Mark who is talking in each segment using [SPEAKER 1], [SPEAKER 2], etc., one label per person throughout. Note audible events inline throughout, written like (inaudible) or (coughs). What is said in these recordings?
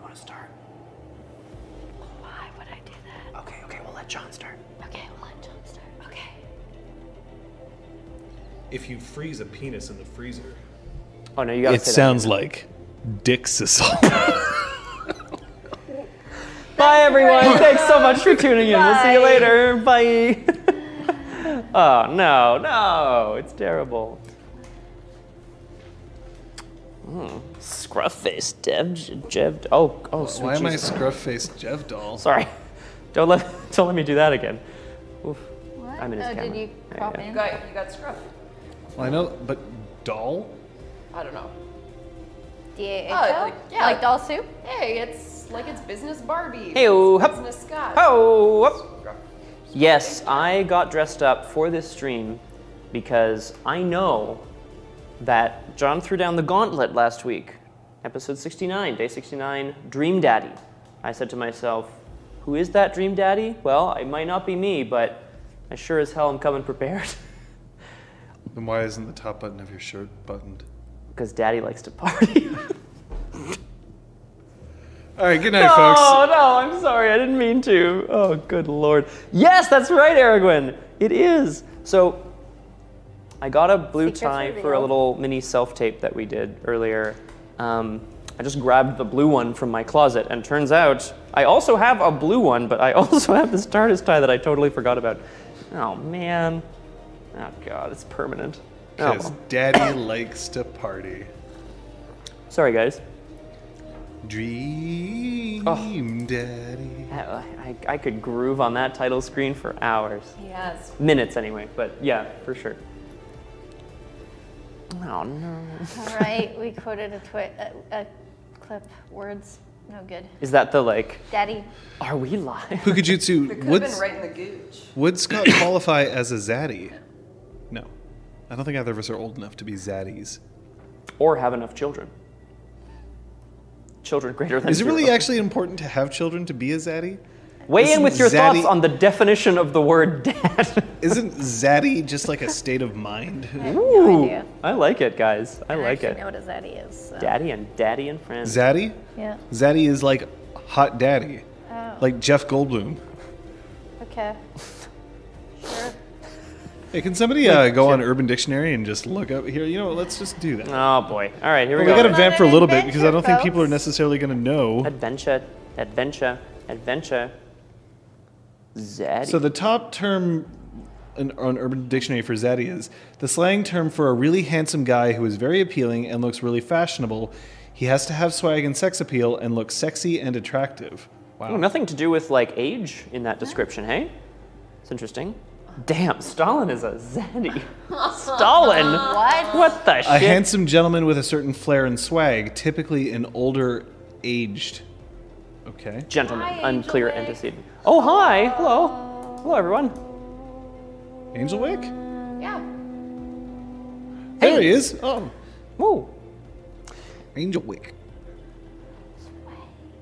[SPEAKER 1] want to start?
[SPEAKER 2] Why would I do that?
[SPEAKER 1] Okay, okay, we'll let John start.
[SPEAKER 2] Okay, we'll let John start. Okay.
[SPEAKER 3] If you freeze a penis in the freezer,
[SPEAKER 4] Oh no, you gotta.
[SPEAKER 5] it
[SPEAKER 4] say that.
[SPEAKER 5] sounds like dick sisal.
[SPEAKER 4] Bye
[SPEAKER 2] (laughs)
[SPEAKER 4] everyone. Thanks so much for tuning in. We'll see you later. Bye. (laughs) oh no, no, it's terrible. Mm. Scruff face, Dev, Jev. Oh, oh, sweet
[SPEAKER 3] (laughs) why am I
[SPEAKER 4] Jesus.
[SPEAKER 3] scruff faced Jev doll?
[SPEAKER 4] Sorry. (laughs) Don't let (laughs) don't let me do that again. Oof.
[SPEAKER 2] What?
[SPEAKER 4] I'm in his
[SPEAKER 2] oh,
[SPEAKER 4] camera.
[SPEAKER 2] did
[SPEAKER 4] There
[SPEAKER 2] you
[SPEAKER 4] you
[SPEAKER 2] pop
[SPEAKER 4] go.
[SPEAKER 2] in?
[SPEAKER 6] You got, you got scruff.
[SPEAKER 3] Well, I know, but doll?
[SPEAKER 6] I don't know.
[SPEAKER 2] D-A-H-O?
[SPEAKER 6] Oh, like- yeah.
[SPEAKER 2] Like doll soup?
[SPEAKER 6] Hey, it's like it's business Barbie.
[SPEAKER 4] Hey-o,
[SPEAKER 6] It's
[SPEAKER 4] oh, hup.
[SPEAKER 6] business Scott.
[SPEAKER 4] Oh. up. Yes, I got dressed up for this stream because I know that John threw down the gauntlet last week, episode 69, day 69, Dream Daddy. I said to myself, who is that Dream Daddy? Well, it might not be me, but I sure as hell am coming prepared (laughs)
[SPEAKER 3] Then why isn't the top button of your shirt buttoned?
[SPEAKER 4] because Daddy likes to party. (laughs)
[SPEAKER 3] All right, good night,
[SPEAKER 4] Oh no, I'm sorry, I didn't mean to. Oh, good lord. Yes, that's right, Aragwen. It is. So I got a blue
[SPEAKER 2] Secrets
[SPEAKER 4] tie for a
[SPEAKER 2] revealed.
[SPEAKER 4] little mini self tape that we did earlier. Um, I just grabbed the blue one from my closet, and turns out I also have a blue one, but I (laughs) also have this TARDIS tie that I totally forgot about. Oh man. Oh god, it's permanent. Oh,
[SPEAKER 3] Because
[SPEAKER 4] well.
[SPEAKER 3] daddy likes to party.
[SPEAKER 4] sorry guys.
[SPEAKER 3] Dream
[SPEAKER 4] Oh.
[SPEAKER 3] daddy.
[SPEAKER 4] I, I, I could groove on that title screen for hours.
[SPEAKER 6] Yes.
[SPEAKER 4] minutes anyway, but yeah, for sure. Oh no.
[SPEAKER 2] All right, we quoted a, twi- a, a clip. Words, no good.
[SPEAKER 4] Is that the like,
[SPEAKER 2] Daddy,
[SPEAKER 4] are we live? (laughs)
[SPEAKER 6] It
[SPEAKER 3] Pukajutsu,
[SPEAKER 6] could have
[SPEAKER 3] would,
[SPEAKER 6] been right in the gooch.
[SPEAKER 3] would
[SPEAKER 4] (coughs)
[SPEAKER 3] Scott qualify as a zaddy? No. I don't think either of us are old enough to be zaddies.
[SPEAKER 4] or have enough children? Children greater than
[SPEAKER 3] Is it really
[SPEAKER 4] zero.
[SPEAKER 3] actually important to have children to be a zaddy?
[SPEAKER 4] Weigh in
[SPEAKER 3] isn't
[SPEAKER 4] with your
[SPEAKER 3] zaddy-
[SPEAKER 4] thoughts on the definition of the word (laughs) dad.
[SPEAKER 3] Isn't zaddy just like a state of mind?
[SPEAKER 4] Ooh,
[SPEAKER 2] idea.
[SPEAKER 4] I like it, guys. I like
[SPEAKER 2] actually
[SPEAKER 4] it.
[SPEAKER 2] know what a zaddy is. so-
[SPEAKER 4] Daddy and daddy and friends.
[SPEAKER 3] Zaddy?
[SPEAKER 2] Yeah.
[SPEAKER 3] Zaddy is like hot daddy,
[SPEAKER 2] Oh,
[SPEAKER 3] like Jeff Goldblum.
[SPEAKER 4] (laughs)
[SPEAKER 2] okay. Sure.
[SPEAKER 3] Hey, can somebody uh, go on Urban Dictionary and just look up here? You know, what, let's just do that.
[SPEAKER 4] oh boy. All right, here
[SPEAKER 3] we
[SPEAKER 4] we
[SPEAKER 3] gotta
[SPEAKER 4] go.
[SPEAKER 3] vamp for a little bit because I
[SPEAKER 2] Uh, Adventure,
[SPEAKER 3] don't think people are
[SPEAKER 2] folks.
[SPEAKER 3] necessarily gonna know.
[SPEAKER 4] Adventure, adventure, adventure. Zaddy.
[SPEAKER 3] So the top term in, on Urban Dictionary for zaddy is the slang term for a really handsome guy who is very appealing and looks really fashionable. He has to have swag and sex appeal and look sexy and attractive.
[SPEAKER 4] Oh, nothing to do with like age in that description, hey? It's interesting. Damn, Stalin is a zaddy. Stalin?
[SPEAKER 2] What?
[SPEAKER 4] What the
[SPEAKER 3] A
[SPEAKER 4] shit?
[SPEAKER 3] handsome gentleman with a certain flair and swag, typically an older, aged. Okay.
[SPEAKER 4] Gentleman, unclear antecedent. Oh, hi. Hello. Hello, everyone.
[SPEAKER 3] Angel Wick?
[SPEAKER 6] Yeah.
[SPEAKER 3] There he is. Oh,
[SPEAKER 4] Woo.
[SPEAKER 3] Angel Wick.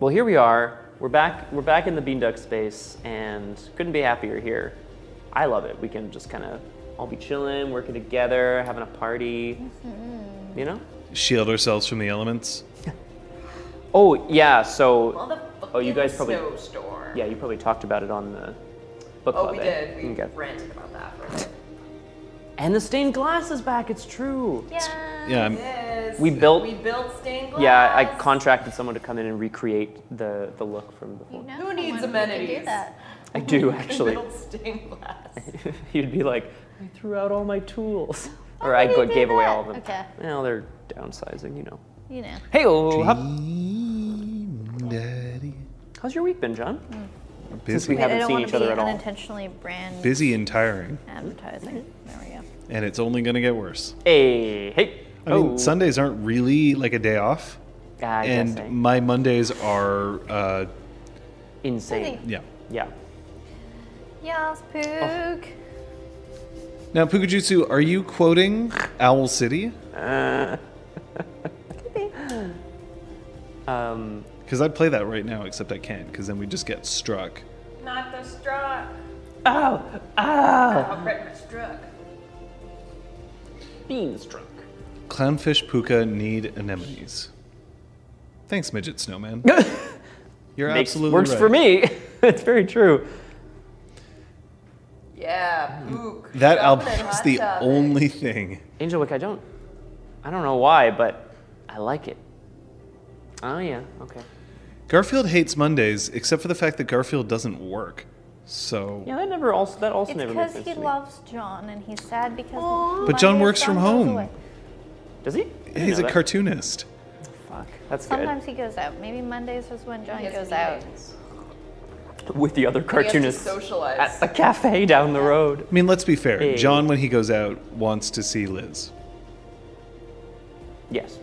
[SPEAKER 4] Well, here we are. We're back. We're back in the Beanduck space, and couldn't be happier here. I love it. We can just kind of all be chilling, working together, having a party. You know?
[SPEAKER 3] Shield ourselves from the elements.
[SPEAKER 4] Oh yeah. So,
[SPEAKER 6] Motherfucking
[SPEAKER 4] oh, you guys probably
[SPEAKER 6] snowstorm.
[SPEAKER 4] yeah, you probably talked about it on the book
[SPEAKER 6] Oh,
[SPEAKER 4] club.
[SPEAKER 6] we
[SPEAKER 4] eh?
[SPEAKER 6] did. We
[SPEAKER 4] Okay.
[SPEAKER 6] ranted about that. For a bit.
[SPEAKER 4] And the stained glass is back. It's true. Yeah,
[SPEAKER 3] Yeah, I'm,
[SPEAKER 6] Yes.
[SPEAKER 4] We built-
[SPEAKER 6] We built stained glass. (laughs)
[SPEAKER 4] I contracted someone to come in and recreate the the look from before.
[SPEAKER 2] You know
[SPEAKER 6] Who needs
[SPEAKER 2] someone who can Do
[SPEAKER 6] amenities?
[SPEAKER 2] that.
[SPEAKER 4] I do
[SPEAKER 6] We
[SPEAKER 4] actually. (laughs)
[SPEAKER 6] built stained glass.
[SPEAKER 4] You'd be like, I threw out all my tools, or I go-
[SPEAKER 2] do
[SPEAKER 4] gave away
[SPEAKER 2] that?
[SPEAKER 4] all of them.
[SPEAKER 2] Okay.
[SPEAKER 4] Well, they're downsizing, you know.
[SPEAKER 2] You know.
[SPEAKER 4] Hey, oh,
[SPEAKER 3] Daddy.
[SPEAKER 4] how's your week been, John? Since
[SPEAKER 3] Busy.
[SPEAKER 4] we haven't
[SPEAKER 2] I don't
[SPEAKER 4] seen
[SPEAKER 2] want
[SPEAKER 4] each
[SPEAKER 2] to be
[SPEAKER 4] other at all.
[SPEAKER 2] unintentionally brand
[SPEAKER 3] Busy and tiring.
[SPEAKER 2] advertising.
[SPEAKER 4] Mm-hmm.
[SPEAKER 2] There we go.
[SPEAKER 3] And it's only going to get worse.
[SPEAKER 4] Hey, hey.
[SPEAKER 3] I mean,
[SPEAKER 4] oh.
[SPEAKER 3] Sundays aren't really like a day off.
[SPEAKER 4] I guess
[SPEAKER 3] and
[SPEAKER 4] I-
[SPEAKER 3] my Mondays are, uh,
[SPEAKER 4] insane.
[SPEAKER 3] yeah.
[SPEAKER 4] Yeah.
[SPEAKER 2] Yes, Pook.
[SPEAKER 4] Oh,
[SPEAKER 3] Now, Pukajutsu, are you quoting Owl City?
[SPEAKER 4] (laughs) Um,
[SPEAKER 3] Because I'd play that right now, except I can't, because then we just get struck.
[SPEAKER 6] Not the straw.
[SPEAKER 4] oh, ah,
[SPEAKER 6] I'll wreck my struck.
[SPEAKER 4] beans drunk.
[SPEAKER 3] Clownfish puka need anemones. Thanks, midget snowman. You're
[SPEAKER 4] Makes-
[SPEAKER 3] absolutely
[SPEAKER 4] works
[SPEAKER 3] right.
[SPEAKER 4] for me. (laughs) it's very true. Hmm.
[SPEAKER 6] Yeah, Book.
[SPEAKER 3] That
[SPEAKER 6] Jumping in
[SPEAKER 3] album's
[SPEAKER 6] hot
[SPEAKER 3] the
[SPEAKER 6] tub.
[SPEAKER 3] only thing.
[SPEAKER 4] Angel Wick, I don't, I don't know why, but I like it. Oh yeah, okay.
[SPEAKER 3] Garfield hates Mondays, except for the fact that Garfield doesn't work. So,
[SPEAKER 4] Yeah, that never also that also
[SPEAKER 2] It's
[SPEAKER 4] never makes
[SPEAKER 2] because
[SPEAKER 4] sense
[SPEAKER 2] he
[SPEAKER 4] to me.
[SPEAKER 2] loves John and he's sad because.
[SPEAKER 3] But John
[SPEAKER 2] Monday,
[SPEAKER 3] works
[SPEAKER 2] John
[SPEAKER 3] from
[SPEAKER 2] goes
[SPEAKER 3] home.
[SPEAKER 2] away.
[SPEAKER 4] Does he? I didn't
[SPEAKER 3] he's
[SPEAKER 4] know
[SPEAKER 3] a
[SPEAKER 4] that.
[SPEAKER 3] cartoonist.
[SPEAKER 4] Fuck, that's
[SPEAKER 2] Sometimes he goes out. Maybe Mondays is when John
[SPEAKER 6] He has
[SPEAKER 2] goes out.
[SPEAKER 6] meetings.
[SPEAKER 4] good. (laughs) With the other
[SPEAKER 6] He has to
[SPEAKER 4] cartoonists
[SPEAKER 6] socialize.
[SPEAKER 4] at a cafe down the road.
[SPEAKER 3] I mean, let's be fair.
[SPEAKER 4] Hey.
[SPEAKER 3] John, when he goes out, wants to see Liz.
[SPEAKER 4] Yes.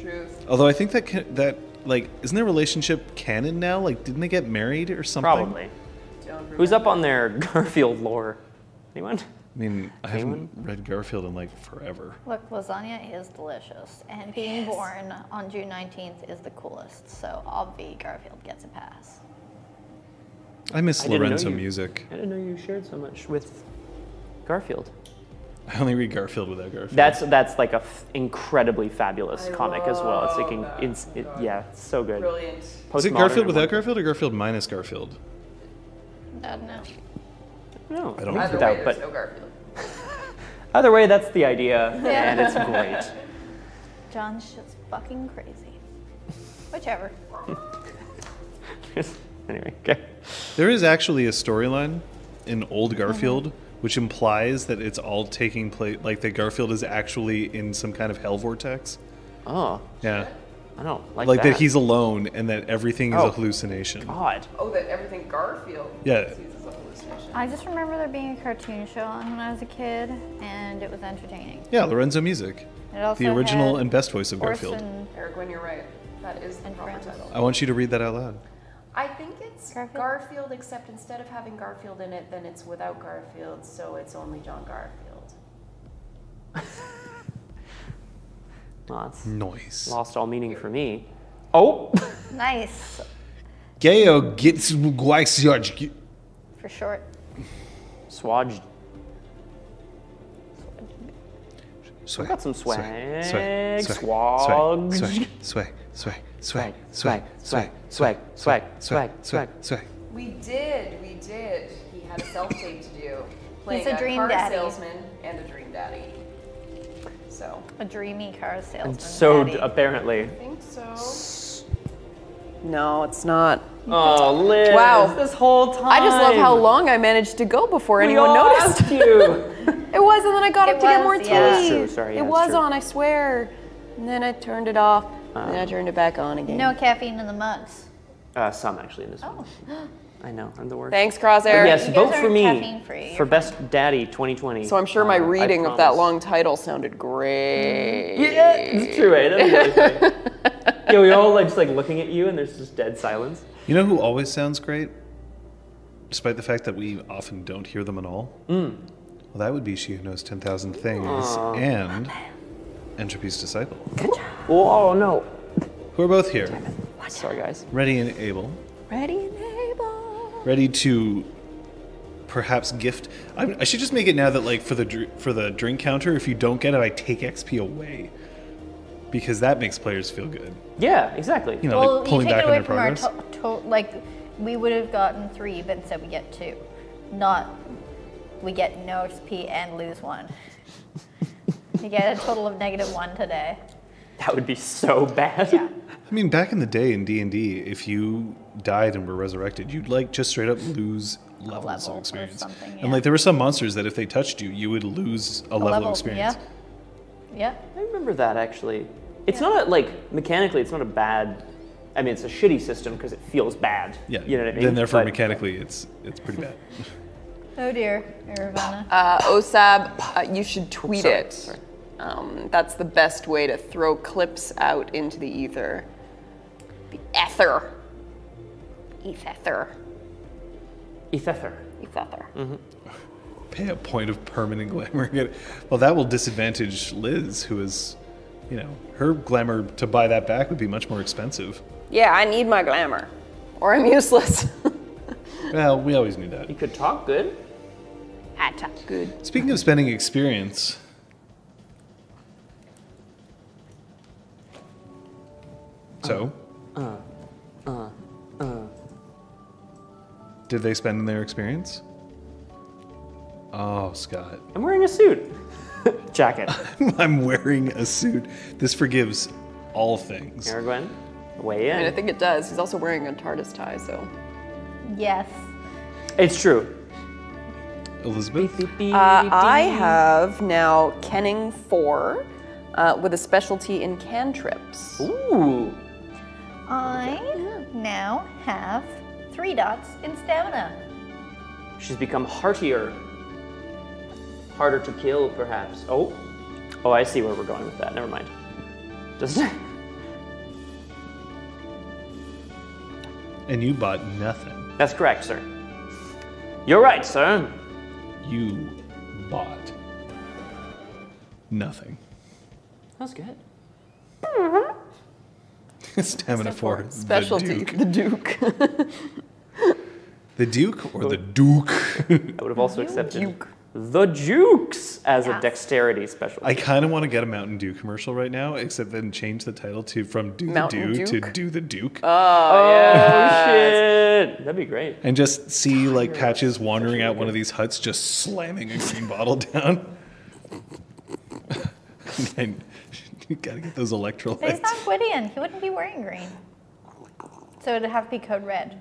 [SPEAKER 6] Truth.
[SPEAKER 3] Although I think that ca- that like isn't their relationship canon now? Like, didn't they get married or something?
[SPEAKER 4] Probably.
[SPEAKER 6] Don't
[SPEAKER 4] Who's up on their (laughs) Garfield lore? Anyone?
[SPEAKER 3] I mean, I haven't
[SPEAKER 4] Anyone?
[SPEAKER 3] read Garfield in like forever.
[SPEAKER 2] Look, lasagna is delicious, and being born on June 19th is the coolest. So obvi Garfield gets a pass.
[SPEAKER 3] I miss
[SPEAKER 4] I didn't know
[SPEAKER 3] Lorenzo
[SPEAKER 4] you-
[SPEAKER 3] music.
[SPEAKER 4] I didn't know you shared so much with Garfield.
[SPEAKER 3] I only read Garfield without Garfield.
[SPEAKER 4] That's that's like a f- incredibly fabulous
[SPEAKER 6] I
[SPEAKER 4] comic as well. It's like
[SPEAKER 6] love
[SPEAKER 4] in,
[SPEAKER 6] that.
[SPEAKER 4] it's it,
[SPEAKER 6] God.
[SPEAKER 4] yeah, it's so good.
[SPEAKER 6] Brilliant.
[SPEAKER 3] Is it
[SPEAKER 4] Postmodern
[SPEAKER 3] Garfield without
[SPEAKER 4] one.
[SPEAKER 3] Garfield or Garfield minus Garfield?
[SPEAKER 2] No, no.
[SPEAKER 4] No,
[SPEAKER 3] I don't know.
[SPEAKER 4] it's
[SPEAKER 6] Either way,
[SPEAKER 4] without,
[SPEAKER 6] there's
[SPEAKER 4] but
[SPEAKER 6] no Garfield.
[SPEAKER 4] either way, that's the idea,
[SPEAKER 6] (laughs)
[SPEAKER 4] and it's great.
[SPEAKER 2] John's just fucking crazy. Whichever.
[SPEAKER 4] (laughs) anyway, okay.
[SPEAKER 3] There is actually a storyline in old
[SPEAKER 4] Uh-huh.
[SPEAKER 3] Garfield which implies that it's all taking place like that Garfield is actually in some kind of hell vortex.
[SPEAKER 4] Oh,
[SPEAKER 3] Yeah.
[SPEAKER 4] I don't like,
[SPEAKER 3] Like, that. he's alone and that everything is
[SPEAKER 4] Oh.
[SPEAKER 3] a hallucination.
[SPEAKER 4] God.
[SPEAKER 6] Oh, that everything Garfield
[SPEAKER 3] Yeah.
[SPEAKER 6] sees as a hallucination.
[SPEAKER 2] I just remember there being a cartoon show on when I was a kid, and it was entertaining.
[SPEAKER 3] Yeah, Lorenzo Music.
[SPEAKER 2] It also
[SPEAKER 3] The original
[SPEAKER 2] had
[SPEAKER 3] and best voice of
[SPEAKER 2] Orson-
[SPEAKER 3] Garfield.
[SPEAKER 6] Eric, when you're right, that is the
[SPEAKER 2] And
[SPEAKER 6] proper
[SPEAKER 2] friends.
[SPEAKER 6] title.
[SPEAKER 3] I want you to read that out loud.
[SPEAKER 6] I think it's
[SPEAKER 2] Garfield?
[SPEAKER 6] Garfield? except instead of having Garfield in it, then it's without Garfield, so it's only John Garfield.
[SPEAKER 4] Well, that's
[SPEAKER 3] Hmm. Noise.
[SPEAKER 4] lost all meaning for me. Oh, (laughs)
[SPEAKER 2] Nice,
[SPEAKER 3] Gayo gets Gwaxiarch.
[SPEAKER 2] for short.
[SPEAKER 4] swag.
[SPEAKER 3] Swag.
[SPEAKER 4] got some
[SPEAKER 3] Swag.
[SPEAKER 4] swag.
[SPEAKER 3] Swag. Swag.
[SPEAKER 4] Swag.
[SPEAKER 3] Swag. Swag. Swag. Swag. Swag. Swag.
[SPEAKER 4] Swag. Swag. Swag. Swag.
[SPEAKER 3] Swag.
[SPEAKER 6] We did, we did. He had a self tape to do. Playing
[SPEAKER 2] a dream
[SPEAKER 6] car
[SPEAKER 2] daddy.
[SPEAKER 6] salesman and a dream daddy. So
[SPEAKER 2] A dreamy car salesman.
[SPEAKER 4] And so
[SPEAKER 2] daddy.
[SPEAKER 4] apparently.
[SPEAKER 6] I think so. No, it's not.
[SPEAKER 4] Oh, Liz.
[SPEAKER 6] (laughs) Wow.
[SPEAKER 4] This whole time.
[SPEAKER 6] I just love how long I managed to go before
[SPEAKER 4] we
[SPEAKER 6] anyone
[SPEAKER 4] all
[SPEAKER 6] noticed.
[SPEAKER 4] asked you.
[SPEAKER 6] It was, and then I got
[SPEAKER 2] It
[SPEAKER 6] up to get
[SPEAKER 2] was,
[SPEAKER 6] more tea.
[SPEAKER 2] yeah. Oh, that's
[SPEAKER 4] true, sorry, yeah,
[SPEAKER 6] it
[SPEAKER 4] that's
[SPEAKER 6] was
[SPEAKER 4] true.
[SPEAKER 6] on, I swear. And then I turned it off. and
[SPEAKER 4] Uh-huh.
[SPEAKER 6] then I turned it back on again.
[SPEAKER 2] No caffeine in the mugs.
[SPEAKER 4] (laughs) uh, some actually in this one. I know. I'm the worst.
[SPEAKER 6] Thanks, Crosshair.
[SPEAKER 4] But yes,
[SPEAKER 2] Oh. You guys
[SPEAKER 4] vote for
[SPEAKER 2] aren't
[SPEAKER 4] me
[SPEAKER 2] caffeine-free.
[SPEAKER 4] for best daddy 2020.
[SPEAKER 6] So I'm sure
[SPEAKER 4] Uh,
[SPEAKER 6] my
[SPEAKER 4] I
[SPEAKER 6] reading of that
[SPEAKER 4] promise.
[SPEAKER 6] long title sounded great.
[SPEAKER 4] Yeah, it's true, eh?
[SPEAKER 6] (laughs)
[SPEAKER 4] That's really funny. yeah, we all like just like looking at you, and there's just dead silence.
[SPEAKER 3] You know who always sounds great? Despite the fact that we often don't hear them at all? Well, that would be She Who Knows 10,000 Things and Entropy's Disciple,
[SPEAKER 4] Oh, oh, no!
[SPEAKER 3] who are both here,
[SPEAKER 4] Sorry, guys.
[SPEAKER 3] ready and able,
[SPEAKER 6] Ready and able.
[SPEAKER 3] ready to perhaps gift. I, I should just make it now that, like, for the, dr- for the drink counter, if you don't get it, I take XP away. Because that makes players feel good.
[SPEAKER 4] Yeah, exactly.
[SPEAKER 3] You know,
[SPEAKER 2] well,
[SPEAKER 3] like
[SPEAKER 2] you
[SPEAKER 3] pulling
[SPEAKER 2] take
[SPEAKER 3] back
[SPEAKER 2] it
[SPEAKER 3] on
[SPEAKER 2] away
[SPEAKER 3] their
[SPEAKER 2] from our
[SPEAKER 3] progress.
[SPEAKER 2] to- to- like we would have gotten three, but instead we get two. Not we get no XP and lose one. you get a total of negative one today.
[SPEAKER 4] That would be so bad.
[SPEAKER 2] Yeah.
[SPEAKER 3] I mean, back in the day in D and D, if you died and were resurrected, you'd like just straight up lose levels
[SPEAKER 2] level
[SPEAKER 3] of
[SPEAKER 2] or
[SPEAKER 3] experience.
[SPEAKER 2] something, yeah.
[SPEAKER 3] And like there were some monsters that if they touched you, you would lose a,
[SPEAKER 2] A
[SPEAKER 3] level, of experience.
[SPEAKER 2] Yeah.
[SPEAKER 4] (laughs) I remember that actually. It's not a like mechanically. It's not a bad. I mean, it's a shitty system because it feels bad.
[SPEAKER 3] Yeah,
[SPEAKER 4] You know what I mean?
[SPEAKER 3] Then therefore,
[SPEAKER 4] But-
[SPEAKER 3] mechanically, it's it's pretty bad. (laughs)
[SPEAKER 2] Yeah. Oh dear, Nirvana.
[SPEAKER 6] Uh, OSAB, uh, you should tweet
[SPEAKER 4] Sorry,
[SPEAKER 6] it.
[SPEAKER 4] sorry.
[SPEAKER 6] Um, that's the best way to throw clips out into the ether. The ether. Ether.
[SPEAKER 4] Ethether.
[SPEAKER 6] Ether.
[SPEAKER 4] Mm.
[SPEAKER 3] Pay a point of permanent glamour. Well, that will disadvantage Liz, who is, you know, her glamour to buy that back would be much more expensive.
[SPEAKER 6] Yeah, I need my glamour, or
[SPEAKER 2] (laughs)
[SPEAKER 6] I'm useless.
[SPEAKER 3] Well, we always knew that.
[SPEAKER 4] You could talk good.
[SPEAKER 6] I talk good.
[SPEAKER 3] Speaking of spending experience, so.
[SPEAKER 4] Uh,
[SPEAKER 3] Did they spend their experience? Oh, Scott. (laughs)
[SPEAKER 4] I'm wearing a suit. (laughs) Jacket.
[SPEAKER 3] I'm wearing a suit. This forgives all things.
[SPEAKER 4] Aragwen, weigh
[SPEAKER 6] I mean, I
[SPEAKER 4] in.
[SPEAKER 6] think it does. He's also wearing a TARDIS tie, so.
[SPEAKER 2] Yes.
[SPEAKER 4] It's true.
[SPEAKER 3] Elizabeth?
[SPEAKER 6] Uh, I have now Kenning 4 uh, with a specialty in cantrips.
[SPEAKER 4] Ooh.
[SPEAKER 2] I now have three dots in stamina.
[SPEAKER 4] She's become heartier. Harder to kill, perhaps. Oh. Oh, I see where we're going with that. Never mind. Just.
[SPEAKER 3] And you bought nothing.
[SPEAKER 4] (laughs) That's correct, sir. You're right, sir.
[SPEAKER 3] You bought nothing. (laughs)
[SPEAKER 4] That's good.
[SPEAKER 3] Stamina for the
[SPEAKER 6] Specialty,
[SPEAKER 3] Duke.
[SPEAKER 6] the (laughs) Duke.
[SPEAKER 3] The Duke or the Duke?
[SPEAKER 4] I would have also accepted the Jukes as a
[SPEAKER 2] Yeah.
[SPEAKER 4] dexterity special.
[SPEAKER 3] I kind of want to get a Mountain Dew commercial right now, except then change the title to from Do
[SPEAKER 6] Mountain
[SPEAKER 3] the Dew to
[SPEAKER 6] Duke? Uh,
[SPEAKER 3] Do the Duke,
[SPEAKER 4] oh shit! That'd be great.
[SPEAKER 3] and just see like patches wandering out one of these huts, just slamming a green bottle down. (laughs) and you gotta get those
[SPEAKER 2] But he's
[SPEAKER 3] electrolytes.
[SPEAKER 2] not Gwydion. He wouldn't be wearing green. So it'd have to be code red.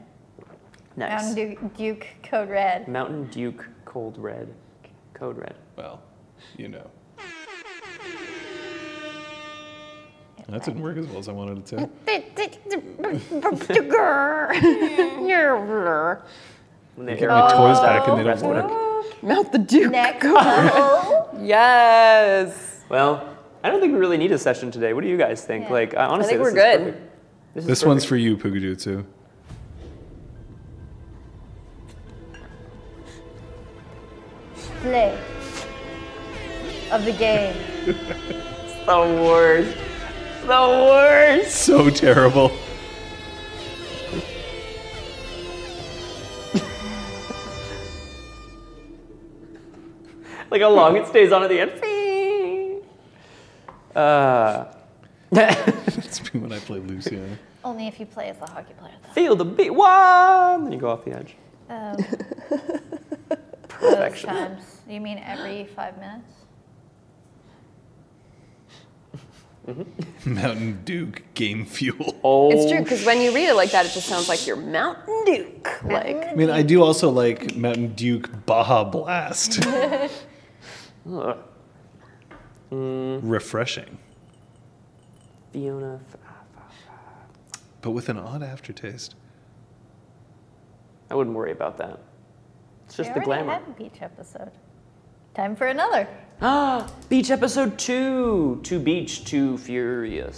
[SPEAKER 4] Nice.
[SPEAKER 2] Mountain Duke, Duke code
[SPEAKER 4] (laughs)
[SPEAKER 2] red.
[SPEAKER 4] Mountain Duke Cold Red. Code Red.
[SPEAKER 3] Well, you know. That didn't work as well as I wanted it to.
[SPEAKER 4] When they
[SPEAKER 3] Get
[SPEAKER 4] air
[SPEAKER 3] my
[SPEAKER 4] it,
[SPEAKER 3] toys
[SPEAKER 4] that
[SPEAKER 3] back and they
[SPEAKER 4] rest
[SPEAKER 3] don't
[SPEAKER 4] of it.
[SPEAKER 3] work.
[SPEAKER 6] Mount the Duke.
[SPEAKER 2] Next level.
[SPEAKER 6] Yes.
[SPEAKER 4] Well, I don't think we really need a session today. What do you guys think?
[SPEAKER 2] Yeah.
[SPEAKER 4] Like, I honestly,
[SPEAKER 6] think
[SPEAKER 4] this
[SPEAKER 6] we're
[SPEAKER 4] is
[SPEAKER 6] good.
[SPEAKER 4] perfect. This, is
[SPEAKER 3] This one's
[SPEAKER 4] perfect.
[SPEAKER 3] for you, Pugajutsu.
[SPEAKER 2] (laughs) Play of the game.
[SPEAKER 4] the worst. The worst.
[SPEAKER 3] So terrible. (laughs)
[SPEAKER 4] Like how long it stays on at the end. Uh, (laughs)
[SPEAKER 3] That's me when I play Lucian.
[SPEAKER 2] Only if you play as the hockey player, though.
[SPEAKER 4] feel the beat. One. Then you go off the edge.
[SPEAKER 2] (laughs) Um, those
[SPEAKER 4] Perfection.
[SPEAKER 2] times. You mean every five minutes?
[SPEAKER 3] Mountain Duke game fuel.
[SPEAKER 4] Oh,
[SPEAKER 6] It's true, because when you read it like that, it just sounds like you're Mountain Duke. Like,
[SPEAKER 3] I mean, I do also like Mountain Duke Baja Blast.
[SPEAKER 2] (laughs)
[SPEAKER 4] Ugh.
[SPEAKER 3] Refreshing,
[SPEAKER 4] Fiona.
[SPEAKER 3] but with an odd aftertaste.
[SPEAKER 4] I wouldn't worry about that. It's just
[SPEAKER 2] we
[SPEAKER 4] the
[SPEAKER 2] already
[SPEAKER 4] glamour.
[SPEAKER 2] had a beach episode. Time for another.
[SPEAKER 4] Ah, beach episode two. Too beach, too furious.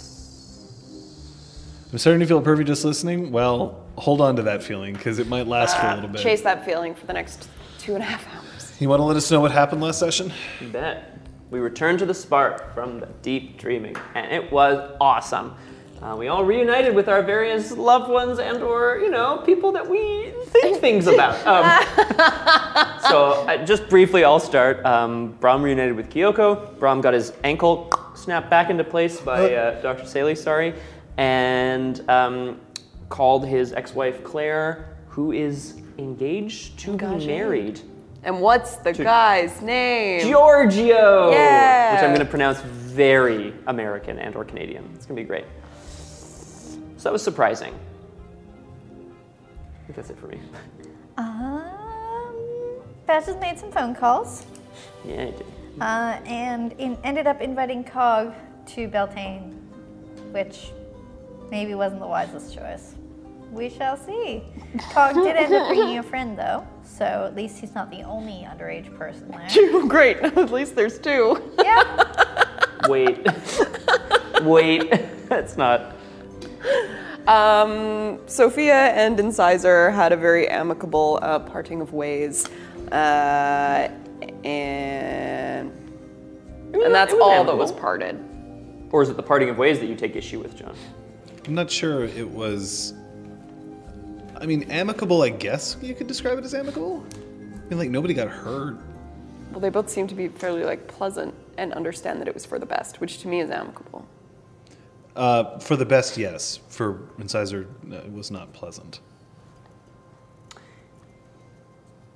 [SPEAKER 3] I'm starting to feel pervy just listening. Well, hold on to that feeling because it might last
[SPEAKER 2] Ah,
[SPEAKER 3] for a little bit.
[SPEAKER 6] chase that feeling for the next two and a half hours.
[SPEAKER 3] You want to let us know what happened last session?
[SPEAKER 4] You bet. We returned to the spark from the deep dreaming, and it was awesome. Uh, we all reunited with our various loved ones and or you know people that we think things about. Um, so uh, just briefly, I'll start. Um, Brom reunited with Kyoko. Brom got his ankle snapped back into place by uh, Dr. Saley, sorry, and um, called his ex-wife Claire, who is engaged to be married.
[SPEAKER 6] And what's the guy's name?
[SPEAKER 4] Giorgio,
[SPEAKER 6] Yeah.
[SPEAKER 4] which I'm going to pronounce very American and or Canadian. It's going to be great. So that was surprising. I think that's it for me. (laughs)
[SPEAKER 2] Um, Patches made some phone calls
[SPEAKER 4] Yeah, I did.
[SPEAKER 2] uh, and in, ended up inviting Cog to Beltane, which maybe wasn't the wisest choice. We shall see. Cog did end up bringing a friend, though, so at least he's not the only underage person there.
[SPEAKER 6] (laughs) Great. (laughs) At least there's two.
[SPEAKER 2] Yeah.
[SPEAKER 4] Wait.
[SPEAKER 6] (laughs)
[SPEAKER 4] Wait. (laughs) That's not.
[SPEAKER 6] Um, Sophia and Incisor had a very amicable uh, parting of ways, uh, and and that's
[SPEAKER 4] it was
[SPEAKER 6] all that
[SPEAKER 4] amicable.
[SPEAKER 6] was parted.
[SPEAKER 4] Or is it the parting of ways that you take issue with, John?
[SPEAKER 3] I'm not sure it was. I mean, amicable, I guess you could describe it as amicable. I mean, like, nobody got hurt.
[SPEAKER 6] Well, they both seemed to be fairly like pleasant and understand that it was for the best, which to me is amicable.
[SPEAKER 3] Uh, for the best, yes. For Incisor, no, it was not pleasant.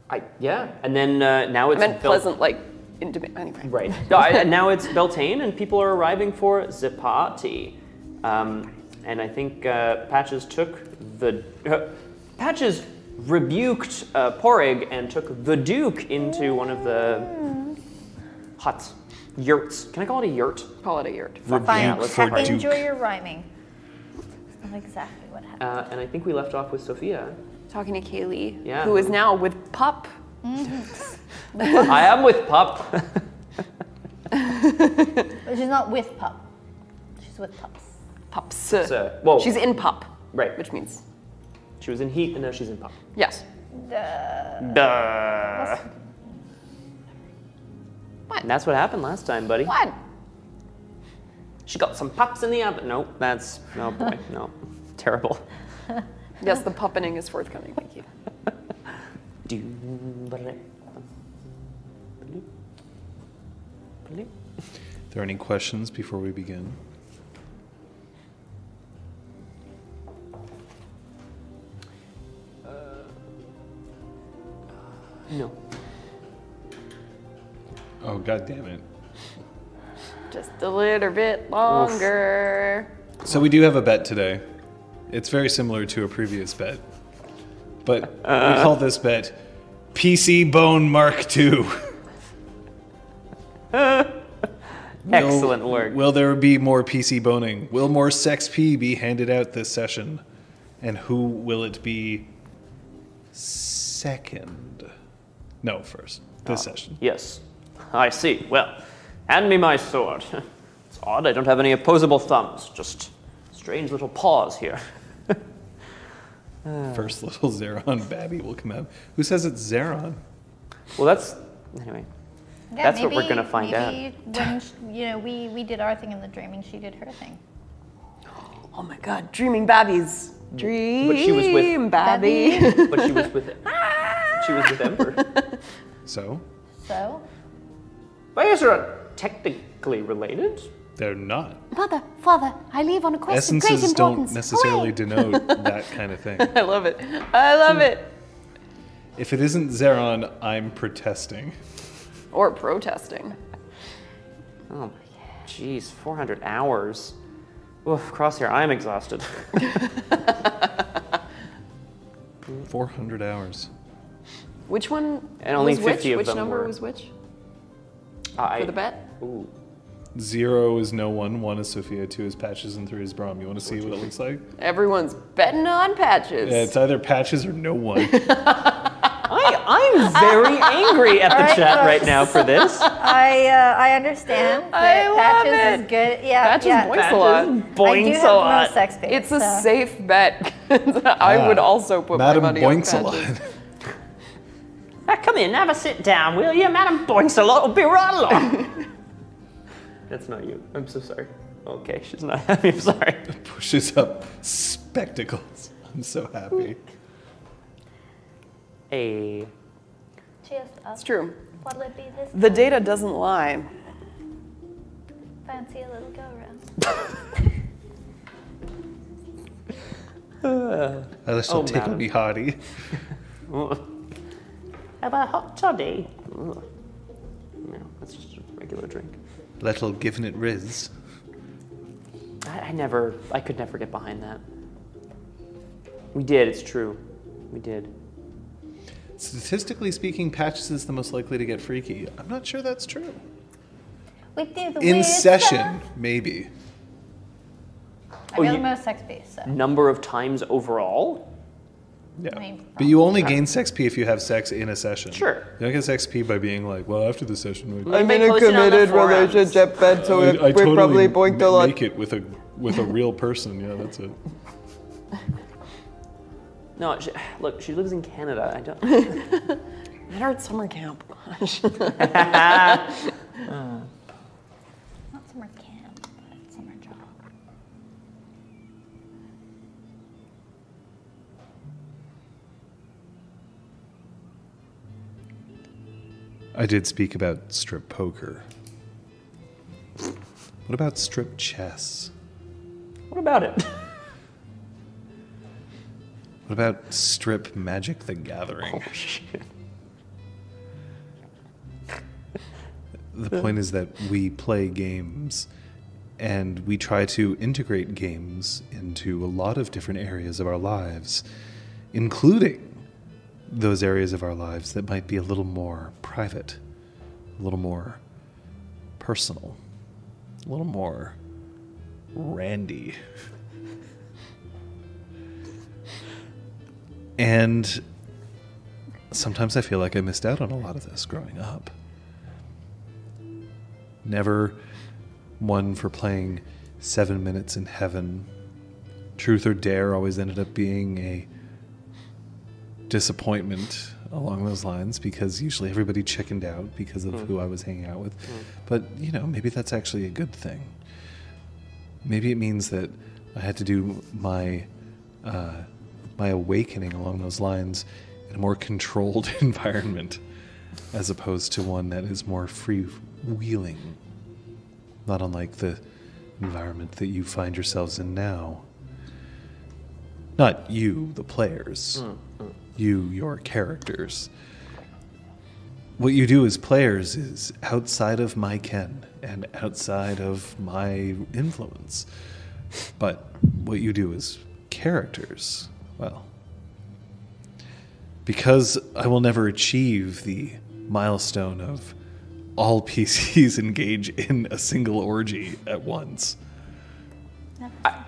[SPEAKER 4] I, yeah, and then uh, now
[SPEAKER 6] I
[SPEAKER 4] it's
[SPEAKER 6] meant
[SPEAKER 4] Bel-
[SPEAKER 6] pleasant, like intimate. Anyway. (laughs)
[SPEAKER 4] Right. No, I- and now it's Beltane, and people are arriving for Zipati. Um, and I think uh, Patches took the. Uh, Patches rebuked uh, Porig and took the Duke into one of the huts. Yurts. Can I call it a yurt?
[SPEAKER 6] Call it a yurt.
[SPEAKER 2] Fine.
[SPEAKER 4] let's
[SPEAKER 2] Ha-
[SPEAKER 4] not argue.
[SPEAKER 2] enjoy your rhyming. That's not exactly what happened.
[SPEAKER 4] Uh, and I think we left off with Sophia.
[SPEAKER 6] Talking to Kaylee,
[SPEAKER 4] Yeah.
[SPEAKER 6] who is now with Pup.
[SPEAKER 4] I am with Pup.
[SPEAKER 2] But she's not with pup. She's with pups.
[SPEAKER 6] Pups.
[SPEAKER 4] So, whoa.
[SPEAKER 6] She's in Pup,
[SPEAKER 4] Right.
[SPEAKER 6] which means
[SPEAKER 4] She was in heat, and now she's in Pup.
[SPEAKER 6] yes.
[SPEAKER 2] Duh.
[SPEAKER 4] Duh.
[SPEAKER 6] What?
[SPEAKER 4] And that's what happened last time, buddy.
[SPEAKER 6] What?
[SPEAKER 4] She got some pups in the oven. Nope, that's no boy, no, terrible.
[SPEAKER 6] Yes, the puppening is forthcoming. Thank you.
[SPEAKER 3] there any questions before we begin?
[SPEAKER 4] No.
[SPEAKER 3] Oh god damn it.
[SPEAKER 6] Just a little bit longer.
[SPEAKER 3] So we do have a bet today. It's very similar to a previous bet. But
[SPEAKER 4] Uh.
[SPEAKER 3] we call this bet PC Bone Mark
[SPEAKER 4] (laughs)
[SPEAKER 3] II.
[SPEAKER 4] Excellent work.
[SPEAKER 3] Will there be more PC boning? Will more sex P be handed out this session? And who will it be second? No, first. This
[SPEAKER 4] Oh.
[SPEAKER 3] session.
[SPEAKER 4] Yes, I see. Well, hand me my sword. (laughs) It's odd. I don't have any opposable thumbs. Just strange little paws here.
[SPEAKER 3] First little Zeron Babby will come out. Who says it's Zeron?
[SPEAKER 4] Well, that's anyway.
[SPEAKER 2] Yeah,
[SPEAKER 4] That's what we're gonna find
[SPEAKER 2] maybe When sh you know, we we did our thing in the dreaming. She did her thing.
[SPEAKER 6] Oh my God, dreaming babbies. Dream
[SPEAKER 4] she was with-
[SPEAKER 6] babby.
[SPEAKER 4] But she was with she was with Ember.
[SPEAKER 3] So?
[SPEAKER 2] So
[SPEAKER 4] But I guess they're not technically related.
[SPEAKER 3] They're not.
[SPEAKER 1] Mother, father, I leave on a quest of
[SPEAKER 3] Essences
[SPEAKER 1] great importance.
[SPEAKER 3] don't necessarily
[SPEAKER 1] Hooray! (laughs)
[SPEAKER 3] denote that kind of thing.
[SPEAKER 6] (laughs) I love it. I love it.
[SPEAKER 3] If it isn't Zeron, I'm protesting.
[SPEAKER 6] Or protesting.
[SPEAKER 4] Oh, jeez, 400 hours. Oof, crosshair. I'm exhausted. (laughs)
[SPEAKER 3] 400 hours.
[SPEAKER 6] Which one?
[SPEAKER 4] And only
[SPEAKER 6] was
[SPEAKER 4] 50
[SPEAKER 6] which?
[SPEAKER 4] of
[SPEAKER 6] Which
[SPEAKER 4] them
[SPEAKER 6] number
[SPEAKER 4] were-
[SPEAKER 6] was which
[SPEAKER 4] Uh, I,
[SPEAKER 6] for the bet?
[SPEAKER 4] Ooh.
[SPEAKER 3] Zero is no one, one is Sophia, two is Patches, and three is Brom. You want to see what it looks like?
[SPEAKER 6] Everyone's betting on patches.
[SPEAKER 3] Yeah, it's either Patches or no one.
[SPEAKER 4] I, I'm very angry at the
[SPEAKER 2] Alright,
[SPEAKER 4] chat
[SPEAKER 2] folks.
[SPEAKER 4] right now for this.
[SPEAKER 2] I uh, (laughs) I understand.
[SPEAKER 6] I
[SPEAKER 2] that
[SPEAKER 6] love
[SPEAKER 2] patches
[SPEAKER 6] it.
[SPEAKER 2] is good. Yeah,
[SPEAKER 6] Patches
[SPEAKER 2] yeah.
[SPEAKER 6] boinks a lot.
[SPEAKER 2] I do
[SPEAKER 4] Boinks
[SPEAKER 2] have
[SPEAKER 4] a
[SPEAKER 2] no
[SPEAKER 4] lot.
[SPEAKER 2] sex tape,
[SPEAKER 6] It's a
[SPEAKER 2] so.
[SPEAKER 6] safe bet. (laughs) I would also (laughs) put
[SPEAKER 3] Madam
[SPEAKER 6] my money
[SPEAKER 3] Boinks a
[SPEAKER 6] on patches.
[SPEAKER 3] lot.
[SPEAKER 4] Ah, come in, have a sit down, will you? Madam Boinks a lot will be right along. That's not you. I'm so sorry. Okay, she's not (laughs) happy. I'm sorry.
[SPEAKER 3] (laughs) Pushes up spectacles. I'm so happy.
[SPEAKER 4] Hey.
[SPEAKER 2] Cheers.
[SPEAKER 6] It's true.
[SPEAKER 2] What'll it be this
[SPEAKER 6] The data doesn't lie.
[SPEAKER 2] fancy a little go round?
[SPEAKER 3] Unless she'll
[SPEAKER 4] Oh,
[SPEAKER 3] take
[SPEAKER 4] madam.
[SPEAKER 3] me hottie.
[SPEAKER 4] How about hot toddy? Ugh. No, that's just a regular drink.
[SPEAKER 3] Little giving it riz.
[SPEAKER 4] I, I never, I could never get behind that. We did, it's true. We did.
[SPEAKER 3] Statistically speaking, Patches is the most likely to get freaky. I'm not sure that's true.
[SPEAKER 2] We do the
[SPEAKER 3] In
[SPEAKER 2] weird
[SPEAKER 3] session,
[SPEAKER 2] stuff.
[SPEAKER 3] maybe.
[SPEAKER 2] I
[SPEAKER 4] Oh,
[SPEAKER 2] feel
[SPEAKER 4] you-
[SPEAKER 2] the most sex based, so
[SPEAKER 4] Number of times overall?
[SPEAKER 3] Yeah.
[SPEAKER 2] I mean,
[SPEAKER 3] but you only gain sex P if you have sex in a session.
[SPEAKER 4] Sure.
[SPEAKER 3] You don't get sex P by being like, well, after the session, we,
[SPEAKER 4] I'm in a committed relationship.
[SPEAKER 3] so I, I totally probably boinked a lot. Make it with a with a real person. Yeah, that's it.
[SPEAKER 4] No, she, look, she lives in Canada. I don't. (laughs)
[SPEAKER 6] At our summer camp. Gosh.
[SPEAKER 2] not summer camp, but summer job.
[SPEAKER 3] I did speak about strip poker. What about strip chess?
[SPEAKER 4] what about it?
[SPEAKER 3] What about strip Magic the Gathering?
[SPEAKER 4] Shit.
[SPEAKER 3] The point is that we play games and we try to integrate games into a lot of different areas of our lives, including those areas of our lives that might be a little more private, a little more personal, a little more randy. And sometimes I feel like I missed out on a lot of this growing up. Never one for playing Seven Minutes in Heaven. Truth or Dare always ended up being a disappointment along those lines because usually everybody chickened out because of who I was hanging out with. But, you know, maybe that's actually a good thing. Maybe it means that I had to do my uh, my awakening along those lines in a more controlled (laughs) environment, as opposed to one that is more freewheeling. Not unlike the environment that you find yourselves in now. Not you, the players. You, your characters. What you do as players is outside of my ken and outside of my influence. But what you do as characters, well, because I will never achieve the milestone of all (laughs) PCs engage in a single orgy at once.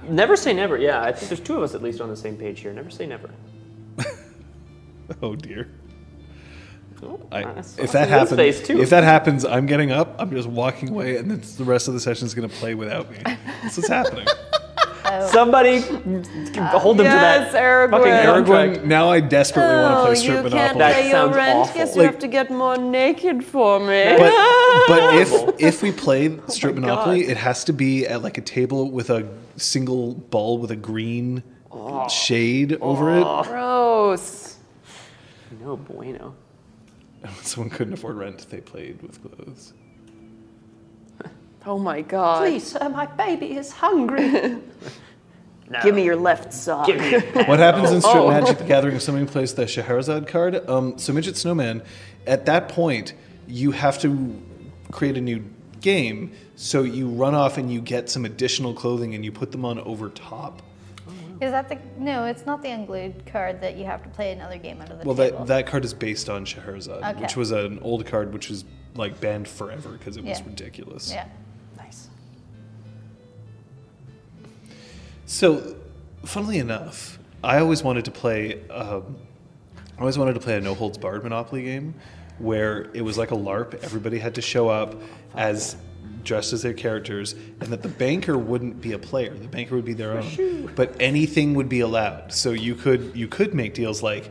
[SPEAKER 4] Never say never. Yeah, I think there's two of us at least on the same page here. Never say never.
[SPEAKER 3] Oh dear.
[SPEAKER 4] Oh,
[SPEAKER 3] I,
[SPEAKER 4] that's- that's
[SPEAKER 3] if that
[SPEAKER 4] in Lynn's
[SPEAKER 3] happens,
[SPEAKER 4] face, too.
[SPEAKER 3] if that happens, I'm getting up. I'm just walking away, and then the rest of the session is going to play without me. That's what's happening.
[SPEAKER 4] somebody hold them
[SPEAKER 6] Uh, yes,
[SPEAKER 4] to that fucking
[SPEAKER 6] Aragorn.
[SPEAKER 4] contract.
[SPEAKER 3] Aragorn, now I desperately want to
[SPEAKER 4] Oh,
[SPEAKER 3] play Strip
[SPEAKER 4] That
[SPEAKER 3] Monopoly.
[SPEAKER 4] sounds awful.
[SPEAKER 6] Yes, you
[SPEAKER 3] Like-
[SPEAKER 6] have to get more naked for me.
[SPEAKER 3] But, but if if we play Strip Monopoly,
[SPEAKER 6] Oh God.
[SPEAKER 3] it has to be at like a table with a single ball with a green
[SPEAKER 6] Oh.
[SPEAKER 3] shade over it.
[SPEAKER 6] Gross.
[SPEAKER 4] No bueno.
[SPEAKER 3] (laughs) Someone couldn't afford rent; they played with clothes.
[SPEAKER 6] Oh my god.
[SPEAKER 4] sir, my baby is hungry.
[SPEAKER 6] (laughs) Give me your left sock. (laughs)
[SPEAKER 3] What happens in Strip
[SPEAKER 6] Oh.
[SPEAKER 3] Magic the Gathering if somebody plays the Scheherazade card? Um, so Midget Snowman, at that point, you have to create a new game. So you run off and you get some additional clothing and you put them on over top.
[SPEAKER 2] Is that the no? It's not the unglued card that you have to play another game under the
[SPEAKER 3] Well,
[SPEAKER 2] table.
[SPEAKER 3] that, that card is based on Scheherazade,
[SPEAKER 2] Okay.
[SPEAKER 3] which was an old card which was like banned forever because it was
[SPEAKER 2] Yeah.
[SPEAKER 3] ridiculous.
[SPEAKER 2] yeah.
[SPEAKER 4] nice.
[SPEAKER 3] So, funnily enough, I always wanted to play. Um, I always wanted to play a no holds barred Monopoly game, where it was like a LARP. Everybody had to show up as dressed as their characters, and that the banker wouldn't be a player. The banker would be their own, but anything would be allowed. So you could you could make deals like,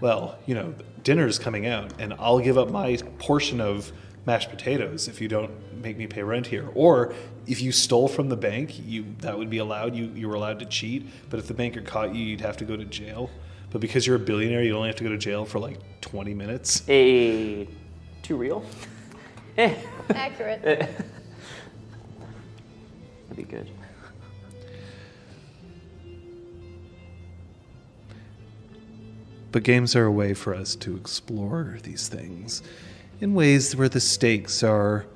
[SPEAKER 3] well, you know, dinner's coming out, and I'll give up my portion of mashed potatoes if you don't make me pay rent here. Or if you stole from the bank, you that would be allowed. You you were allowed to cheat, but if the banker caught you, you'd have to go to jail. But because you're a billionaire, you only have to go to jail for like 20 minutes.
[SPEAKER 4] A too real? Eh,
[SPEAKER 2] (laughs) Accurate.
[SPEAKER 4] that'd be good.
[SPEAKER 3] But games are a way for us to explore these things in ways where the stakes are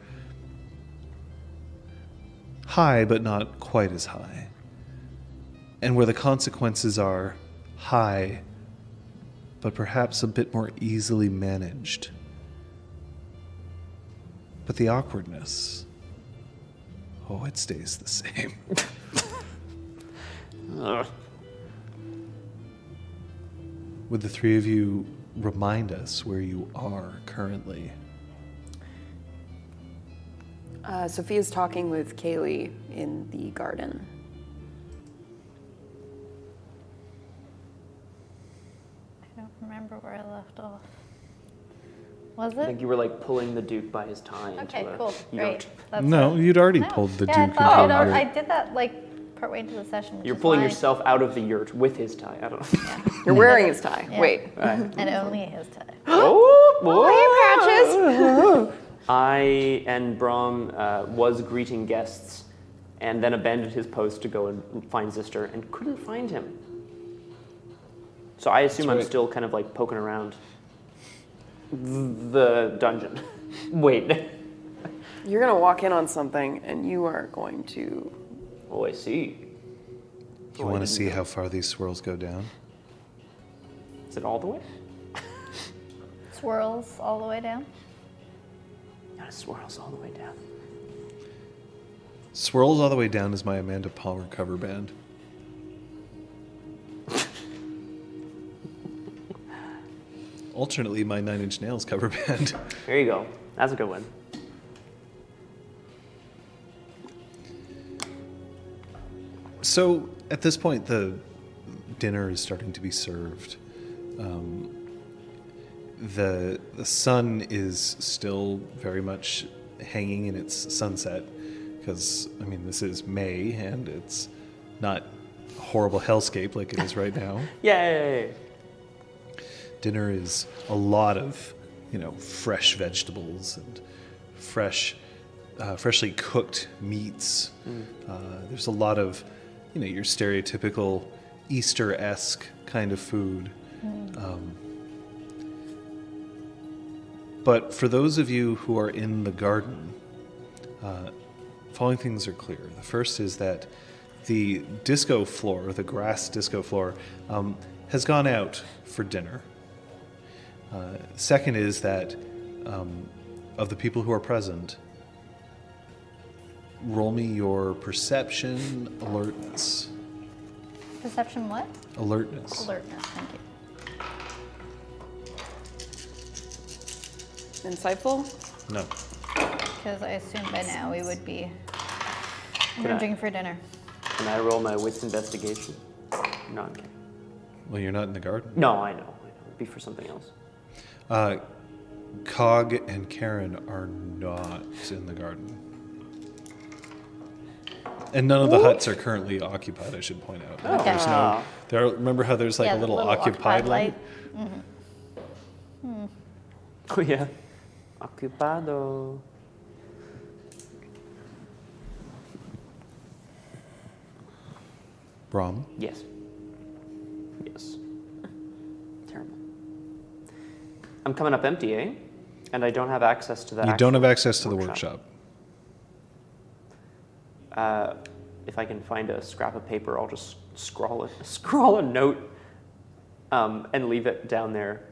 [SPEAKER 3] high, but not quite as high. And where the consequences are high, but perhaps a bit more easily managed. But the awkwardness, oh, it stays the (laughs) same.
[SPEAKER 4] Ugh.
[SPEAKER 3] Would the three of you remind us where you are currently?
[SPEAKER 6] Uh, Sophia's talking with Kaylee in the garden.
[SPEAKER 2] I don't remember where I left off. Was
[SPEAKER 4] I
[SPEAKER 2] it?
[SPEAKER 4] think you were like pulling the Duke by his tie. into
[SPEAKER 2] Okay,
[SPEAKER 4] a
[SPEAKER 2] cool. Great.
[SPEAKER 4] yoke.
[SPEAKER 2] That's
[SPEAKER 3] No,
[SPEAKER 2] it.
[SPEAKER 3] you'd already
[SPEAKER 2] No.
[SPEAKER 3] pulled the
[SPEAKER 2] yeah, I
[SPEAKER 3] Duke.
[SPEAKER 2] thought
[SPEAKER 3] into
[SPEAKER 2] I'd al-
[SPEAKER 3] your-
[SPEAKER 2] I did that like partway into the session. which
[SPEAKER 4] You're
[SPEAKER 2] is
[SPEAKER 4] pulling
[SPEAKER 2] why-
[SPEAKER 4] yourself out of the yurt with his tie. I don't know.
[SPEAKER 6] You're wearing his tie.
[SPEAKER 2] Yeah.
[SPEAKER 6] Wait.
[SPEAKER 2] (laughs) And only his tie.
[SPEAKER 4] oh,
[SPEAKER 6] Oh, hey, Patches!
[SPEAKER 4] I and Brom uh, was greeting guests, and then abandoned his post to go and find Zister, and couldn't find him. So I assume I'm still kind of like poking around th- the dungeon. (laughs) Wait,
[SPEAKER 6] (laughs) You're gonna walk in on something, and you are going to.
[SPEAKER 4] Oh, I see.
[SPEAKER 3] You want to see how far these swirls go down?
[SPEAKER 4] Is it all the way?
[SPEAKER 2] Swirls all the way down.
[SPEAKER 4] No, it swirls all the way down.
[SPEAKER 3] Swirls All the Way Down is my Amanda Palmer cover (laughs) band. Alternately, my Nine Inch Nails cover band. (laughs)
[SPEAKER 4] There you go. That's a good one.
[SPEAKER 3] So at this point, the dinner is starting to be served. Um, the the sun is still very much hanging in its sunset because I mean this is May and it's not a horrible hellscape like it is right now.
[SPEAKER 4] Yay!
[SPEAKER 3] Dinner is a lot of you know fresh vegetables and fresh, uh, freshly cooked meats. Uh, there's a lot of you know your stereotypical Easter esque kind of food. Um, But for those of you who are in the garden, uh, following things are clear. The first is that the disco floor, the grass disco floor, um, has gone out for dinner. Uh, second is that um, of the people who are present, roll me your perception alertness.
[SPEAKER 2] Perception what?
[SPEAKER 3] Alertness.
[SPEAKER 2] Alertness, thank you.
[SPEAKER 6] Insightful?
[SPEAKER 3] No.
[SPEAKER 2] Because I assumed by now we would be
[SPEAKER 4] I-
[SPEAKER 2] merging for dinner.
[SPEAKER 4] Can I roll my wits investigation? No, I'm kidding.
[SPEAKER 3] Well, you're not in the garden.
[SPEAKER 4] No, I know. I know. It'd be for something else.
[SPEAKER 3] Uh, Cog and Karen are not in the garden. And none of the huts are currently occupied, I should point out.
[SPEAKER 2] Okay.
[SPEAKER 3] There's no, there, remember how there's like
[SPEAKER 2] Yeah,
[SPEAKER 3] a
[SPEAKER 2] the
[SPEAKER 3] Oh. little, occupied, light?
[SPEAKER 4] Oh yeah. Occupado.
[SPEAKER 3] Brom,
[SPEAKER 4] Yes. Yes. Terrible. I'm coming up empty, eh? And I don't have access to that.
[SPEAKER 3] you don't have access to the workshop.
[SPEAKER 4] Uh, if I can find a scrap of paper, I'll just (laughs) scrawl a scrawl a note, um, and leave it down there,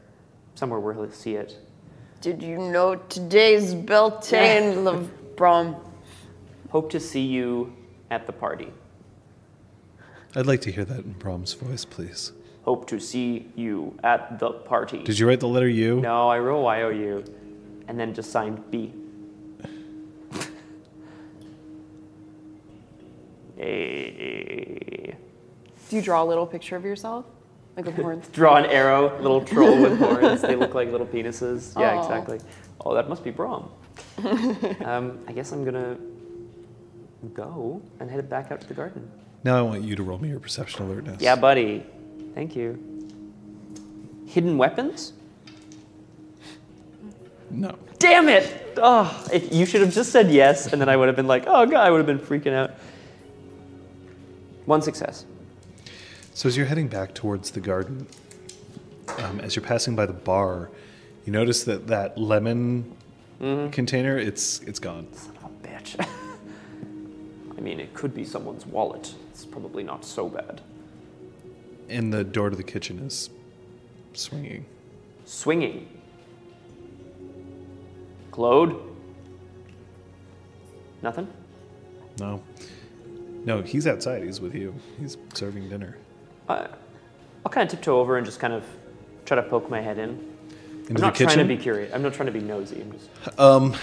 [SPEAKER 4] somewhere where he'll see it.
[SPEAKER 6] Did you know today's Beltane (laughs) Lebron?
[SPEAKER 4] Hope to see you at the party.
[SPEAKER 3] I'd like to hear that in Brom's voice, please.
[SPEAKER 4] Hope to see you at the party.
[SPEAKER 3] Did you write the letter U?
[SPEAKER 4] No, I roll YOU, and then just signed B. (laughs) Eh,
[SPEAKER 6] Do you draw a little picture of yourself? Like with horns?
[SPEAKER 4] Draw an arrow, little troll with horns. They look like little penises. Yeah,
[SPEAKER 6] Aw.
[SPEAKER 4] exactly. Oh, that must be (laughs) Brom. um, I guess I'm gonna go and head back out to the garden.
[SPEAKER 3] Now I want you to roll me your perception alertness.
[SPEAKER 4] Yeah, buddy. Thank you. Hidden weapons?
[SPEAKER 3] No.
[SPEAKER 4] Damn it! Oh, if you should have just said yes, and then I would have been like, oh god, I would have been freaking out. One success.
[SPEAKER 3] So as you're heading back towards the garden, um, as you're passing by the bar, you notice that that lemon
[SPEAKER 4] Mm-hmm.
[SPEAKER 3] container, it's it's gone.
[SPEAKER 4] Son of a bitch. (laughs) I mean, it could be someone's wallet. It's probably not so bad.
[SPEAKER 3] And the door to the kitchen is swinging.
[SPEAKER 4] Swinging. Claude? Nothing?
[SPEAKER 3] No. No, he's outside. He's with you. He's serving dinner.
[SPEAKER 4] I, Uh, I'll kind of tiptoe over and just kind of try to poke my head in.
[SPEAKER 3] Into
[SPEAKER 4] I'm not
[SPEAKER 3] the kitchen.
[SPEAKER 4] trying to be curious. I'm not trying to be nosy. I'm just.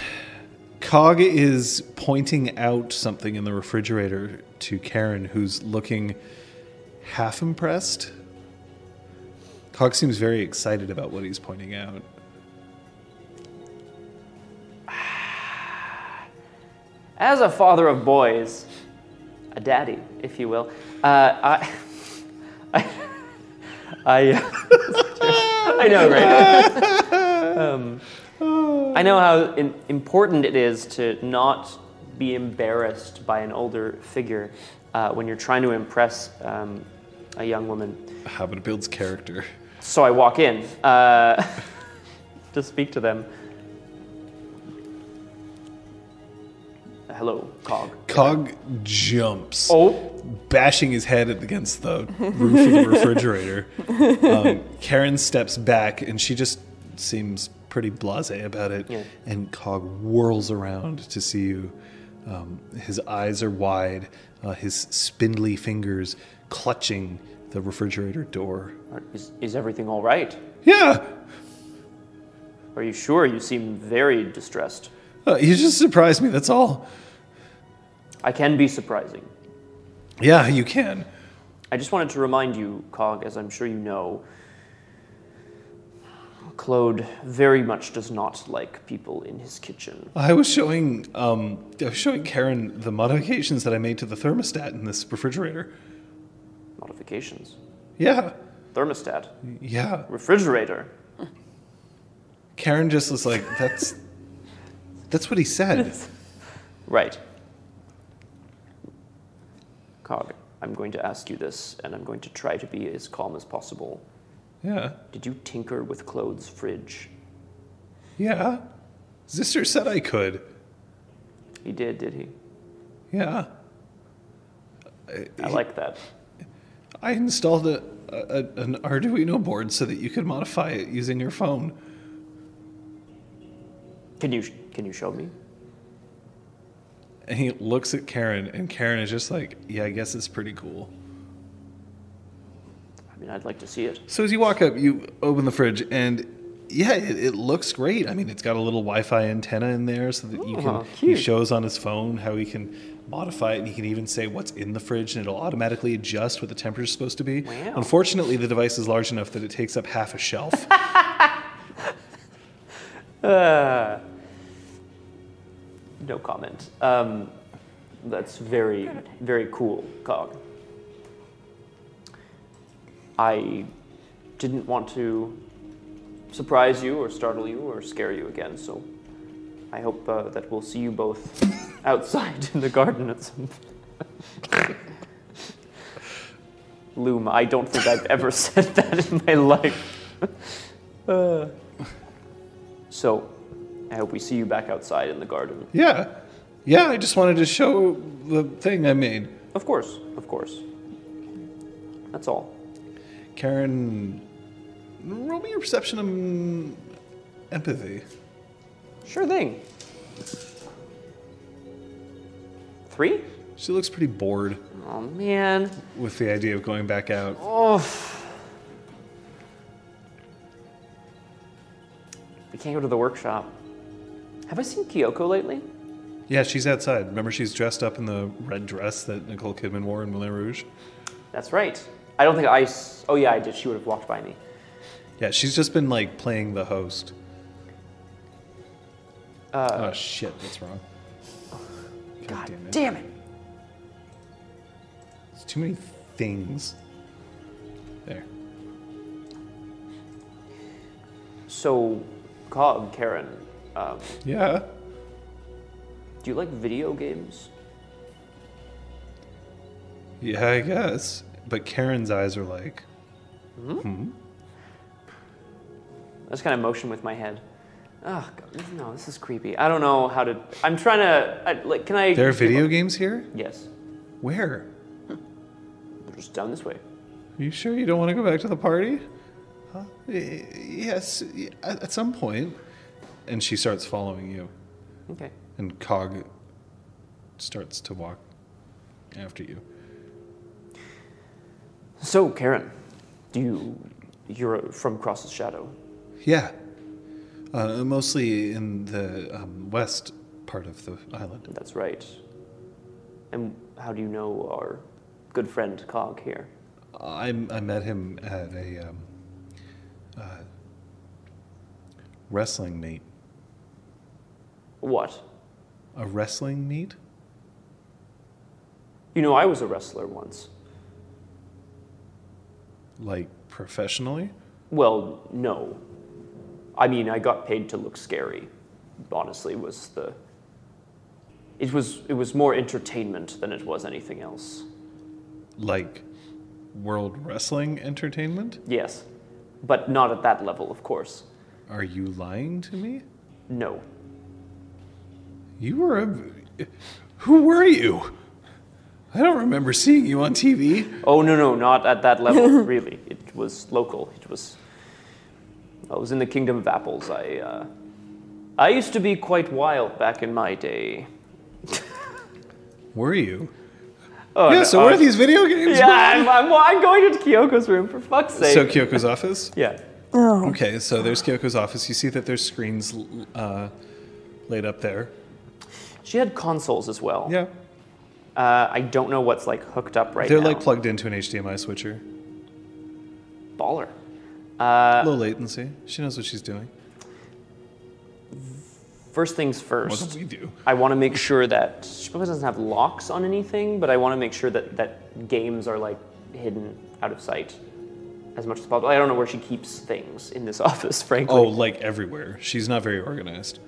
[SPEAKER 3] Cog is pointing out something in the refrigerator to Karen, who's looking half impressed. Cog seems very excited about what he's pointing out.
[SPEAKER 4] As a father of boys, a daddy, if you will, uh, I, (laughs) I, I, uh, (laughs) I know, right? um, I know how im- important it is to not be embarrassed by an older figure uh, when you're trying to impress um, a young woman
[SPEAKER 3] How it builds character.
[SPEAKER 4] so I walk in (laughs) uh, to speak to them. hello, Cog.
[SPEAKER 3] Cog jumps,
[SPEAKER 4] Oh.
[SPEAKER 3] bashing his head against the roof of the refrigerator. Um, Karen steps back, and she just seems pretty blasé about it.
[SPEAKER 4] Yeah.
[SPEAKER 3] And Cog whirls around to see you. Um, his eyes are wide, uh, his spindly fingers clutching the refrigerator door.
[SPEAKER 4] Is, is everything all right?
[SPEAKER 3] Yeah,
[SPEAKER 4] Are you sure? You seem very distressed.
[SPEAKER 3] uh, you just surprised me. That's all.
[SPEAKER 4] I can be surprising.
[SPEAKER 3] Yeah, you can.
[SPEAKER 4] I just wanted to remind you, Cog, as I'm sure you know, Claude very much does not like people in his kitchen.
[SPEAKER 3] I was showing um, I was showing Karen the modifications that I made to the thermostat in this refrigerator.
[SPEAKER 4] Modifications.
[SPEAKER 3] Yeah,
[SPEAKER 4] Thermostat.
[SPEAKER 3] yeah.
[SPEAKER 4] Refrigerator.
[SPEAKER 3] Karen just was like, "That's that's what he said."
[SPEAKER 4] Right. Cog, I'm going to ask you this, and I'm going to try to be as calm as possible.
[SPEAKER 3] Yeah,
[SPEAKER 4] Did you tinker with Claude's fridge?
[SPEAKER 3] yeah. Zister said I could.
[SPEAKER 4] He did, did he?
[SPEAKER 3] Yeah,
[SPEAKER 4] I like that.
[SPEAKER 3] I installed a, a an Arduino board so that you could modify it using your phone.
[SPEAKER 4] Can you can you show me?
[SPEAKER 3] And he looks at Karen, and Karen is just like, "Yeah, I guess it's pretty cool."
[SPEAKER 4] I mean, I'd like to see it.
[SPEAKER 3] So as you walk up, you open the fridge, and yeah, it, it looks great. I mean, it's got a little Wi-Fi antenna in there, so that you
[SPEAKER 4] Oh,
[SPEAKER 3] can
[SPEAKER 4] cute.
[SPEAKER 3] he shows on his phone how he can modify it, and he can even say what's in the fridge, and it'll automatically adjust what the temperature is supposed to be.
[SPEAKER 4] Wow.
[SPEAKER 3] Unfortunately, the device is large enough that it takes up half a shelf. (laughs)
[SPEAKER 4] Uh, no comment. Um, that's very, very cool, Cog. I didn't want to surprise you or startle you or scare you again, so I hope uh, that we'll see you both (laughs) outside in the garden at some (laughs) Loom, I don't think I've ever (laughs) said that in my life. Uh, so, I hope we see you back outside in the garden.
[SPEAKER 3] yeah, yeah. I just wanted to show the thing I made.
[SPEAKER 4] Of course, of course. That's all.
[SPEAKER 3] Karen, roll me your perception and empathy.
[SPEAKER 4] Sure thing. Three?
[SPEAKER 3] She looks pretty bored
[SPEAKER 4] Oh man.
[SPEAKER 3] with the idea of going back out.
[SPEAKER 4] Oh. We can't go to the workshop. Have I seen Kyoko lately?
[SPEAKER 3] Yeah, she's outside. Remember, she's dressed up in the red dress that Nicole Kidman wore in Moulin Rouge.
[SPEAKER 4] That's right. I don't think I. s- Oh yeah, I did. She would have walked by me.
[SPEAKER 3] Yeah, she's just been like playing the host.
[SPEAKER 4] Uh,
[SPEAKER 3] oh shit, that's wrong. God, damn it!
[SPEAKER 4] Damn it.
[SPEAKER 3] It's too many things. There.
[SPEAKER 4] So, Cog, Karen, um,
[SPEAKER 3] Yeah.
[SPEAKER 4] do you like video games?
[SPEAKER 3] Yeah, I guess. But Karen's eyes are like,
[SPEAKER 4] I just kind of motion with my head. Oh, God, no, this is creepy. I don't know how to. I'm trying to. I, like, can I?
[SPEAKER 3] there are video games here?
[SPEAKER 4] Yes,
[SPEAKER 3] Where?
[SPEAKER 4] they're just down this way.
[SPEAKER 3] Are you sure you don't want to go back to the party? Huh? Y- Yes, y- at at some point. And she starts following you.
[SPEAKER 4] Okay.
[SPEAKER 3] And Cog starts to walk after you.
[SPEAKER 4] So, Karen, do you? You're from Cross's Shadow.
[SPEAKER 3] Yeah. Uh, mostly in the um, west part of the island.
[SPEAKER 4] That's right. And how do you know our good friend Cog here?
[SPEAKER 3] I, I met him at a um, uh, wrestling meet.
[SPEAKER 4] What?
[SPEAKER 3] A wrestling meet?
[SPEAKER 4] You know, I was a wrestler once.
[SPEAKER 3] Like professionally?
[SPEAKER 4] Well, no. I mean, I got paid to look scary. Honestly, was the it was it was more entertainment than it was anything else.
[SPEAKER 3] Like World Wrestling Entertainment?
[SPEAKER 4] Yes, but not at that level, of course.
[SPEAKER 3] Are you lying to me?
[SPEAKER 4] No,
[SPEAKER 3] You were a, Who were you? I don't remember seeing you on TV.
[SPEAKER 4] Oh no, no, not at that level. really, it was local. It was. I was in the kingdom of apples. I. Uh, I used to be quite wild back in my day.
[SPEAKER 3] Were you?
[SPEAKER 4] Oh,
[SPEAKER 3] Yeah,
[SPEAKER 4] no,
[SPEAKER 3] so what
[SPEAKER 4] I-
[SPEAKER 3] are these video
[SPEAKER 4] (laughs)
[SPEAKER 3] games?
[SPEAKER 4] Yeah, I'm, I'm, I'm going to Kyoko's room for fuck's sake.
[SPEAKER 3] So Kyoko's office?
[SPEAKER 4] yeah.
[SPEAKER 3] Okay, so there's Kyoko's office. You see that there's screens l- uh, laid up there.
[SPEAKER 4] She had consoles as well.
[SPEAKER 3] Yeah.
[SPEAKER 4] Uh, I don't know what's like hooked up right
[SPEAKER 3] They're
[SPEAKER 4] now.
[SPEAKER 3] like plugged into an HDMI switcher.
[SPEAKER 4] baller. Uh,
[SPEAKER 3] Low latency. She knows what she's doing.
[SPEAKER 4] First things
[SPEAKER 3] What do
[SPEAKER 4] first.
[SPEAKER 3] we do?
[SPEAKER 4] I want to make sure that she probably doesn't have locks on anything, but I want to make sure that that games are like hidden out of sight as much as possible. I don't know where she keeps things in this (laughs) office, frankly.
[SPEAKER 3] Oh, like everywhere. She's not very organized.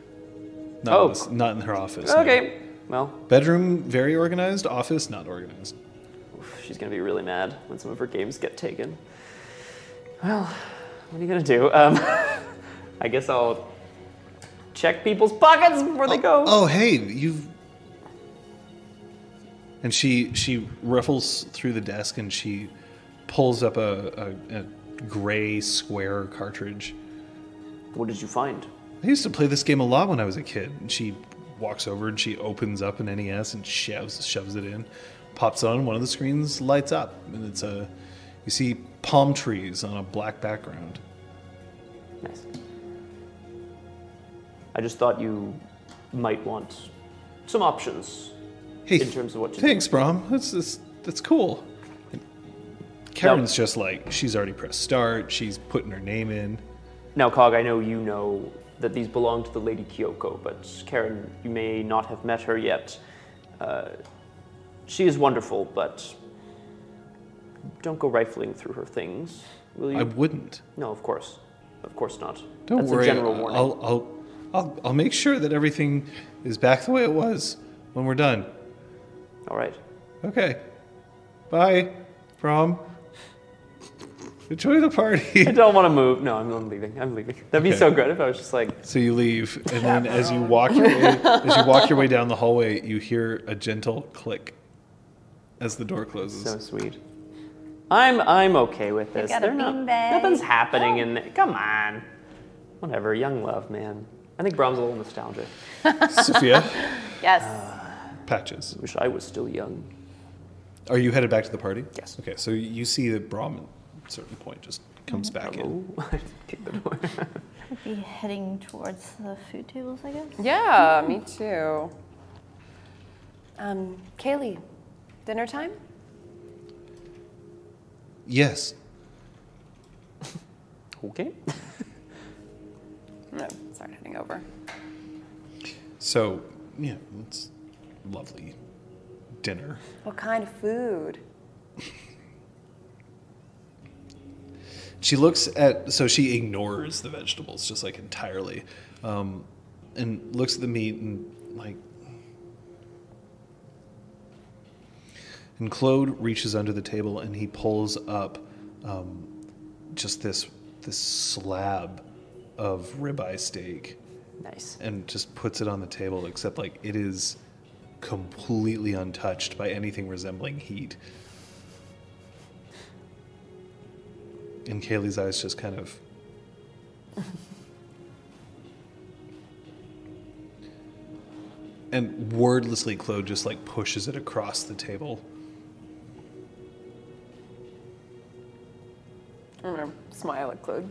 [SPEAKER 3] Not,
[SPEAKER 4] Oh,
[SPEAKER 3] in, this- not in her office. no.
[SPEAKER 4] okay. Well,
[SPEAKER 3] Bedroom, very organized. Office, not organized.
[SPEAKER 4] she's gonna be really mad when some of her games get taken. Well, what are you gonna do? Um, (laughs) I guess I'll check people's pockets before they go.
[SPEAKER 3] Oh, hey, you've. And she she ruffles through the desk and she pulls up a, a, a gray square cartridge.
[SPEAKER 4] What did you find?
[SPEAKER 3] I used to play this game a lot when I was a kid. And she walks over and she opens up an NES and shoves shoves it in, pops on one of the screens, lights up, and it's a you see palm trees on a black background.
[SPEAKER 4] Nice. I just thought you might want some options
[SPEAKER 3] Hey,
[SPEAKER 4] in terms of what to do.
[SPEAKER 3] thanks, Brom. That's that's, that's cool. And Karen's just like she's already pressed start. She's putting her name in.
[SPEAKER 4] Now, Cog, I know you know that these belong to the Lady Kyoko, but Karen, you may not have met her yet. Uh, she is wonderful, but don't go rifling through her things, will you?
[SPEAKER 3] I wouldn't.
[SPEAKER 4] no, of course. Of course not.
[SPEAKER 3] Don't
[SPEAKER 4] That's
[SPEAKER 3] worry. uh,
[SPEAKER 4] a general warning.
[SPEAKER 3] I'll, I'll I'll I'll make sure that everything is back the way it was when we're done.
[SPEAKER 4] All right.
[SPEAKER 3] Okay. Bye, prom. Enjoy the party. (laughs)
[SPEAKER 4] I don't want to move. No, I'm, I'm leaving. I'm leaving. That'd be
[SPEAKER 3] Okay.
[SPEAKER 4] so good if I was just like,
[SPEAKER 3] So you leave, and then as you walk your way, as you walk your way down the hallway, you hear a gentle click as the door closes.
[SPEAKER 4] So sweet. I'm I'm okay with this.
[SPEAKER 2] got a
[SPEAKER 4] They're not-
[SPEAKER 2] beanbag. Oh.
[SPEAKER 4] nothing's happening in there. Come on. Whatever, young love, man. I think Brahm's a little nostalgic.
[SPEAKER 3] Sophia,
[SPEAKER 6] Yes.
[SPEAKER 3] patches.
[SPEAKER 4] Wish I was still young.
[SPEAKER 3] Are you headed back to the party?
[SPEAKER 4] Yes.
[SPEAKER 3] Okay, so you see that Brahm at a certain point just comes back in.
[SPEAKER 4] Oh, (laughs) kick the door.
[SPEAKER 2] Be heading towards the food tables, I guess.
[SPEAKER 6] Yeah, me too. Hmm. Um, Kaylee, dinner time?
[SPEAKER 3] Yes.
[SPEAKER 4] Okay.
[SPEAKER 6] No, start heading over.
[SPEAKER 3] So, yeah, it's lovely dinner.
[SPEAKER 6] What kind of food?
[SPEAKER 3] She looks at so she ignores the vegetables just like entirely, um, and looks at the meat and like. And Claude reaches under the table and he pulls up um, just this this slab of ribeye steak
[SPEAKER 4] Nice.
[SPEAKER 3] and just puts it on the table. Except like it is completely untouched by anything resembling heat. And Kaylee's eyes just kind of. (laughs) and wordlessly, Claude just like pushes it across the table.
[SPEAKER 6] I'm gonna smile at Claude.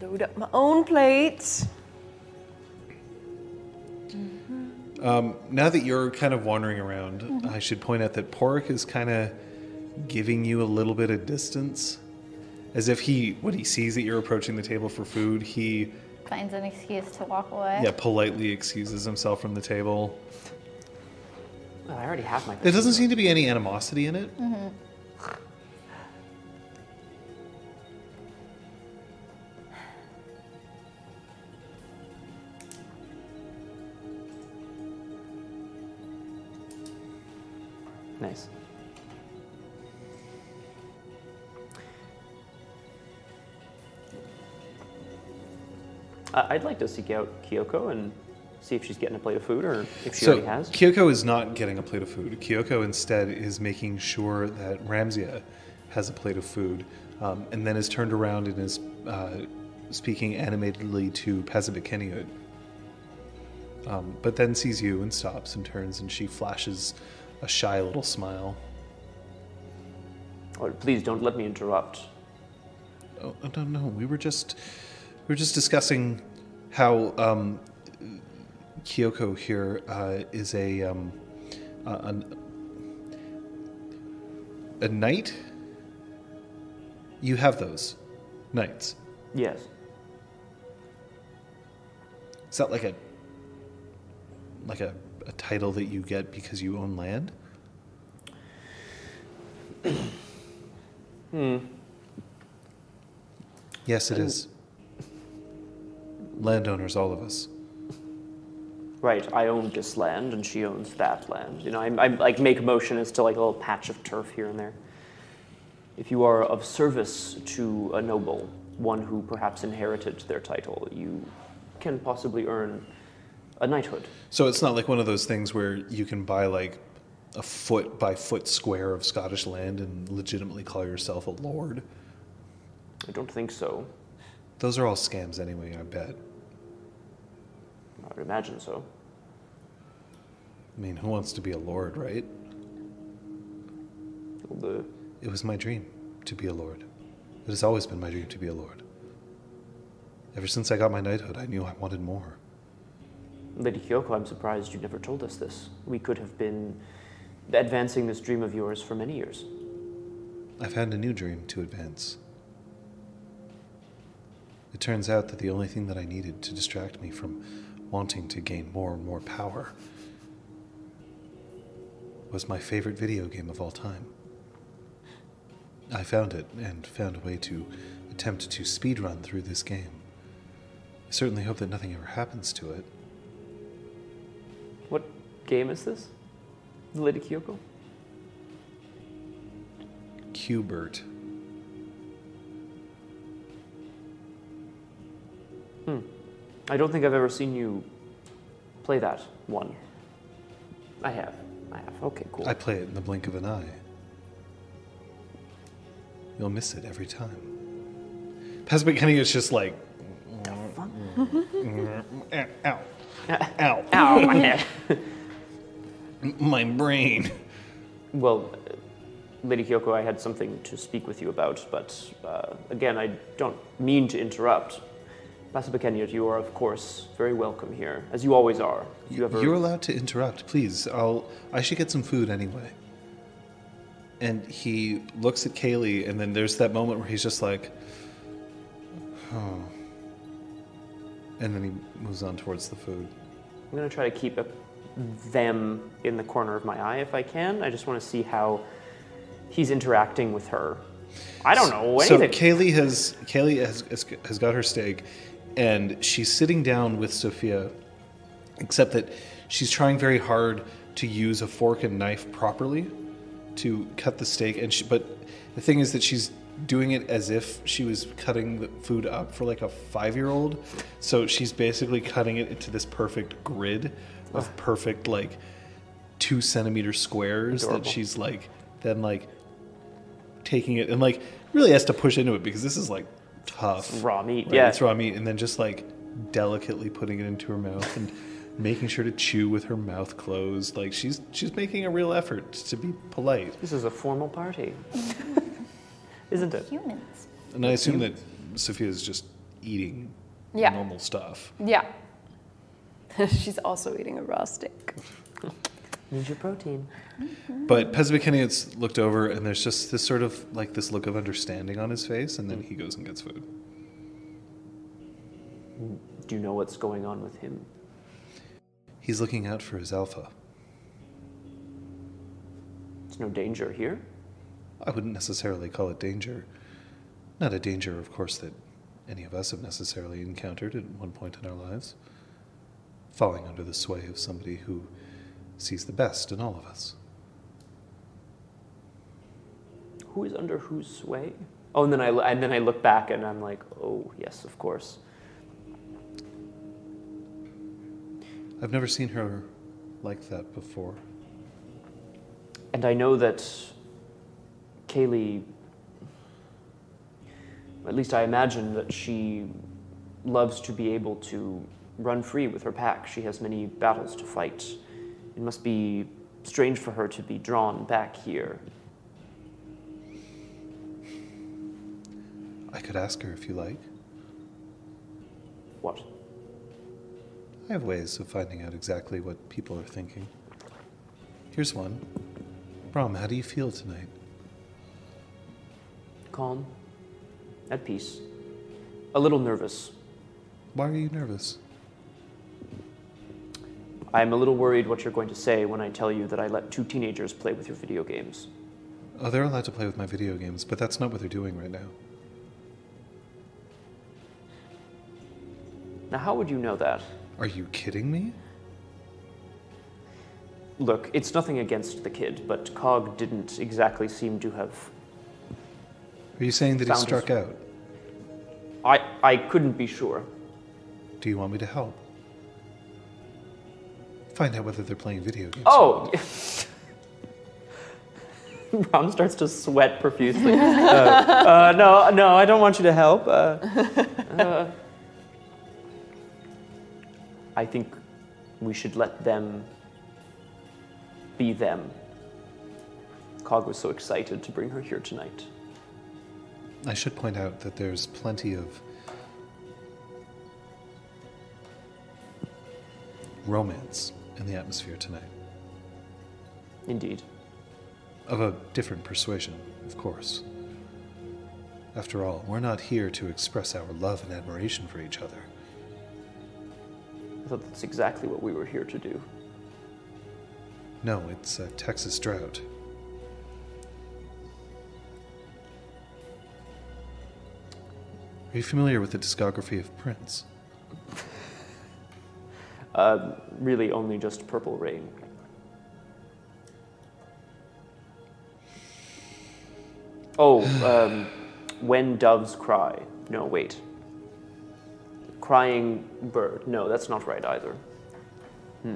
[SPEAKER 6] Load up my own plate.
[SPEAKER 3] Now that you're kind of wandering around, I should point out that Porik is kind of giving you a little bit of distance. As if he, when he sees that you're approaching the table for food, he,
[SPEAKER 2] Finds an excuse to walk away.
[SPEAKER 3] yeah, politely excuses himself from the table.
[SPEAKER 4] Well, Oh, I already have my.
[SPEAKER 3] There doesn't seem to be any animosity in it.
[SPEAKER 4] Nice. I- I'd like to seek out Kyoko and see if she's getting a plate of food or if she
[SPEAKER 3] So
[SPEAKER 4] already has.
[SPEAKER 3] Kyoko is not getting a plate of food. Kyoko instead is making sure that Ramsia has a plate of food, um, and then is turned around and is uh, speaking animatedly to Pazabikenioid. Um, but then sees you and stops and turns and she flashes a shy little smile.
[SPEAKER 4] Or please don't let me interrupt.
[SPEAKER 3] Oh, oh, no, no, we were just we were just discussing how um, Kyoko here uh, is a um, a, an- a knight. You have those knights.
[SPEAKER 4] Yes.
[SPEAKER 3] Is that like a like a, a title that you get because you own land? hmm. Yes, it is. Landowners, all of us.
[SPEAKER 4] Right, I own this land and she owns that land. You know, I, I like make motion as to like a little patch of turf here and there. If you are of service to a noble, one who perhaps inherited their title, you can possibly earn a knighthood.
[SPEAKER 3] So it's not like one of those things where you can buy like a foot by foot square of Scottish land and legitimately call yourself a lord.
[SPEAKER 4] I don't think so.
[SPEAKER 3] Those are all scams anyway, I bet.
[SPEAKER 4] I would imagine so.
[SPEAKER 3] I mean, who wants to be a lord, right?
[SPEAKER 4] The
[SPEAKER 3] It was my dream to be a lord. It has always been my dream to be a lord. Ever since I got my knighthood, I knew I wanted more.
[SPEAKER 4] Lady Kyoko, I'm surprised you never told us this. We could have been advancing this dream of yours for many years.
[SPEAKER 3] I've had a new dream to advance. It turns out that the only thing that I needed to distract me from wanting to gain more and more power was my favorite video game of all time. I found it and found a way to attempt to speedrun through this game. I certainly hope that nothing ever happens to it.
[SPEAKER 4] What game is this? Lady Kyoko?
[SPEAKER 3] Cubert.
[SPEAKER 4] I don't think I've ever seen you play that one. I have. I have. Okay, cool.
[SPEAKER 3] I play it in the blink of an eye. You'll miss it every time. Pesbikini is just like. Ow. (laughs) Ow. Ow.
[SPEAKER 4] Ow, my head.
[SPEAKER 3] My brain.
[SPEAKER 4] well, uh, Lady Kyoko, I had something to speak with you about, but uh, again, I don't mean to interrupt. Master Pekenyot, you are, of course, very welcome here, as you always are. If you ever...
[SPEAKER 3] You're allowed to interrupt, please. I'll. I should get some food anyway. And he looks at Kaylee, and then there's that moment where he's just like, "Oh," and then he moves on towards the food.
[SPEAKER 4] I'm gonna try to keep a, them in the corner of my eye if I can. I just want to see how he's interacting with her. I don't know
[SPEAKER 3] So
[SPEAKER 4] anything.
[SPEAKER 3] Kaylee has Kaylee has, has has got her steak, and she's sitting down with Sophia, except that she's trying very hard to use a fork and knife properly to cut the steak. And she, but the thing is that she's doing it as if she was cutting the food up for like a five year old. So she's basically cutting it into this perfect grid of perfect like two centimeter squares
[SPEAKER 4] Adorable.
[SPEAKER 3] that she's like then like taking it and like really has to push into it because this is like tough
[SPEAKER 4] raw meat,
[SPEAKER 3] right?
[SPEAKER 4] yeah.
[SPEAKER 3] it's raw meat and then just like delicately putting it into her mouth and making sure to chew with her mouth closed like she's she's making a real effort to be polite
[SPEAKER 4] this is a formal
[SPEAKER 3] (laughs)
[SPEAKER 4] party, isn't it?
[SPEAKER 2] Humans.
[SPEAKER 3] and i assume that sophia's just eating
[SPEAKER 6] Yeah.
[SPEAKER 3] normal stuff
[SPEAKER 6] Yeah. (laughs) She's also eating a raw steak.
[SPEAKER 4] Need your protein.
[SPEAKER 3] but Pesbikinius looked over and there's just this sort of like this look of understanding on his face and then he goes and gets food
[SPEAKER 4] Do you know what's going on with him?
[SPEAKER 3] he's looking out for his alpha
[SPEAKER 4] There's no danger here.
[SPEAKER 3] I wouldn't necessarily call it danger. Not a danger, of course, that any of us have necessarily encountered at one point in our lives. Falling under the sway of somebody who sees the best in all of us.
[SPEAKER 4] Who is under whose sway? Oh, and then I and then I look back and I'm like, oh yes, of course.
[SPEAKER 3] I've never seen her like that before.
[SPEAKER 4] And I know that Kaylee, at least I imagine that she loves to be able to run free with her pack. She has many battles to fight. It must be strange for her to be drawn back here.
[SPEAKER 3] I could ask her if you like.
[SPEAKER 4] What?
[SPEAKER 3] I have ways of finding out exactly what people are thinking. Here's one. Brom, how do you feel tonight?
[SPEAKER 4] Calm, at peace, a little nervous.
[SPEAKER 3] Why are you nervous?
[SPEAKER 4] I'm a little worried what you're going to say when I tell you that I let two teenagers play with your video games.
[SPEAKER 3] Oh, they're allowed to play with my video games, but that's not what they're doing right now.
[SPEAKER 4] Now, how would you know that?
[SPEAKER 3] Are you kidding me?
[SPEAKER 4] Look, it's nothing against the kid, but Cog didn't exactly seem to have.
[SPEAKER 3] Are you saying that he
[SPEAKER 4] Found his-
[SPEAKER 3] struck out?
[SPEAKER 4] I, I couldn't be sure.
[SPEAKER 3] Do you want me to help? Find out whether they're playing video games.
[SPEAKER 4] Oh! (laughs) Ron starts to sweat profusely. Uh, uh, no, no, I don't want you to help. Uh, uh, I think we should let them be them. Cog was so excited to bring her here tonight.
[SPEAKER 3] I should point out that there's plenty of romance in the atmosphere tonight.
[SPEAKER 4] Indeed.
[SPEAKER 3] Of a different persuasion, of course. After all, we're not here to express our love and admiration for each other.
[SPEAKER 4] I thought that's exactly what we were here to do.
[SPEAKER 3] No, it's a Texas drought. Are you familiar with the discography of Prince?
[SPEAKER 4] Uh, really, only just Purple Rain. Oh, um, When Doves Cry. No, wait. Crying Bird. No, that's not right either. Hmm.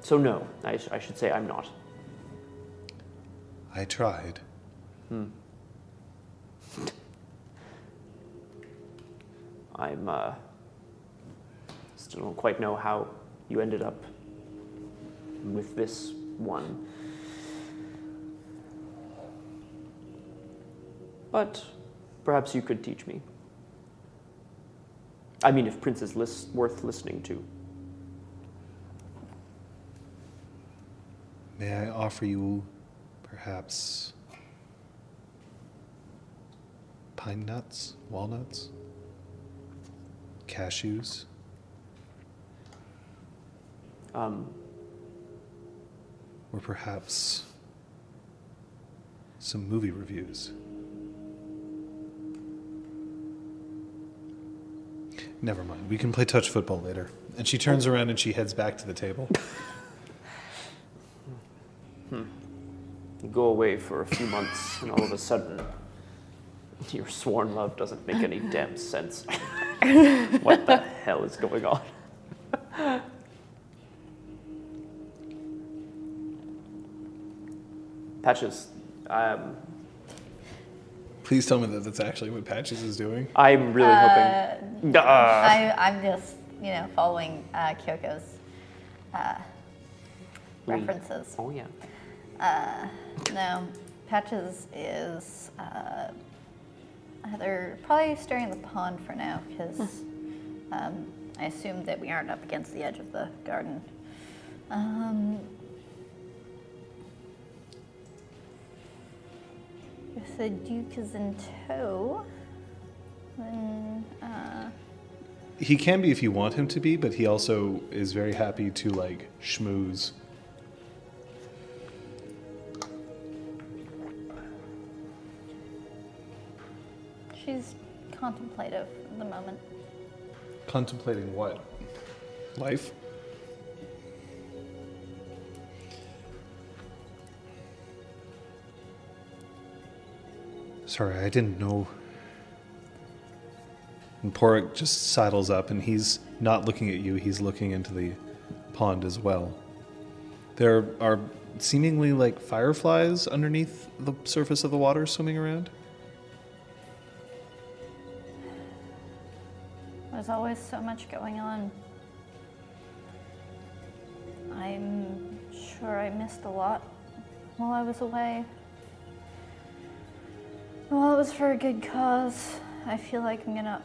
[SPEAKER 4] So, no, I, sh- I should say I'm not.
[SPEAKER 3] I tried.
[SPEAKER 4] I'm, uh, still don't quite know how you ended up with this one. But perhaps you could teach me. I mean, if Prince is lis- worth listening to.
[SPEAKER 3] May I offer you perhaps pine nuts, walnuts, cashews?
[SPEAKER 4] Um,
[SPEAKER 3] or perhaps some movie reviews. Never mind. We can play touch football later. And she turns around and she heads back to the table.
[SPEAKER 4] you go away for a few months, and all of a sudden, your sworn love doesn't make any damn sense. (laughs) what the hell is going on? Patches, um,
[SPEAKER 3] (laughs) Please tell me that that's actually what Patches is doing.
[SPEAKER 4] I'm really
[SPEAKER 2] Uh,
[SPEAKER 4] hoping. Ah.
[SPEAKER 2] I, I'm just, you know, following uh, Kyoko's uh, references.
[SPEAKER 4] Oh, yeah.
[SPEAKER 2] Uh, no, Patches is uh, they're probably staring at the pond for now because um, I assume that we aren't up against the edge of the garden. Um, if the Duke is in tow, then uh,
[SPEAKER 3] He can be if you want him to be, but he also is very happy to like schmooze.
[SPEAKER 2] she's contemplative at the moment.
[SPEAKER 3] Contemplating what? Life? Sorry, I didn't know. And Porik just sidles up and he's not looking at you, he's looking into the pond as well. There are seemingly like fireflies underneath the surface of the water swimming around.
[SPEAKER 2] There's always so much going on. I'm sure I missed a lot while I was away. Well, it was for a good cause. I feel like I'm gonna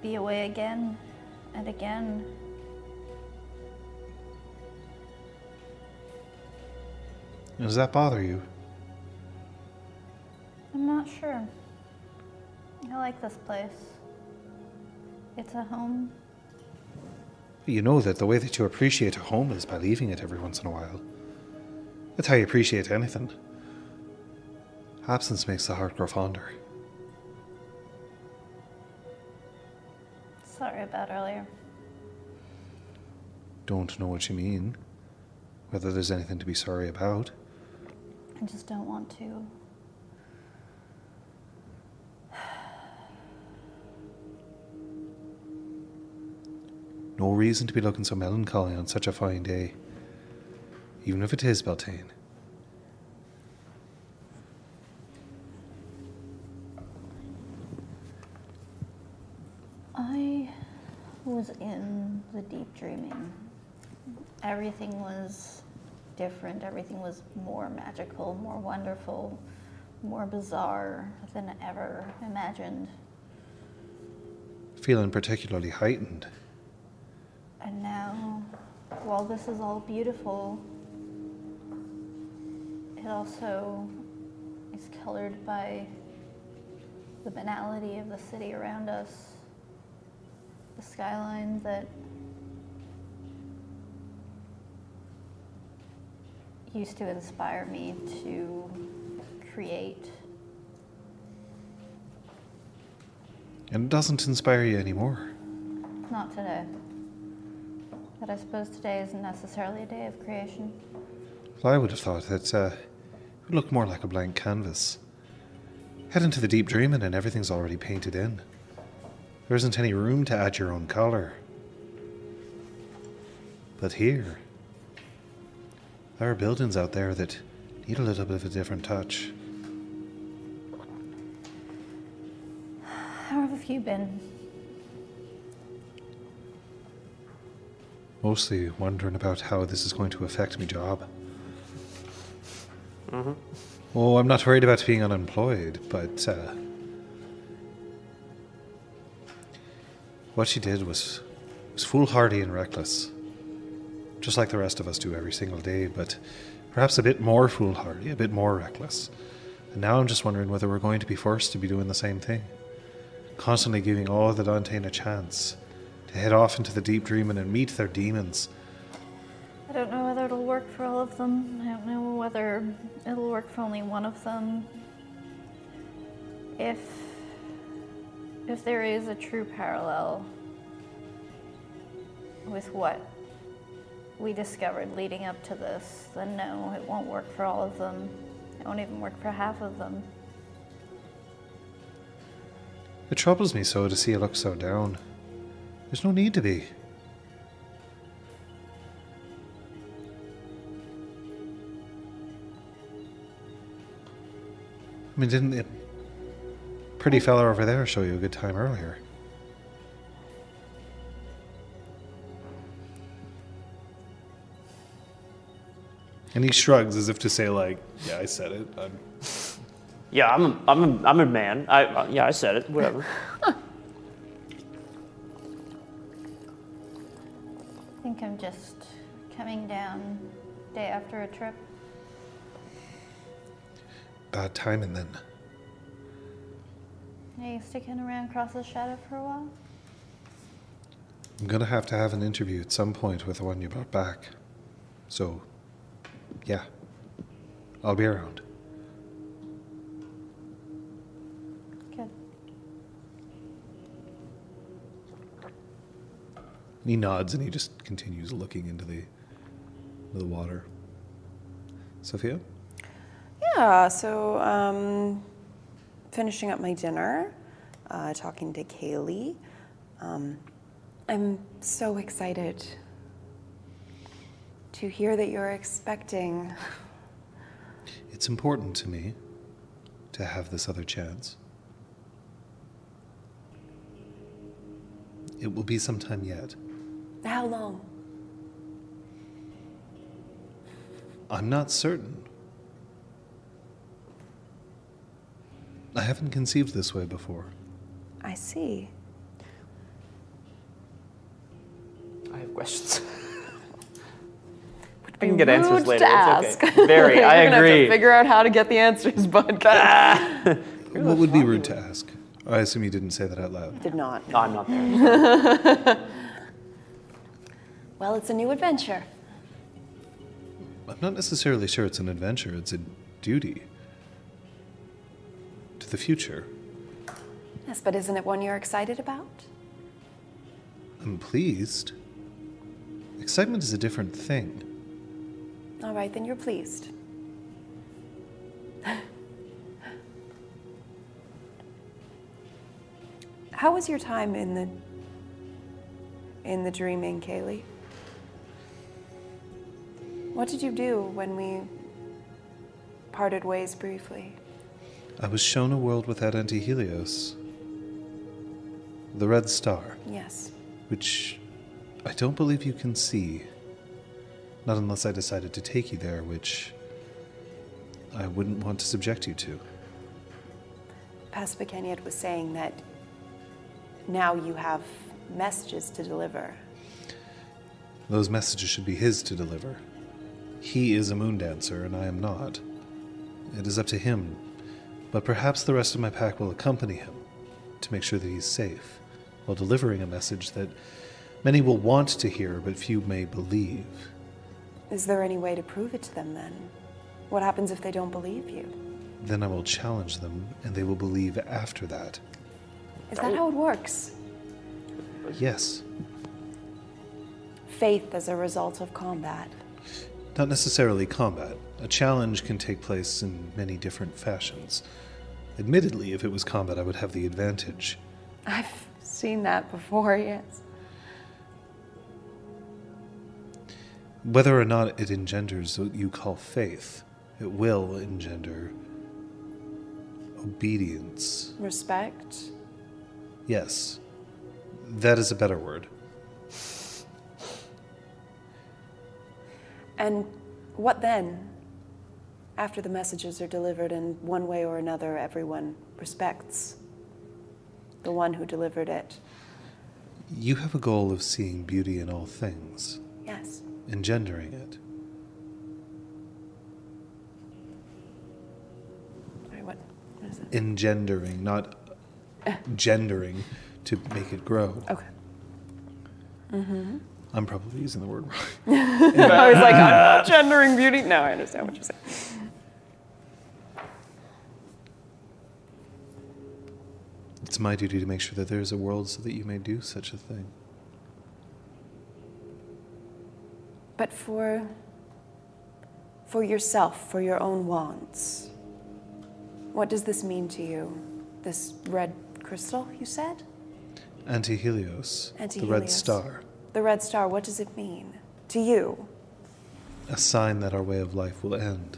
[SPEAKER 2] be away again and again.
[SPEAKER 3] Does that bother you?
[SPEAKER 2] I'm not sure. I like this place. It's a home.
[SPEAKER 3] You know that the way that you appreciate a home is by leaving it every once in a while. That's how you appreciate anything. Absence makes the heart grow fonder.
[SPEAKER 2] Sorry about earlier.
[SPEAKER 3] Don't know what you mean. Whether there's anything to be sorry about.
[SPEAKER 2] I just don't want to.
[SPEAKER 3] No reason to be looking so melancholy on such a fine day. Even if it is Beltane.
[SPEAKER 2] I was in the deep dreaming. Everything was different, everything was more magical, more wonderful, more bizarre than ever imagined.
[SPEAKER 3] Feeling particularly heightened.
[SPEAKER 2] And now, while this is all beautiful, it also is colored by the banality of the city around us, the skyline that used to inspire me to create.
[SPEAKER 3] And it doesn't inspire you anymore.
[SPEAKER 2] Not today. But I suppose today isn't necessarily a day of creation.
[SPEAKER 3] Well, I would have thought that uh, it would look more like a blank canvas. Head into the deep dreaming and everything's already painted in. There isn't any room to add your own color. But here, there are buildings out there that need a little bit of a different touch.
[SPEAKER 2] How have you been?
[SPEAKER 3] Mostly wondering about how this is going to affect my job. Oh, I'm not worried about being unemployed, but uh, what she did was was foolhardy and reckless, just like the rest of us do every single day. But perhaps a bit more foolhardy, a bit more reckless. And now I'm just wondering whether we're going to be forced to be doing the same thing, constantly giving all the Dantean a chance to head off into the deep dreaming and meet their demons.
[SPEAKER 2] I don't know whether it'll work for all of them. I don't know whether it'll work for only one of them. If if there is a true parallel with what we discovered leading up to this, then no, it won't work for all of them. It won't even work for half of them.
[SPEAKER 3] It troubles me so to see you look so down. There's no need to be. I mean, didn't it pretty fella over there show you a good time earlier? And he shrugs as if to say, like, yeah, I said it. I'm
[SPEAKER 4] Yeah, I'm a, I'm a, I'm a man. I, uh, yeah, I said it. Whatever.
[SPEAKER 2] I think I'm just coming down day after a trip.
[SPEAKER 3] bad timing then.
[SPEAKER 2] Are you sticking around Cross's shadow for a while?
[SPEAKER 3] I'm gonna have to have an interview at some point with the one you brought back. So, yeah, I'll be around.
[SPEAKER 2] Good.
[SPEAKER 3] And he nods and he just continues looking into the into the water. Sophia,
[SPEAKER 6] Yeah, so um, finishing up my dinner, uh, talking to Kaylee. Um, I'm so excited to hear that you're expecting. (laughs)
[SPEAKER 3] It's important to me to have this other chance. It will be sometime yet.
[SPEAKER 6] How long?
[SPEAKER 3] I'm not certain. I haven't conceived this way before.
[SPEAKER 6] I see.
[SPEAKER 4] I have questions.
[SPEAKER 6] Would
[SPEAKER 4] I
[SPEAKER 6] be
[SPEAKER 4] can get answers
[SPEAKER 6] rude
[SPEAKER 4] later,
[SPEAKER 6] To
[SPEAKER 4] it's
[SPEAKER 6] ask. (laughs)
[SPEAKER 4] okay. Very, I
[SPEAKER 6] You're Gonna have
[SPEAKER 4] agree. Ah.
[SPEAKER 6] to figure out how to get the answers, (laughs) uh, bud. 'cause-
[SPEAKER 3] What would be rude to ask? I assume you didn't say that out loud.
[SPEAKER 6] Did not.
[SPEAKER 4] No, I'm not there.
[SPEAKER 6] Well, it's a new adventure.
[SPEAKER 3] I'm not necessarily sure it's an adventure, it's a duty to the future.
[SPEAKER 6] Yes, but isn't it one you're excited about?
[SPEAKER 3] I'm pleased. Excitement is a different thing.
[SPEAKER 6] All right, then you're pleased. How was your time in the in the dreaming, Kaylee? What did you do when we parted ways briefly?
[SPEAKER 3] I was shown a world without antihelios. The red star,
[SPEAKER 6] Yes.
[SPEAKER 3] which I don't believe you can see. Not unless I decided to take you there, which I wouldn't want to subject you to.
[SPEAKER 6] Paspakeniad was saying that now you have messages to deliver.
[SPEAKER 3] Those messages should be his to deliver. He is a moon dancer, and I am not. It is up to him, but perhaps the rest of my pack will accompany him to make sure that he's safe while delivering a message that many will want to hear but few may believe.
[SPEAKER 6] Is there any way to prove it to them then? What happens if they don't believe you?
[SPEAKER 3] Then I will challenge them, and they will believe after that.
[SPEAKER 6] Is that how it works?
[SPEAKER 3] Yes,
[SPEAKER 6] Faith as a result of combat.
[SPEAKER 3] not necessarily combat. A challenge can take place in many different fashions. Admittedly, if it was combat, I would have the advantage.
[SPEAKER 6] I've seen that before, yes.
[SPEAKER 3] Whether or not it engenders what you call faith, it will engender obedience.
[SPEAKER 6] Respect.
[SPEAKER 3] Yes, that is a better word.
[SPEAKER 6] And what then? After the messages are delivered, in one way or another, everyone respects the one who delivered it.
[SPEAKER 3] You have a goal of seeing beauty in all things,
[SPEAKER 6] Yes.
[SPEAKER 3] engendering it.
[SPEAKER 6] Sorry, what, what is it?
[SPEAKER 3] Engendering, not gendering, to make it grow.
[SPEAKER 6] Okay. Mm-hmm.
[SPEAKER 3] I'm probably using the word wrong.
[SPEAKER 6] (laughs) I was (laughs) like, I'm not gendering beauty. No, I understand what you're saying.
[SPEAKER 3] It's my duty to make sure that there is a world so that you may do such a thing.
[SPEAKER 6] But for for yourself, for your own wants, what does this mean to you? This red crystal, you said?
[SPEAKER 3] Antihelios, the red
[SPEAKER 6] Antihelios.
[SPEAKER 3] star,
[SPEAKER 6] The red star, what does it mean to you?
[SPEAKER 3] a sign that our way of life will end,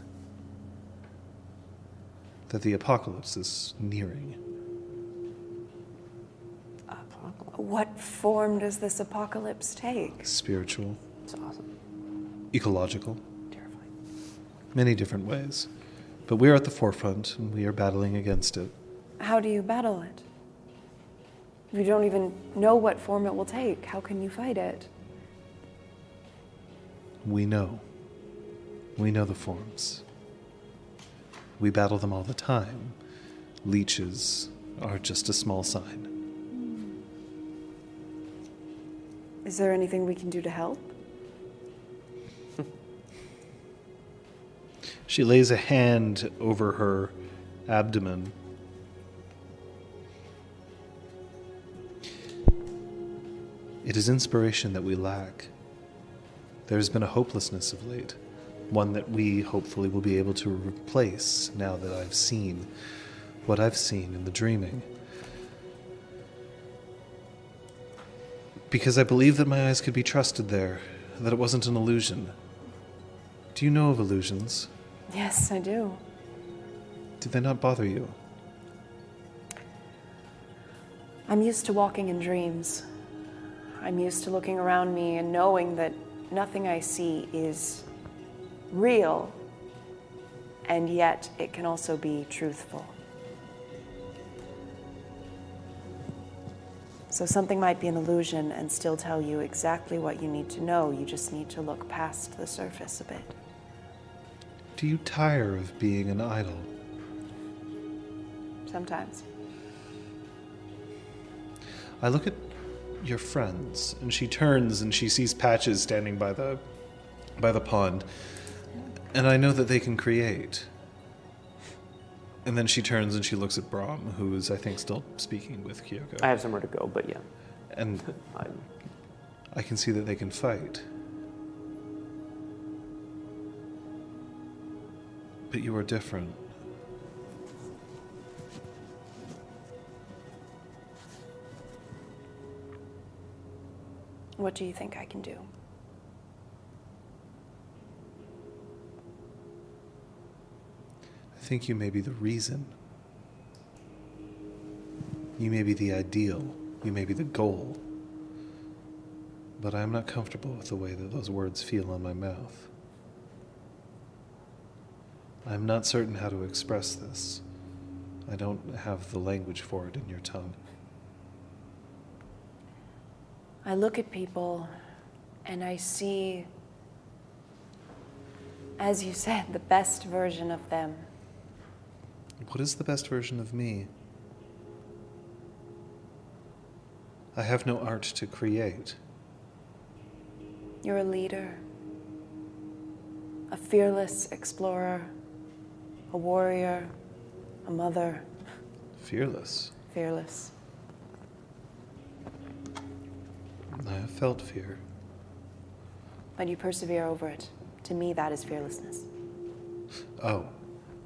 [SPEAKER 3] that the apocalypse is nearing.
[SPEAKER 6] What form does this apocalypse take?
[SPEAKER 3] Spiritual,
[SPEAKER 4] It's awesome.
[SPEAKER 3] ecological,
[SPEAKER 4] Terrifying.
[SPEAKER 3] many different ways. But we are at the forefront and we are battling against it.
[SPEAKER 6] How do you battle it? If you don't even know what form it will take, how can you fight it?
[SPEAKER 3] We know. We know the forms. We battle them all the time. Leeches are just a small sign.
[SPEAKER 6] Is there anything we can do to help?
[SPEAKER 3] She lays a hand over her abdomen. It is inspiration that we lack. There has been a hopelessness of late, one that we hopefully will be able to replace now that I've seen what I've seen in the dreaming. Because I believe that my eyes could be trusted there, that it wasn't an illusion, Do you know of illusions?
[SPEAKER 6] Yes, I do.
[SPEAKER 3] Do they not bother you?
[SPEAKER 6] I'm used to walking in dreams. I'm used to looking around me and knowing that nothing I see is real, and yet it can also be truthful. So something might be an illusion and still tell you exactly what you need to know. You just need to look past the surface a bit.
[SPEAKER 3] Do you tire of being an idol?
[SPEAKER 6] Sometimes.
[SPEAKER 3] I look at your friends, and she turns and she sees patches standing by the by the pond. And I know that they can create. And then she turns and she looks at Brahm, who is I think still speaking with Kyoko.
[SPEAKER 4] I have somewhere to go, but yeah.
[SPEAKER 3] and
[SPEAKER 4] I'm,
[SPEAKER 3] I can see that they can fight. But you are different.
[SPEAKER 6] What do you think I can do?
[SPEAKER 3] I think you may be the reason. You may be the ideal. You may be the goal. But I am not comfortable with the way that those words feel on my mouth. I am not certain how to express this. I don't have the language for it in your tongue.
[SPEAKER 6] I look at people and I see, as you said, the best version of them.
[SPEAKER 3] What is the best version of me? I have no art to create.
[SPEAKER 6] You're a leader, a fearless explorer, a warrior, a mother,
[SPEAKER 3] Fearless.
[SPEAKER 6] fearless.
[SPEAKER 3] I have felt fear.
[SPEAKER 6] But you persevere over it. To me, that is fearlessness.
[SPEAKER 3] Oh,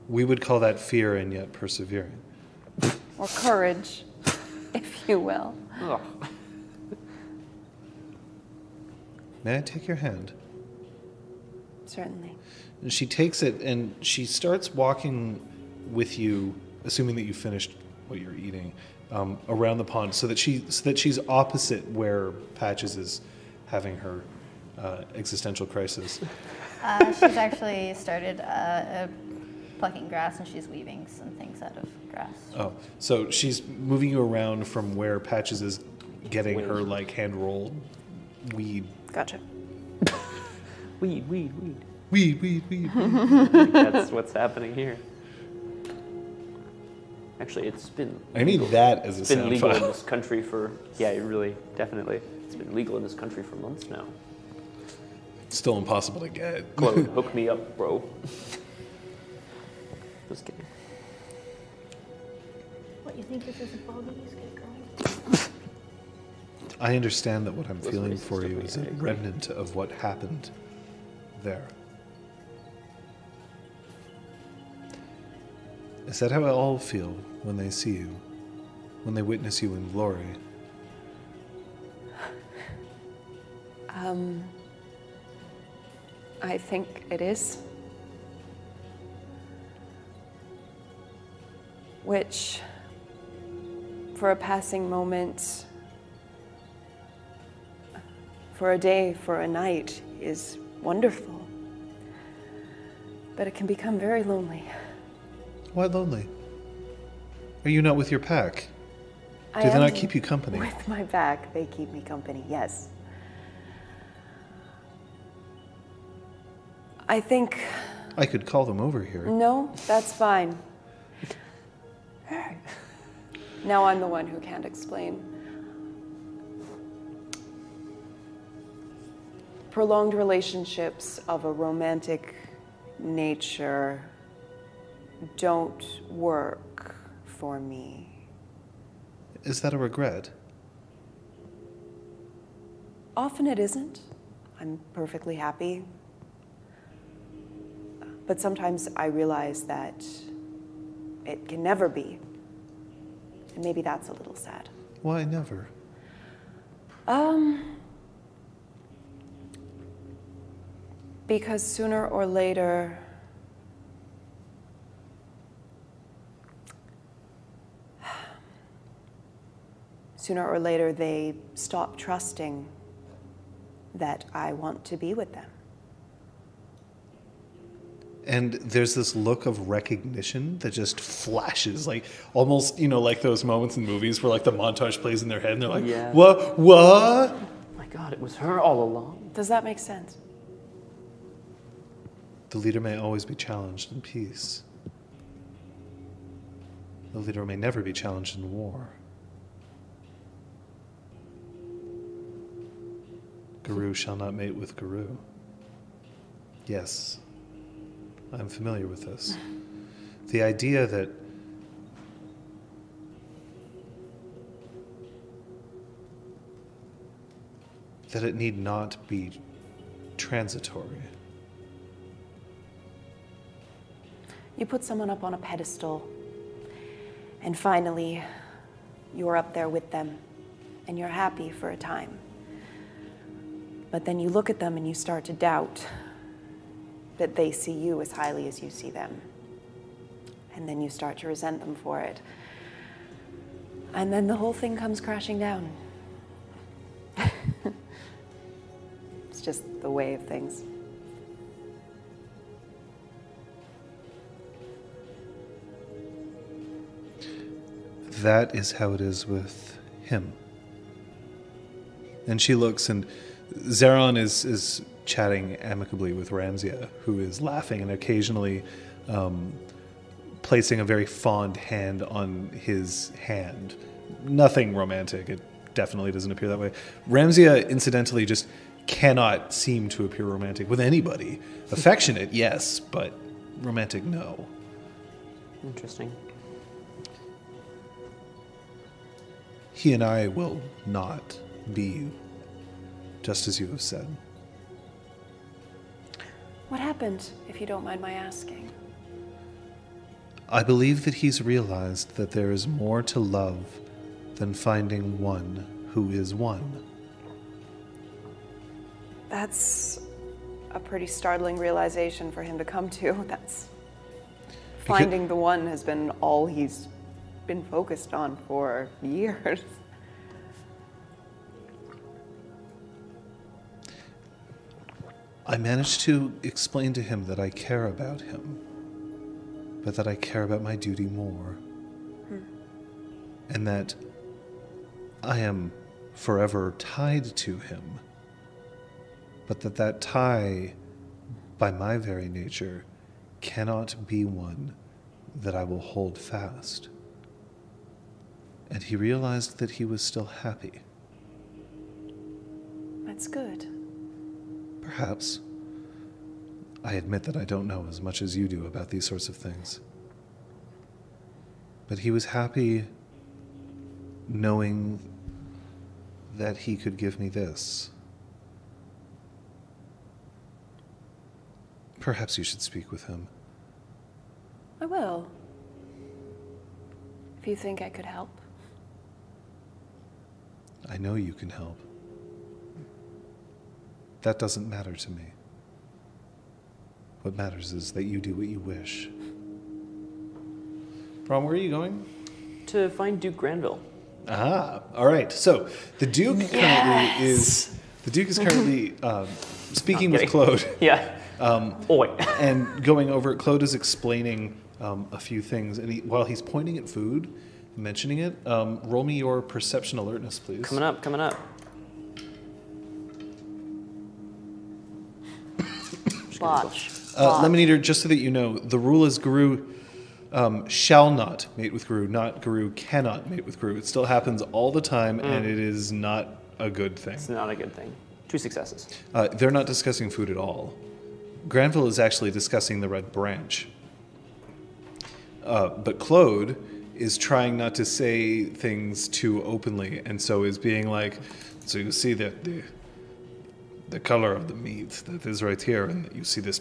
[SPEAKER 3] we would call that fear and yet persevering.
[SPEAKER 6] Or courage, if you will.
[SPEAKER 4] ugh.
[SPEAKER 3] May I take your hand?
[SPEAKER 6] Certainly.
[SPEAKER 3] And she takes it and she starts walking with you, assuming that you finished what you're eating, um, around the pond, so that she so that she's opposite where Patches is having her uh,
[SPEAKER 4] (laughs)
[SPEAKER 3] existential crisis.
[SPEAKER 2] Uh, she's actually started uh, uh, plucking grass and she's weaving some things out of grass.
[SPEAKER 3] Oh, so she's moving you around from where Patches is getting her like hand rolled weed,
[SPEAKER 6] Gotcha.
[SPEAKER 4] Weed, weed, weed.
[SPEAKER 3] weed, weed, weed.
[SPEAKER 4] That's what's happening here. Actually, it's been
[SPEAKER 3] I need that as a
[SPEAKER 4] it's been
[SPEAKER 3] sound
[SPEAKER 4] legal in
[SPEAKER 3] file.
[SPEAKER 4] this country for yeah, it really, definitely. It's been legal in this country for months now.
[SPEAKER 3] Still impossible to get.
[SPEAKER 4] Claude, hook me up, bro. Just kidding.
[SPEAKER 1] What, you think this is a bogey? You scared going?
[SPEAKER 3] I understand that what I'm
[SPEAKER 4] That's
[SPEAKER 3] feeling
[SPEAKER 4] racist
[SPEAKER 3] for
[SPEAKER 4] of
[SPEAKER 3] you
[SPEAKER 4] me,
[SPEAKER 3] is
[SPEAKER 4] I
[SPEAKER 3] a
[SPEAKER 4] agree.
[SPEAKER 3] remnant of what happened there. Is that how all feel when they see you? When they witness you in glory?
[SPEAKER 6] Um, I think it is. Which, for a passing moment, for a day, for a night, is wonderful. But it can become very lonely.
[SPEAKER 3] Why lonely? Are you not with your pack?
[SPEAKER 6] I
[SPEAKER 3] Do they
[SPEAKER 6] am
[SPEAKER 3] not keep you company?
[SPEAKER 6] With my back, they keep me company, yes. I think
[SPEAKER 3] I could call them over here.
[SPEAKER 6] No, that's fine. now I'm the one who can't explain. Prolonged relationships of a romantic nature don't work for me.
[SPEAKER 3] Is that a regret?
[SPEAKER 6] Often it isn't. I'm perfectly happy. But sometimes I realize that it can never be. And maybe that's a little sad.
[SPEAKER 3] Why never?
[SPEAKER 6] Um, Because sooner or later, sooner or later, they stop trusting that I want to be with them.
[SPEAKER 3] And there's this look of recognition that just flashes, like almost, you know, like those moments in movies where like the montage plays in their head and they're like,
[SPEAKER 4] Yeah.
[SPEAKER 3] what, what?
[SPEAKER 4] my God, it was her all along.
[SPEAKER 6] Does that make sense?
[SPEAKER 3] The leader may always be challenged in peace. The leader may never be challenged in war. Guru shall not mate with Guru. Yes, I'm familiar with this. The idea that that it need not be transitory.
[SPEAKER 6] You put someone up on a pedestal, and finally, you're up there with them, and you're happy for a time. But then you look at them and you start to doubt that they see you as highly as you see them. And then you start to resent them for it. And then the whole thing comes crashing down. (laughs) it's just the way of things.
[SPEAKER 3] that is how it is with him. And she looks, and Zeron is is chatting amicably with Ramsia, who is laughing and occasionally um, placing a very fond hand on his hand. Nothing romantic. It definitely doesn't appear that way. Ramsia, incidentally, just cannot seem to appear romantic with anybody. Affectionate, yes, but romantic, no.
[SPEAKER 4] Interesting.
[SPEAKER 3] He and I will not be, just as you have said.
[SPEAKER 6] What happened, if you don't mind my asking?
[SPEAKER 3] I believe that he's realized that there is more to love than finding one who is one.
[SPEAKER 6] That's a pretty startling realization for him to come to. (laughs) That's finding the one has been all he's been focused on for years. (laughs)
[SPEAKER 3] I managed to explain to him that I care about him, but that I care about my duty more. And that I am forever tied to him, but that that tie, by my very nature, cannot be one that I will hold fast. And he realized that he was still happy.
[SPEAKER 6] That's good.
[SPEAKER 3] Perhaps. I admit that I don't know as much as you do about these sorts of things. But he was happy knowing that he could give me this. Perhaps you should speak with him.
[SPEAKER 6] I will. If you think I could help.
[SPEAKER 3] I know you can help. That doesn't matter to me. What matters is that you do what you wish. Ron, where are you going?
[SPEAKER 4] To find Duke Granville. (laughs)
[SPEAKER 3] Ah, all right. So the Duke currently is the Duke is currently um, speaking with
[SPEAKER 4] kidding.
[SPEAKER 3] Claude (laughs)
[SPEAKER 4] Yeah. Um, Oi.
[SPEAKER 3] and going over. Claude is explaining um, a few things, and he, while he's pointing at food, mentioning it, um, roll me your perception alertness, please.
[SPEAKER 4] Coming up, coming up.
[SPEAKER 6] Watch.
[SPEAKER 3] Uh, Lemon Eater, just so that you know, the rule is Guru um, shall not mate with Guru, not Guru cannot mate with Guru. It still happens all the time, and it is not a good thing.
[SPEAKER 4] It's not a good thing. Two successes.
[SPEAKER 3] Uh, they're not discussing food at all. Granville is actually discussing the Red Branch. Uh, but Claude is trying not to say things too openly, and so is being like, so you see that the the color of the meat that is right here, and you see this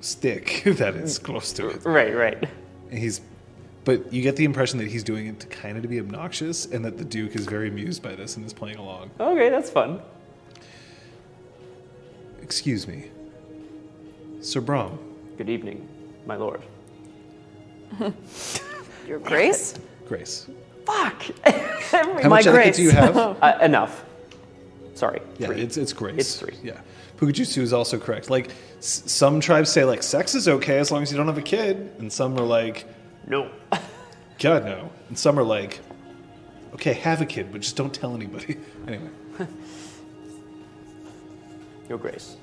[SPEAKER 3] stick (laughs) that is close to it.
[SPEAKER 4] Right, right.
[SPEAKER 3] And he's, but you get the impression that he's doing it to kind of to be obnoxious, and that the Duke is very amused by this and is playing along.
[SPEAKER 4] Okay, that's fun.
[SPEAKER 3] Excuse me. Sir Brom.
[SPEAKER 4] Good evening, my lord.
[SPEAKER 6] Your grace?
[SPEAKER 3] Grace.
[SPEAKER 6] (laughs) Fuck. (laughs)
[SPEAKER 3] How
[SPEAKER 6] My
[SPEAKER 3] much etiquette
[SPEAKER 6] grace.
[SPEAKER 3] do
[SPEAKER 4] (laughs)
[SPEAKER 3] you have?
[SPEAKER 4] Uh, enough. Sorry.
[SPEAKER 3] yeah,
[SPEAKER 4] three.
[SPEAKER 3] it's it's grace.
[SPEAKER 4] It's three.
[SPEAKER 3] Yeah. Pukajutsu is also correct. Like s- some tribes say like sex is okay as long as you don't have a kid, and some are like
[SPEAKER 4] No.
[SPEAKER 3] God no, and some are like okay, have a kid, but just don't tell anybody. (laughs) Anyway,
[SPEAKER 4] Your Grace.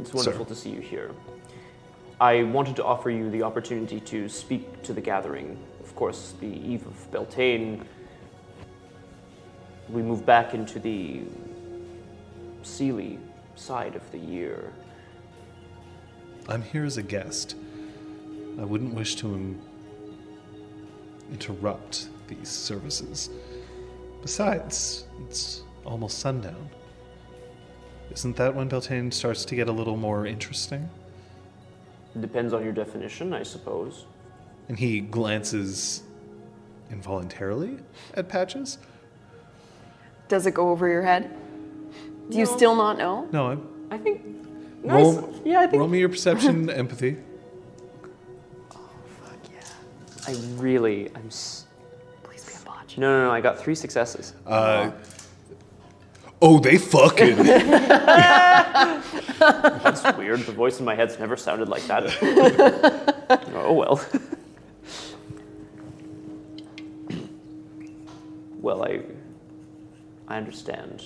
[SPEAKER 4] It's wonderful to see you here. I wanted to offer you the opportunity to speak to the gathering. Of course, the eve of Beltane, we move back into the Sealy side of the year.
[SPEAKER 3] I'm here as a guest. I wouldn't wish to im- interrupt these services. Besides, it's almost sundown. Isn't that when Beltane starts to get a little more interesting?
[SPEAKER 4] Depends on your definition, I suppose.
[SPEAKER 3] And he glances involuntarily at Patches.
[SPEAKER 6] Does it go over your head? Do you still not know?
[SPEAKER 3] No, I'm.
[SPEAKER 4] I think. Nice.
[SPEAKER 3] Roll,
[SPEAKER 4] yeah, I think.
[SPEAKER 3] roll me
[SPEAKER 4] (laughs)
[SPEAKER 3] your perception empathy.
[SPEAKER 4] I really. I'm. S- Please be a botch. No, no, no. I got three successes.
[SPEAKER 3] Uh, oh, they
[SPEAKER 4] (laughs)
[SPEAKER 3] fucking.
[SPEAKER 4] That's weird. The voice in my head's never sounded like that. oh well. well, I I understand,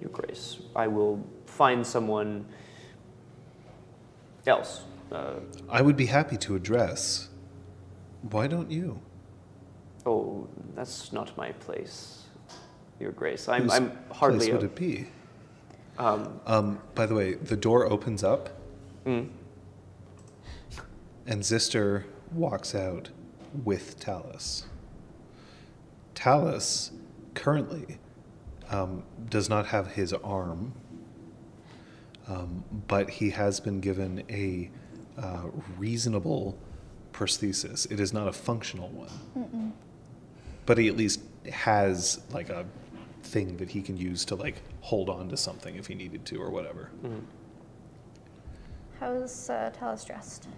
[SPEAKER 4] Your Grace. I will find someone else. Uh,
[SPEAKER 3] I would be happy to address. Why don't you?
[SPEAKER 4] oh, that's not my place, Your Grace. I'm,
[SPEAKER 3] Whose
[SPEAKER 4] I'm hardly.
[SPEAKER 3] place
[SPEAKER 4] A,
[SPEAKER 3] would it be? Um, by the way, the door opens up,
[SPEAKER 4] Mm.
[SPEAKER 3] and Zister walks out with Talus. Talus currently um, does not have his arm, um, but he has been given a uh, reasonable prosthesis. It is not a functional one but he at least has like a thing that he can use to like hold on to something if he needed to or whatever.
[SPEAKER 2] How's uh, Talos dressed?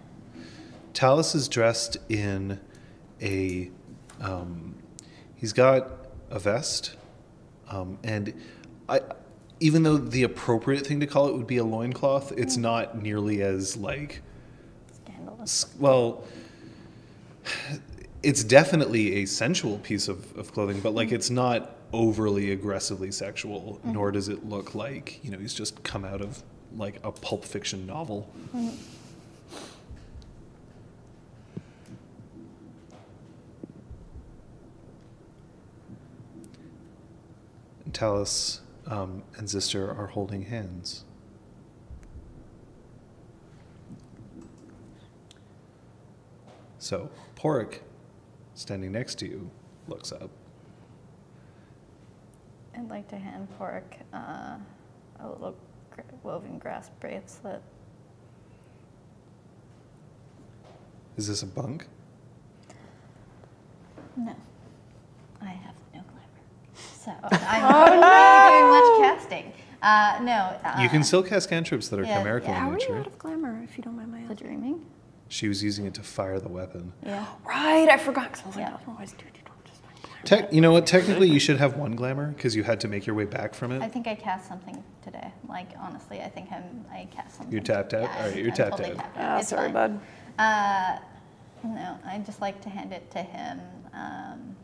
[SPEAKER 3] Talus is dressed in a. Um, he's got a vest, um, and I, even though the appropriate thing to call it would be a loincloth, it's not nearly as like.
[SPEAKER 2] Scandalous.
[SPEAKER 3] s- Well, it's definitely a sensual piece of, of clothing, but like it's not overly aggressively sexual, nor does it look like, you know, he's just come out of like a pulp fiction novel. Talus um, and Zister are holding hands. So, Porik, standing next to you, looks up.
[SPEAKER 2] I'd like to hand Pork uh, a little gr- woven grass bracelet.
[SPEAKER 3] Is this a bunk?
[SPEAKER 2] No, I have no glamour, (laughs) so I'm not really doing much casting. Uh, no, uh,
[SPEAKER 3] you can still cast cantrips that are
[SPEAKER 2] yeah,
[SPEAKER 3] chimerical
[SPEAKER 2] yeah.
[SPEAKER 3] in
[SPEAKER 2] How
[SPEAKER 6] How are you
[SPEAKER 3] nature.
[SPEAKER 6] out of glamour, if you don't mind my
[SPEAKER 2] the
[SPEAKER 6] asking?
[SPEAKER 2] dreaming.
[SPEAKER 3] She was using it to fire the weapon.
[SPEAKER 2] Yeah,
[SPEAKER 6] Right, I forgot. 'cause I was like,
[SPEAKER 2] Yeah.
[SPEAKER 6] no, otherwise, dude, you don't just find glamour.
[SPEAKER 3] Tech you know what? Technically, you should have one glamour because you had to make your way back from it.
[SPEAKER 2] I think I cast something today. Like honestly, I think I'm. I cast something.
[SPEAKER 3] You're tapped out?
[SPEAKER 2] Yeah, I
[SPEAKER 3] Alright,
[SPEAKER 2] think
[SPEAKER 3] you're
[SPEAKER 2] I'm
[SPEAKER 3] tapped
[SPEAKER 2] totally
[SPEAKER 3] out.
[SPEAKER 2] tapped
[SPEAKER 6] Ah,
[SPEAKER 2] It's
[SPEAKER 6] sorry,
[SPEAKER 2] fine.
[SPEAKER 6] bud.
[SPEAKER 2] Uh, no, I'd just like to hand it to him. Um,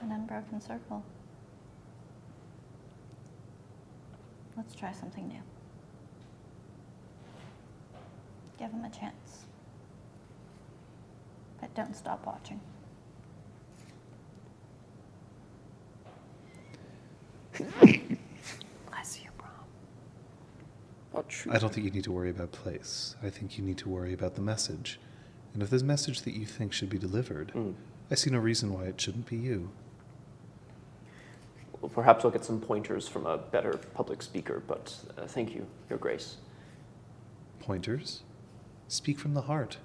[SPEAKER 2] an unbroken circle. Let's try something new. Give him a chance. But don't stop watching.
[SPEAKER 6] Bless you, Brom. Oh, true.
[SPEAKER 3] I don't think you need to worry about place. I think you need to worry about the message. And if there's a message that you think should be delivered, I see no reason why it shouldn't be you.
[SPEAKER 4] Perhaps I'll get some pointers from a better public speaker, but uh, thank you, Your Grace.
[SPEAKER 3] Pointers? Speak from the heart.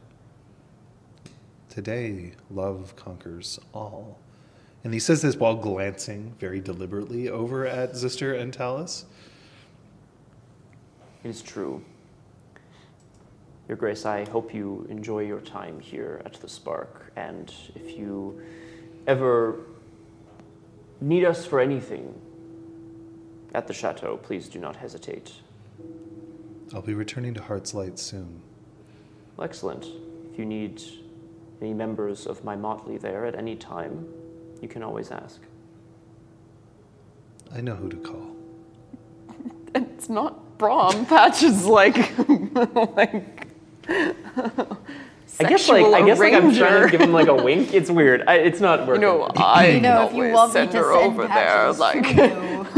[SPEAKER 3] Today, love conquers all, And he says this while glancing very deliberately over at Zister and Talus.
[SPEAKER 4] It is true. Your Grace, I hope you enjoy your time here at the Spark, and if you ever need us for anything at the Chateau, please do not hesitate.
[SPEAKER 3] I'll be returning to Heart's Light soon.
[SPEAKER 4] Well, excellent. If you need any members of my motley there at any time, you can always ask.
[SPEAKER 3] I know who to call.
[SPEAKER 6] It's not (laughs) Brom. Patch is like, like
[SPEAKER 4] I guess like I guess like I'm trying to give him like a wink. It's weird. I, it's not
[SPEAKER 6] you
[SPEAKER 4] working.
[SPEAKER 6] know, I
[SPEAKER 2] You know, if you
[SPEAKER 6] always
[SPEAKER 2] want me to
[SPEAKER 6] send
[SPEAKER 2] send
[SPEAKER 6] her over there.
[SPEAKER 2] patches (laughs) to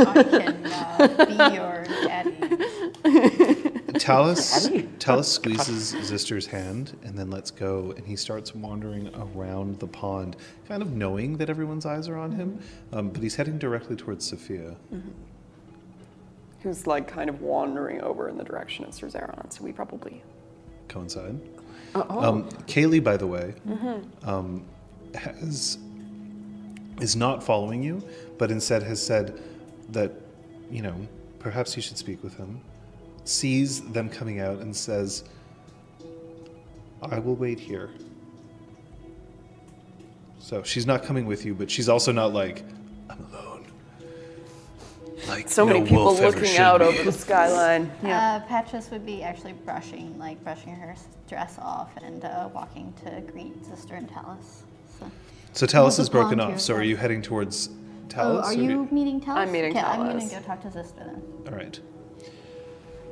[SPEAKER 6] Like,
[SPEAKER 2] you, I can
[SPEAKER 6] (laughs)
[SPEAKER 2] uh, be your daddy.
[SPEAKER 3] Talus,
[SPEAKER 4] Abby?
[SPEAKER 3] Talus squeezes Zister's hand and then lets go, and he starts wandering around the pond, kind of knowing that everyone's eyes are on him. Um, but he's heading directly towards Sophia.
[SPEAKER 6] who's like kind of wandering over in the direction of Cerzeron, so we probably.
[SPEAKER 3] Coincide.
[SPEAKER 6] Uh, oh.
[SPEAKER 3] Um, Kaylee, by the way,
[SPEAKER 6] Mm-hmm.
[SPEAKER 3] um, has is not following you, but instead has said that you know perhaps you should speak with him. Sees them coming out and says, "I will wait here." So she's not coming with you, but she's also not like I'm alone. Like
[SPEAKER 6] So
[SPEAKER 3] no
[SPEAKER 6] many people
[SPEAKER 3] wolf ever
[SPEAKER 6] looking
[SPEAKER 3] should
[SPEAKER 6] out
[SPEAKER 3] be.
[SPEAKER 4] (laughs)
[SPEAKER 6] over the skyline. Yeah.
[SPEAKER 2] Uh, Patras would be actually brushing, like brushing her s- dress off and uh, walking to greet Sister and Talus. So.
[SPEAKER 3] So Talus
[SPEAKER 2] the
[SPEAKER 3] is broken
[SPEAKER 2] pond
[SPEAKER 3] off.
[SPEAKER 2] here,
[SPEAKER 3] So are
[SPEAKER 2] so-
[SPEAKER 3] you heading towards
[SPEAKER 2] Oh,
[SPEAKER 3] Talus?
[SPEAKER 2] are
[SPEAKER 3] or
[SPEAKER 2] you meeting Talus?
[SPEAKER 6] I'm meeting
[SPEAKER 2] okay, I'm gonna
[SPEAKER 6] Talus.
[SPEAKER 2] go talk to Sister then.
[SPEAKER 3] All right.
[SPEAKER 6] uh,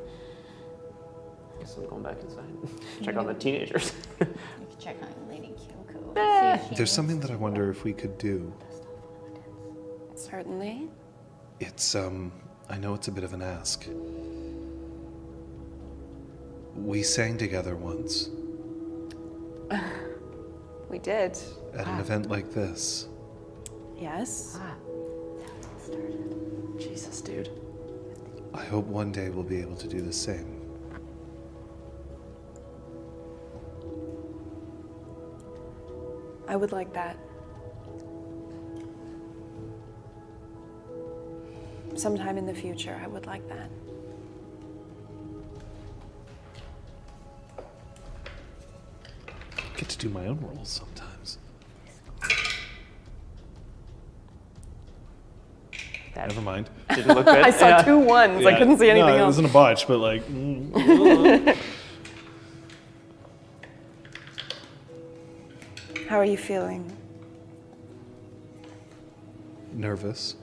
[SPEAKER 4] I guess I'm going back inside. (laughs) Check on the teenagers. (laughs)
[SPEAKER 2] You can check on Lady Kyoko. and see if she
[SPEAKER 3] There's
[SPEAKER 2] needs-
[SPEAKER 3] something that I wonder if we could do.
[SPEAKER 6] Certainly.
[SPEAKER 3] It's um I know it's a bit of an ask. We sang together once
[SPEAKER 6] We did.
[SPEAKER 3] at
[SPEAKER 6] Ah.
[SPEAKER 3] an event like this.
[SPEAKER 6] Yes.
[SPEAKER 4] Jesus, dude.
[SPEAKER 3] I hope one day we'll be able to do the same.
[SPEAKER 6] I would like that. Sometime in the future, I would like that.
[SPEAKER 3] Get to do my own roles sometimes.
[SPEAKER 4] That
[SPEAKER 3] Never mind.
[SPEAKER 4] didn't look (laughs) good.
[SPEAKER 6] I saw two ones. I couldn't see anything
[SPEAKER 3] It
[SPEAKER 6] else.
[SPEAKER 3] wasn't a botch, but like
[SPEAKER 6] How are you feeling?
[SPEAKER 3] nervous.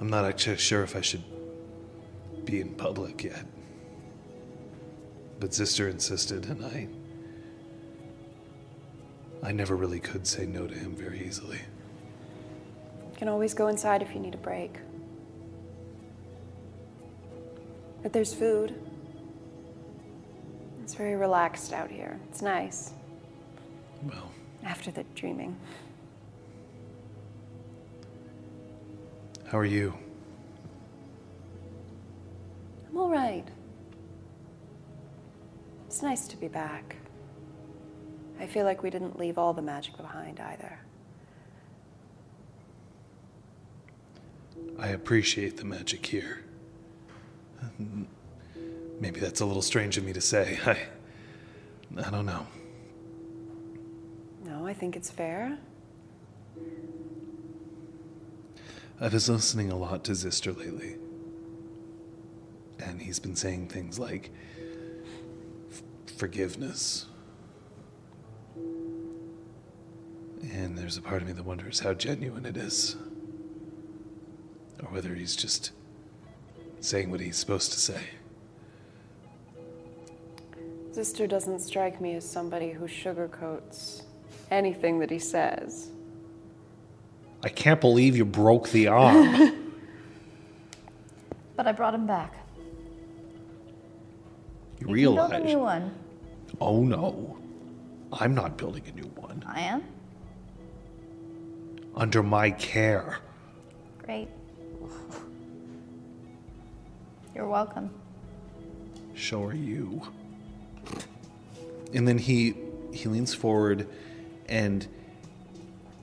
[SPEAKER 3] I'm not actually sure if I should be in public yet. But Zister insisted, and I. I never really could say no to him very easily.
[SPEAKER 6] You can always go inside if you need a break. But there's food. It's very relaxed out here. It's nice
[SPEAKER 3] Well,
[SPEAKER 6] after the dreaming.
[SPEAKER 3] how are you?
[SPEAKER 6] I'm all right. It's nice to be back. I feel like we didn't leave all the magic behind either.
[SPEAKER 3] I appreciate the magic here. Um, Maybe that's a little strange of me to say. (laughs) I. I don't know.
[SPEAKER 6] No, I think it's fair.
[SPEAKER 3] I was listening a lot to Zister lately. And he's been saying things like f- forgiveness. And there's a part of me that wonders how genuine it is. Or whether he's just saying what he's supposed to say.
[SPEAKER 6] Sister doesn't strike me as somebody who sugarcoats anything that he says.
[SPEAKER 3] I can't believe you broke the arm.
[SPEAKER 2] But I brought him back.
[SPEAKER 3] you
[SPEAKER 2] You can build a
[SPEAKER 3] realize.
[SPEAKER 2] new one.
[SPEAKER 3] Oh no. I'm not building a new one.
[SPEAKER 2] I am.
[SPEAKER 3] Under my care.
[SPEAKER 2] Great. (laughs) You're welcome.
[SPEAKER 3] Sure you. And then he he leans forward and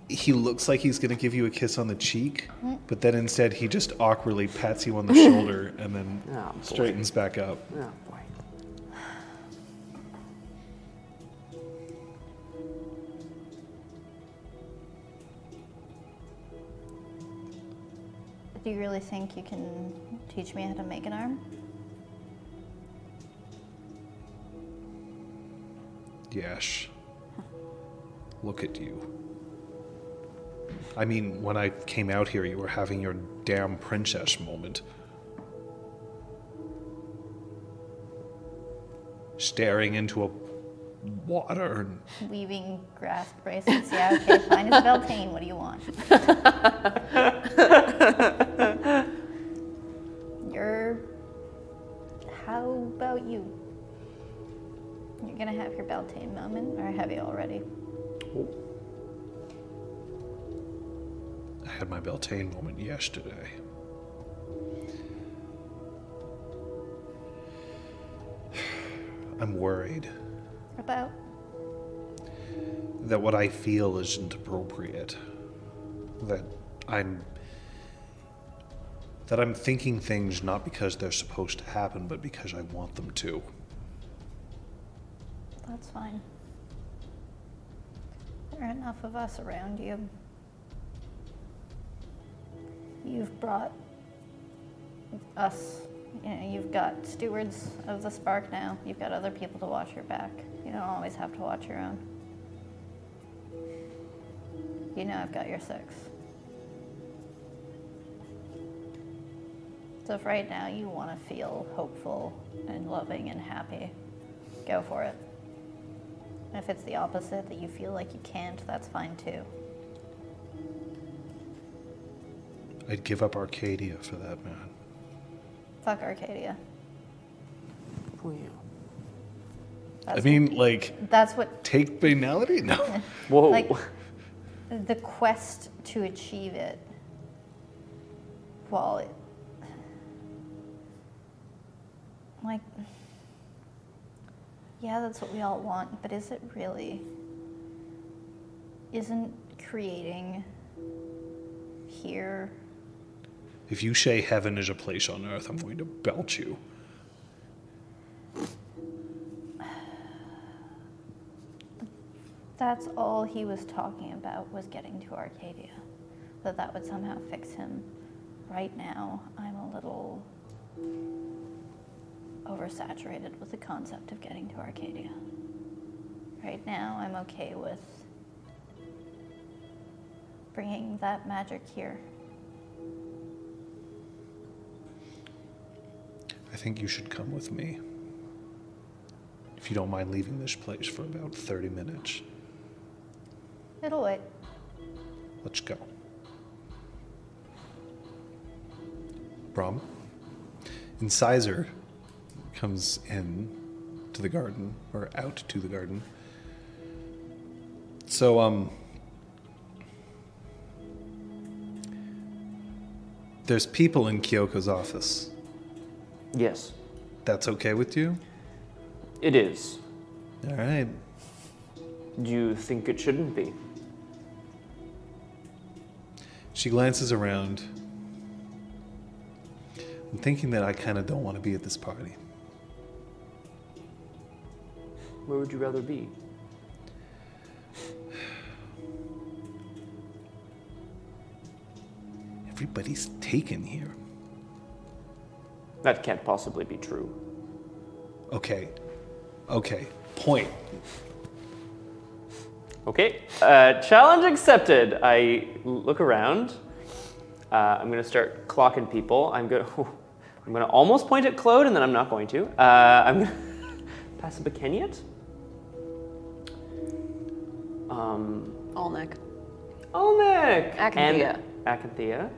[SPEAKER 3] he looks like he's going to give you a kiss on the cheek, but then instead he just awkwardly pats you on
[SPEAKER 4] (laughs)
[SPEAKER 3] the shoulder and then
[SPEAKER 4] Oh, boy.
[SPEAKER 3] straightens back up.
[SPEAKER 4] Oh boy.
[SPEAKER 2] Do you really think you can teach me how to make an arm?
[SPEAKER 3] Yash, look at you. I mean, when I came out here, you were having your damn princess moment. Staring into a water and
[SPEAKER 2] Weaving grass bracelets. Yeah, okay, fine. It's Beltane. What do you want? You're. How about you? You're gonna have your Beltane moment, or have you already?
[SPEAKER 3] I had my Beltane moment yesterday. (sighs) I'm worried
[SPEAKER 2] About?
[SPEAKER 3] that what I feel isn't appropriate. That I'm that I'm thinking things not because they're supposed to happen, but because I want them to.
[SPEAKER 2] That's fine. There are enough of us around you. You've brought us. You know, you've got stewards of the spark now. You've got other people to watch your back. You don't always have to watch your own. You know I've got your six. So if right now you want to feel hopeful and loving and happy, go for it. If it's the opposite, that you feel like you can't, that's fine too.
[SPEAKER 3] I'd give up Arcadia for that man.
[SPEAKER 2] Fuck Arcadia.
[SPEAKER 3] I mean, like,
[SPEAKER 2] That's what,
[SPEAKER 3] take banality? No.
[SPEAKER 4] Whoa.
[SPEAKER 2] like, the quest to achieve it. While it. Like. Yeah, that's what we all want, but is it really? Isn't creating here
[SPEAKER 3] If you say heaven is a place on earth, I'm going to belt you.
[SPEAKER 2] That's all he was talking about was getting to Arcadia. That that would somehow fix him. Right now, I'm a little oversaturated with the concept of getting to Arcadia. Right now, I'm okay with bringing that magic here.
[SPEAKER 3] I think you should come with me. If you don't mind leaving this place for about 30 minutes,
[SPEAKER 2] It'll wait.
[SPEAKER 3] let's go. Brom, Incisor comes in to the garden, or out to the garden. So, um, there's people in Kyoko's office.
[SPEAKER 4] (laughs) yes,
[SPEAKER 3] That's okay with you?
[SPEAKER 4] it is.
[SPEAKER 3] All right.
[SPEAKER 4] Do you think it shouldn't be?
[SPEAKER 3] She glances around. I'm thinking that I kind of don't want to be at this party.
[SPEAKER 4] Where would you rather be?
[SPEAKER 3] Everybody's taken here.
[SPEAKER 4] That can't possibly be true.
[SPEAKER 3] Okay. Okay. Point.
[SPEAKER 4] Okay, uh, challenge accepted. I look around. Uh, I'm gonna start clocking people. I'm gonna, (laughs) I'm gonna almost point at Claude, and then I'm not going to. Uh, I'm gonna (laughs) pass a bikini yet. Um,
[SPEAKER 7] Olnick.
[SPEAKER 4] Olmec
[SPEAKER 7] Acanthea.
[SPEAKER 4] and Acanthea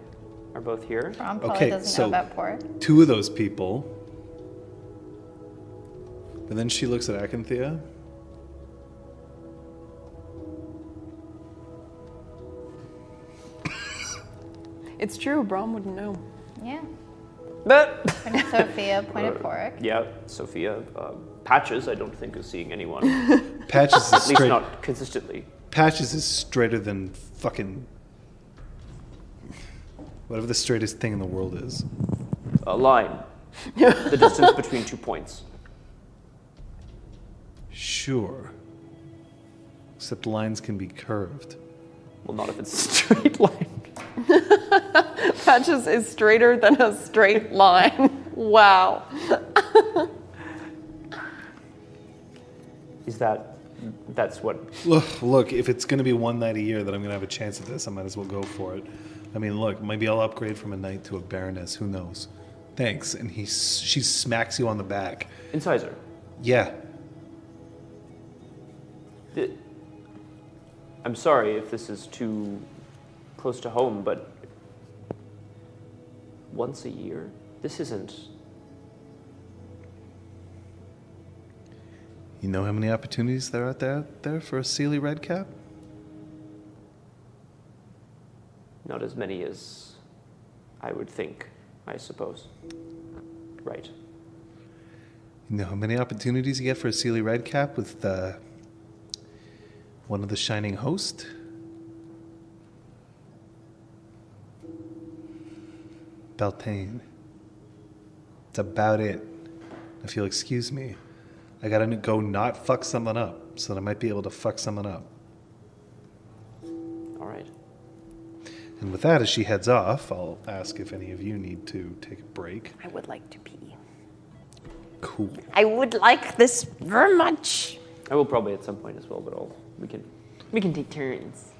[SPEAKER 4] are both here.
[SPEAKER 2] Ron probably
[SPEAKER 3] Okay,
[SPEAKER 2] doesn't
[SPEAKER 3] so-
[SPEAKER 2] know about port.
[SPEAKER 3] Two of those people. And then she looks at Acanthea.
[SPEAKER 6] It's true, Brom wouldn't know.
[SPEAKER 2] Yeah.
[SPEAKER 4] But (laughs)
[SPEAKER 3] (laughs)
[SPEAKER 2] Pointed Sophia, pointed Porik.
[SPEAKER 4] yeah, Sophia uh, Patches. I don't think is seeing anyone.
[SPEAKER 3] Patches
[SPEAKER 4] (laughs) At
[SPEAKER 3] is
[SPEAKER 4] least
[SPEAKER 3] straight.
[SPEAKER 4] not consistently.
[SPEAKER 3] Patches is straighter than fucking. Whatever the straightest thing in the world is.
[SPEAKER 4] A line. the distance between two points.
[SPEAKER 3] Sure. Except lines can be curved.
[SPEAKER 4] Well, not if (laughs) it's a straight line.
[SPEAKER 6] Patches is straighter than a straight line. (laughs) Wow.
[SPEAKER 4] Is that. That's what.
[SPEAKER 3] Look, look, if it's going to be one night a year that I'm going to have a chance at this, I might as well go for it. I mean, look, maybe I'll upgrade from a knight to a baroness. Who knows? Thanks. And he, s- she smacks you on the back.
[SPEAKER 4] Incisor.
[SPEAKER 3] Yeah.
[SPEAKER 4] Th- I'm sorry if this is too close to home, but. Once a year? This isn't.
[SPEAKER 3] You know how many opportunities there are out there, there for a Sealy Redcap?
[SPEAKER 4] Not as many as I would think, I suppose. Right.
[SPEAKER 3] You know how many opportunities you get for a Sealy Redcap with uh, one of the Shining Host? Beltane. That's about it. If you'll excuse me, I gotta go not fuck someone up so that I might be able to fuck someone up.
[SPEAKER 4] All right.
[SPEAKER 3] And with that, as she heads off, I'll ask if any of you need to take a break.
[SPEAKER 6] I would like to pee.
[SPEAKER 3] Cool.
[SPEAKER 7] I would like this very much.
[SPEAKER 4] I will probably at some point as well, but I'll, we can we can take turns.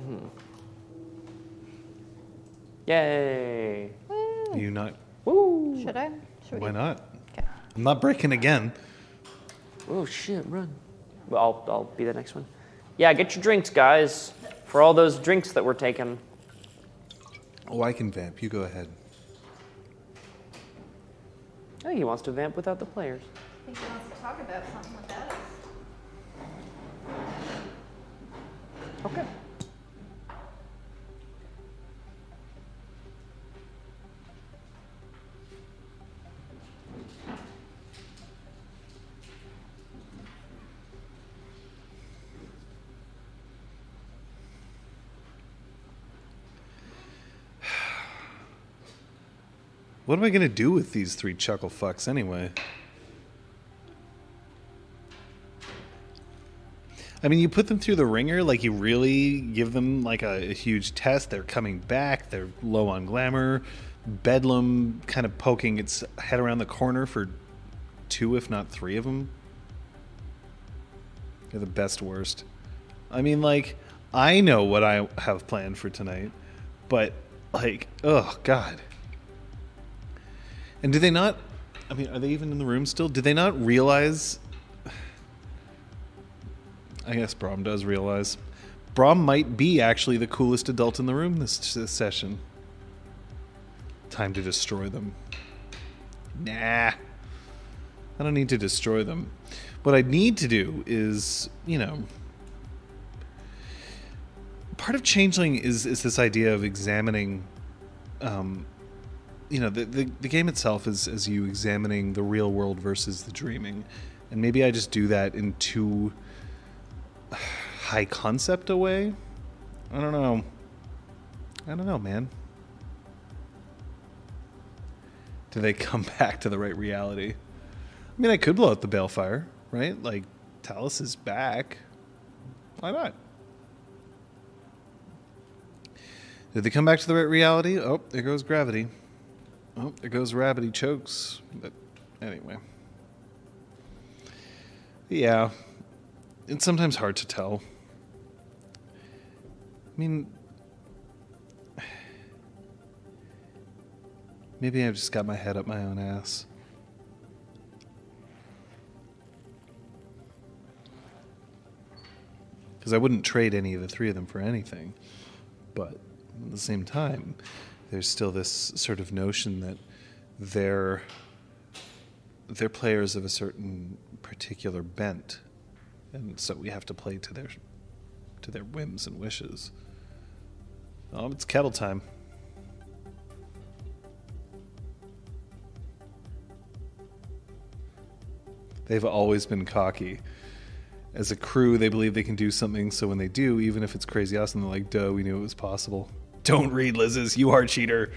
[SPEAKER 4] Mhm. Yay!
[SPEAKER 3] You not?
[SPEAKER 4] Woo!
[SPEAKER 2] Should I? Should
[SPEAKER 3] Why not?
[SPEAKER 2] Okay.
[SPEAKER 3] I'm not breaking again.
[SPEAKER 4] Oh shit! Run. Well, I'll I'll be the next one. Yeah, get your drinks, guys. For all those drinks that were taken.
[SPEAKER 3] Oh, I can vamp. You go ahead.
[SPEAKER 4] Oh, he wants to vamp without the players.
[SPEAKER 2] I think he wants to talk about something without us.
[SPEAKER 4] Okay.
[SPEAKER 3] What am I gonna do with these three chuckle fucks anyway? I mean, you put them through the ringer, like you really give them like a, a huge test. They're coming back. They're low on glamour. Bedlam kind of poking its head around the corner for two, if not three of them. They're the best worst. I mean, like I know what I have planned for tonight, but like, oh god. And do they not? I mean, are they even in the room still? Do they not realize? I guess Brom does realize. Brom might be actually the coolest adult in the room this, this session. Time to destroy them. Nah. I don't need to destroy them. What I need to do is, you know, part of changeling is is this idea of examining you know the, the, the game itself is as you examining the real world versus the dreaming and maybe i just do that in too high concept a way i don't know i don't know man do they come (laughs) back to the right reality i mean i could blow out the balefire right like talus is back why not did they come back to the right reality oh there goes gravity Oh, there goes Rabbit. He chokes. But anyway. Yeah. It's sometimes hard to tell. I mean, maybe I've just got my head up my own ass. Because I wouldn't trade any of the three of them for anything. But at the same time, there's still this sort of notion that they're they're players of a certain particular bent, and so we have to play to their to their whims and wishes. Oh, it's kettle time. They've always been cocky. As a crew, they believe they can do something, so when they do, even if it's crazy awesome, they're like, duh, we knew it was possible. (laughs) Don't read Liz's, you are a cheater.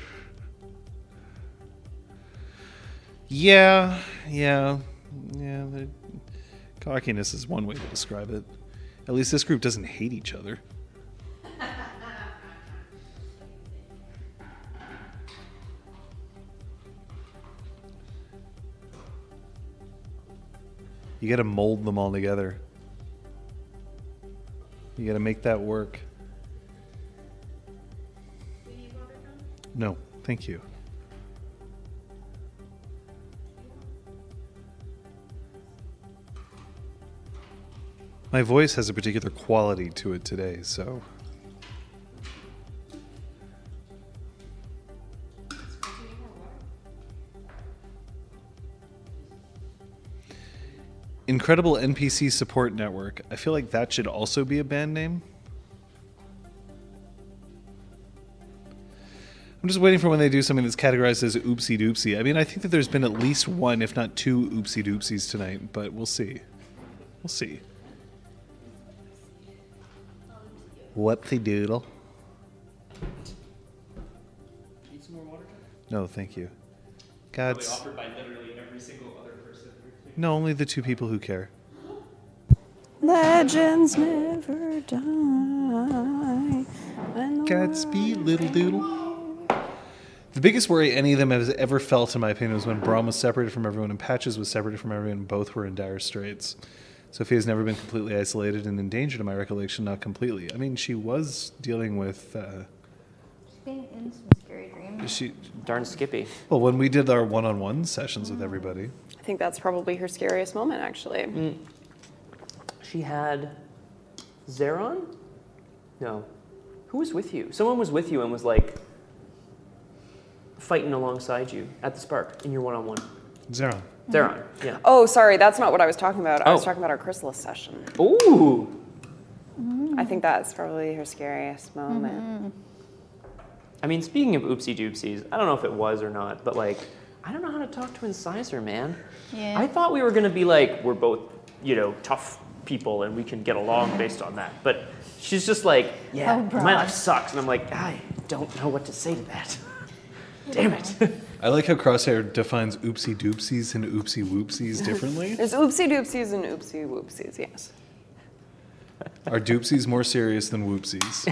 [SPEAKER 3] Yeah, yeah, yeah. the- Cockiness is one way to describe it. At least this group doesn't hate each other. (laughs) You gotta mold them all together. You gotta make that work. No, thank you. My voice has a particular quality to it today, so. Incredible NPC Support Network. I feel like that should also be a band name. I'm just waiting for when they do something that's categorized as oopsie doopsie. I mean, I think that there's been at least one, if not two, oopsie doopsies tonight, but we'll see. We'll see. Whoopsie doodle.
[SPEAKER 4] Need some more water?
[SPEAKER 3] No, thank you. God's.
[SPEAKER 4] offered by literally every single other person.
[SPEAKER 3] No, only the two people who care.
[SPEAKER 6] Legends never die. And
[SPEAKER 3] Godspeed, little doodle. The biggest worry any of them has ever felt, in my opinion, was when Brahm was separated from everyone and Patches was separated from everyone, and both were in dire straits. Sophia has never been completely isolated and in danger, to my recollection, not completely. I mean, she was dealing with. Uh,
[SPEAKER 2] Being in some scary dreams.
[SPEAKER 3] she
[SPEAKER 4] Darn Skippy.
[SPEAKER 3] well, when we did our one-on-one sessions with everybody,
[SPEAKER 6] I think that's probably her scariest moment, actually.
[SPEAKER 4] She had Zeron? No. Who was with you? Someone was with you and was like fighting alongside you at the spark in your one on one.
[SPEAKER 2] Mm-hmm.
[SPEAKER 3] Zeron.
[SPEAKER 4] Zeron, yeah.
[SPEAKER 6] Oh, sorry, that's not what I was talking about. I was
[SPEAKER 4] Oh.
[SPEAKER 6] talking about our chrysalis session.
[SPEAKER 4] Ooh!
[SPEAKER 6] I think that's probably her scariest moment.
[SPEAKER 4] I mean, speaking of oopsie doopsies, I don't know if it was or not, but like, I don't know how to talk to Incisor, man.
[SPEAKER 2] Yeah.
[SPEAKER 4] I thought we were gonna be like, we're both, you know, tough people and we can get along based on that. But she's just like,
[SPEAKER 2] Oh,
[SPEAKER 4] yeah,
[SPEAKER 2] bro.
[SPEAKER 4] my life sucks. And I'm like, I don't know what to say to that. Damn it.
[SPEAKER 3] I like how Crosshair defines oopsie doopsies and oopsie whoopsies differently.
[SPEAKER 6] There's oopsie doopsies and oopsie whoopsies, yes.
[SPEAKER 3] Are doopsies more serious than whoopsies?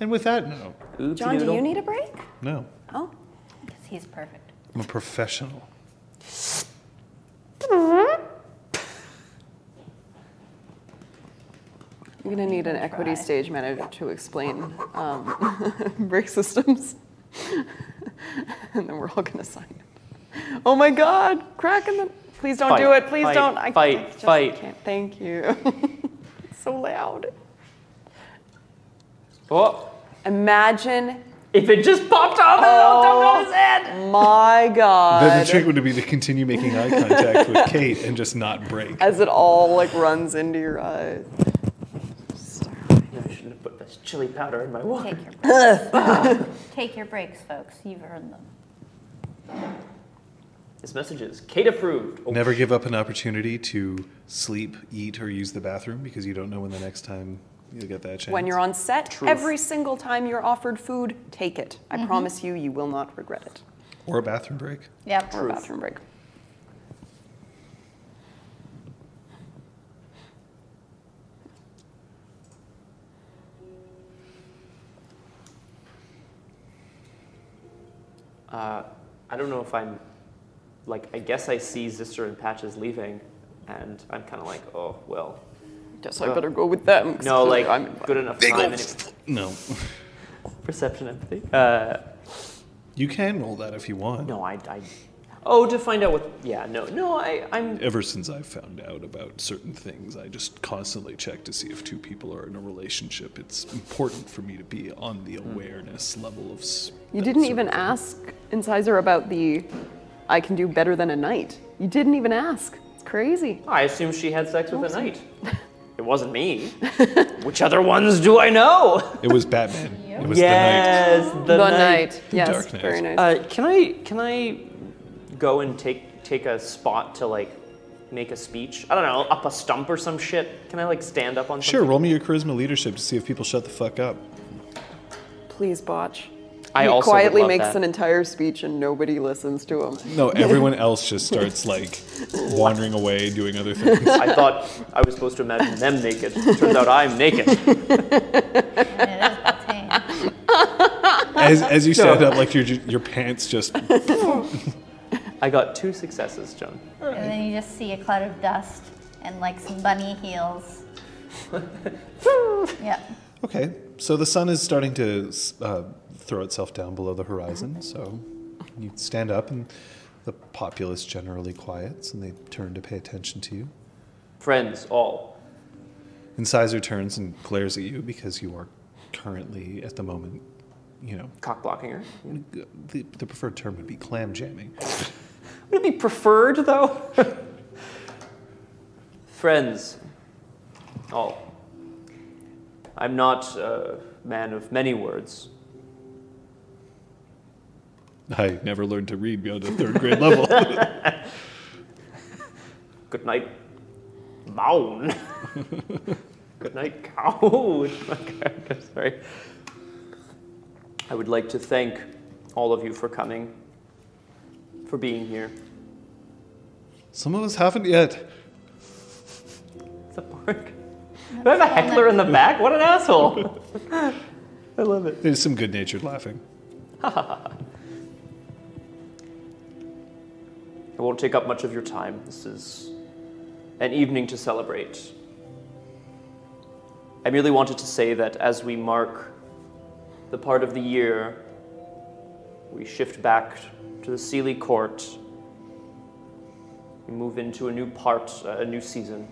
[SPEAKER 3] And with that, no,
[SPEAKER 4] Oopsie
[SPEAKER 6] John, do
[SPEAKER 4] doodle.
[SPEAKER 6] you need a break?
[SPEAKER 3] no.
[SPEAKER 6] Oh,
[SPEAKER 2] Because he's perfect.
[SPEAKER 3] I'm a professional.
[SPEAKER 6] I'm gonna need an equity
[SPEAKER 2] Try.
[SPEAKER 6] stage manager to explain um, (laughs) break systems, and then we're all gonna sign it. Oh my God, cracking the! Please don't do
[SPEAKER 4] Fight,
[SPEAKER 6] it. Please
[SPEAKER 4] fight,
[SPEAKER 6] don't. I,
[SPEAKER 4] fight,
[SPEAKER 6] I just
[SPEAKER 4] fight.
[SPEAKER 6] Can't. Thank you. (laughs) It's so loud.
[SPEAKER 4] Oh,
[SPEAKER 6] Imagine.
[SPEAKER 4] if it just popped off, oh. don't know his head.
[SPEAKER 6] My
[SPEAKER 3] Then
[SPEAKER 6] God.
[SPEAKER 3] the trick would be to continue making eye contact with Kate and just not break.
[SPEAKER 6] As it all like runs into your eyes.
[SPEAKER 4] I shouldn't have put this chili powder in my water.
[SPEAKER 2] Take your breaks. Take your breaks, folks. You've earned them.
[SPEAKER 4] This message is Kate approved. Oh,
[SPEAKER 3] Never give up an opportunity to sleep, eat, or use the bathroom because you don't know when the next time you'll get that chance.
[SPEAKER 6] When you're on set,
[SPEAKER 4] Truth.
[SPEAKER 6] every single time you're offered food, take it. I promise you, you will not regret it.
[SPEAKER 3] or a bathroom break.
[SPEAKER 2] Yep.
[SPEAKER 6] Or a bathroom break.
[SPEAKER 4] Uh, I don't know if I'm, like, I guess I see Zister and Patches leaving, and I'm kind of like, oh, well.
[SPEAKER 6] Guess I
[SPEAKER 4] Uh,
[SPEAKER 6] better go with them. 'cause
[SPEAKER 4] No,
[SPEAKER 6] clearly
[SPEAKER 4] like,
[SPEAKER 6] I'm invited.
[SPEAKER 4] good enough
[SPEAKER 3] Big
[SPEAKER 4] time.
[SPEAKER 3] ol'
[SPEAKER 4] and-
[SPEAKER 3] No.
[SPEAKER 4] Perception empathy. Uh,
[SPEAKER 3] You can roll that if you want.
[SPEAKER 4] no, I, I. Oh, to find out what. Yeah, no, no, I, I'm.
[SPEAKER 3] Ever since I found out about certain things, I just constantly check to see if two people are in a relationship. It's important for me to be on the awareness level of. s-
[SPEAKER 6] You
[SPEAKER 3] that
[SPEAKER 6] didn't
[SPEAKER 3] sort of
[SPEAKER 6] even
[SPEAKER 3] thing.
[SPEAKER 6] ask Incisor about the I can do better than a knight. You didn't even ask. It's crazy.
[SPEAKER 4] I assume she had sex with a (laughs) knight. It wasn't me. Which other ones do I know?
[SPEAKER 3] It was Batman. It was
[SPEAKER 4] yes, the,
[SPEAKER 6] The
[SPEAKER 4] knight.
[SPEAKER 6] knight. Yes,
[SPEAKER 3] Dark Knight.
[SPEAKER 6] very nice.
[SPEAKER 4] Uh, can I can I go and take take a spot to like make a speech. I don't know, up a stump or some shit. Can I like stand up on
[SPEAKER 3] Sure,
[SPEAKER 4] something?
[SPEAKER 3] roll me your charisma leadership to see if people shut the fuck up.
[SPEAKER 6] Please botch.
[SPEAKER 4] I
[SPEAKER 8] he
[SPEAKER 4] also would
[SPEAKER 8] quietly
[SPEAKER 4] love
[SPEAKER 8] makes
[SPEAKER 4] that.
[SPEAKER 8] an entire speech and nobody listens to him.
[SPEAKER 3] (laughs) No, everyone else just starts (laughs) like wandering away, doing other things.
[SPEAKER 4] I thought I was supposed to imagine them naked. Turns out I'm naked.
[SPEAKER 2] And it is (laughs) Beltane.
[SPEAKER 3] As, as you stand up, like your your pants just
[SPEAKER 4] I got two successes, John.
[SPEAKER 2] And then you just see a cloud of dust and like some bunny heels. yeah.
[SPEAKER 3] Okay, so the sun is starting to uh, throw itself down below the horizon, so you stand up and the populace generally quiets and they turn to pay attention to you.
[SPEAKER 4] Friends, all.
[SPEAKER 3] Incisor turns and glares at you because you are currently, at the moment, you know,
[SPEAKER 4] Cock blocking her.
[SPEAKER 3] the, the preferred term would be clam jamming.
[SPEAKER 4] Would it be preferred though? (laughs) Friends, all. I'm not a man of many words.
[SPEAKER 3] I never learned to read beyond a third grade level.
[SPEAKER 4] Good night, Mound. Good night, cow. (laughs) It's my character, Sorry. I would like to thank all of you for coming, for being here.
[SPEAKER 3] Some of us haven't yet.
[SPEAKER 4] It's a bark. Do I have a heckler in the back? What an asshole! I love it.
[SPEAKER 3] There's some good natured laughing.
[SPEAKER 4] I won't take up much of your time. This is an evening to celebrate. I merely wanted to say that as we mark the part of the year, we shift back to the Sealy Court. We move into a new part, a new season.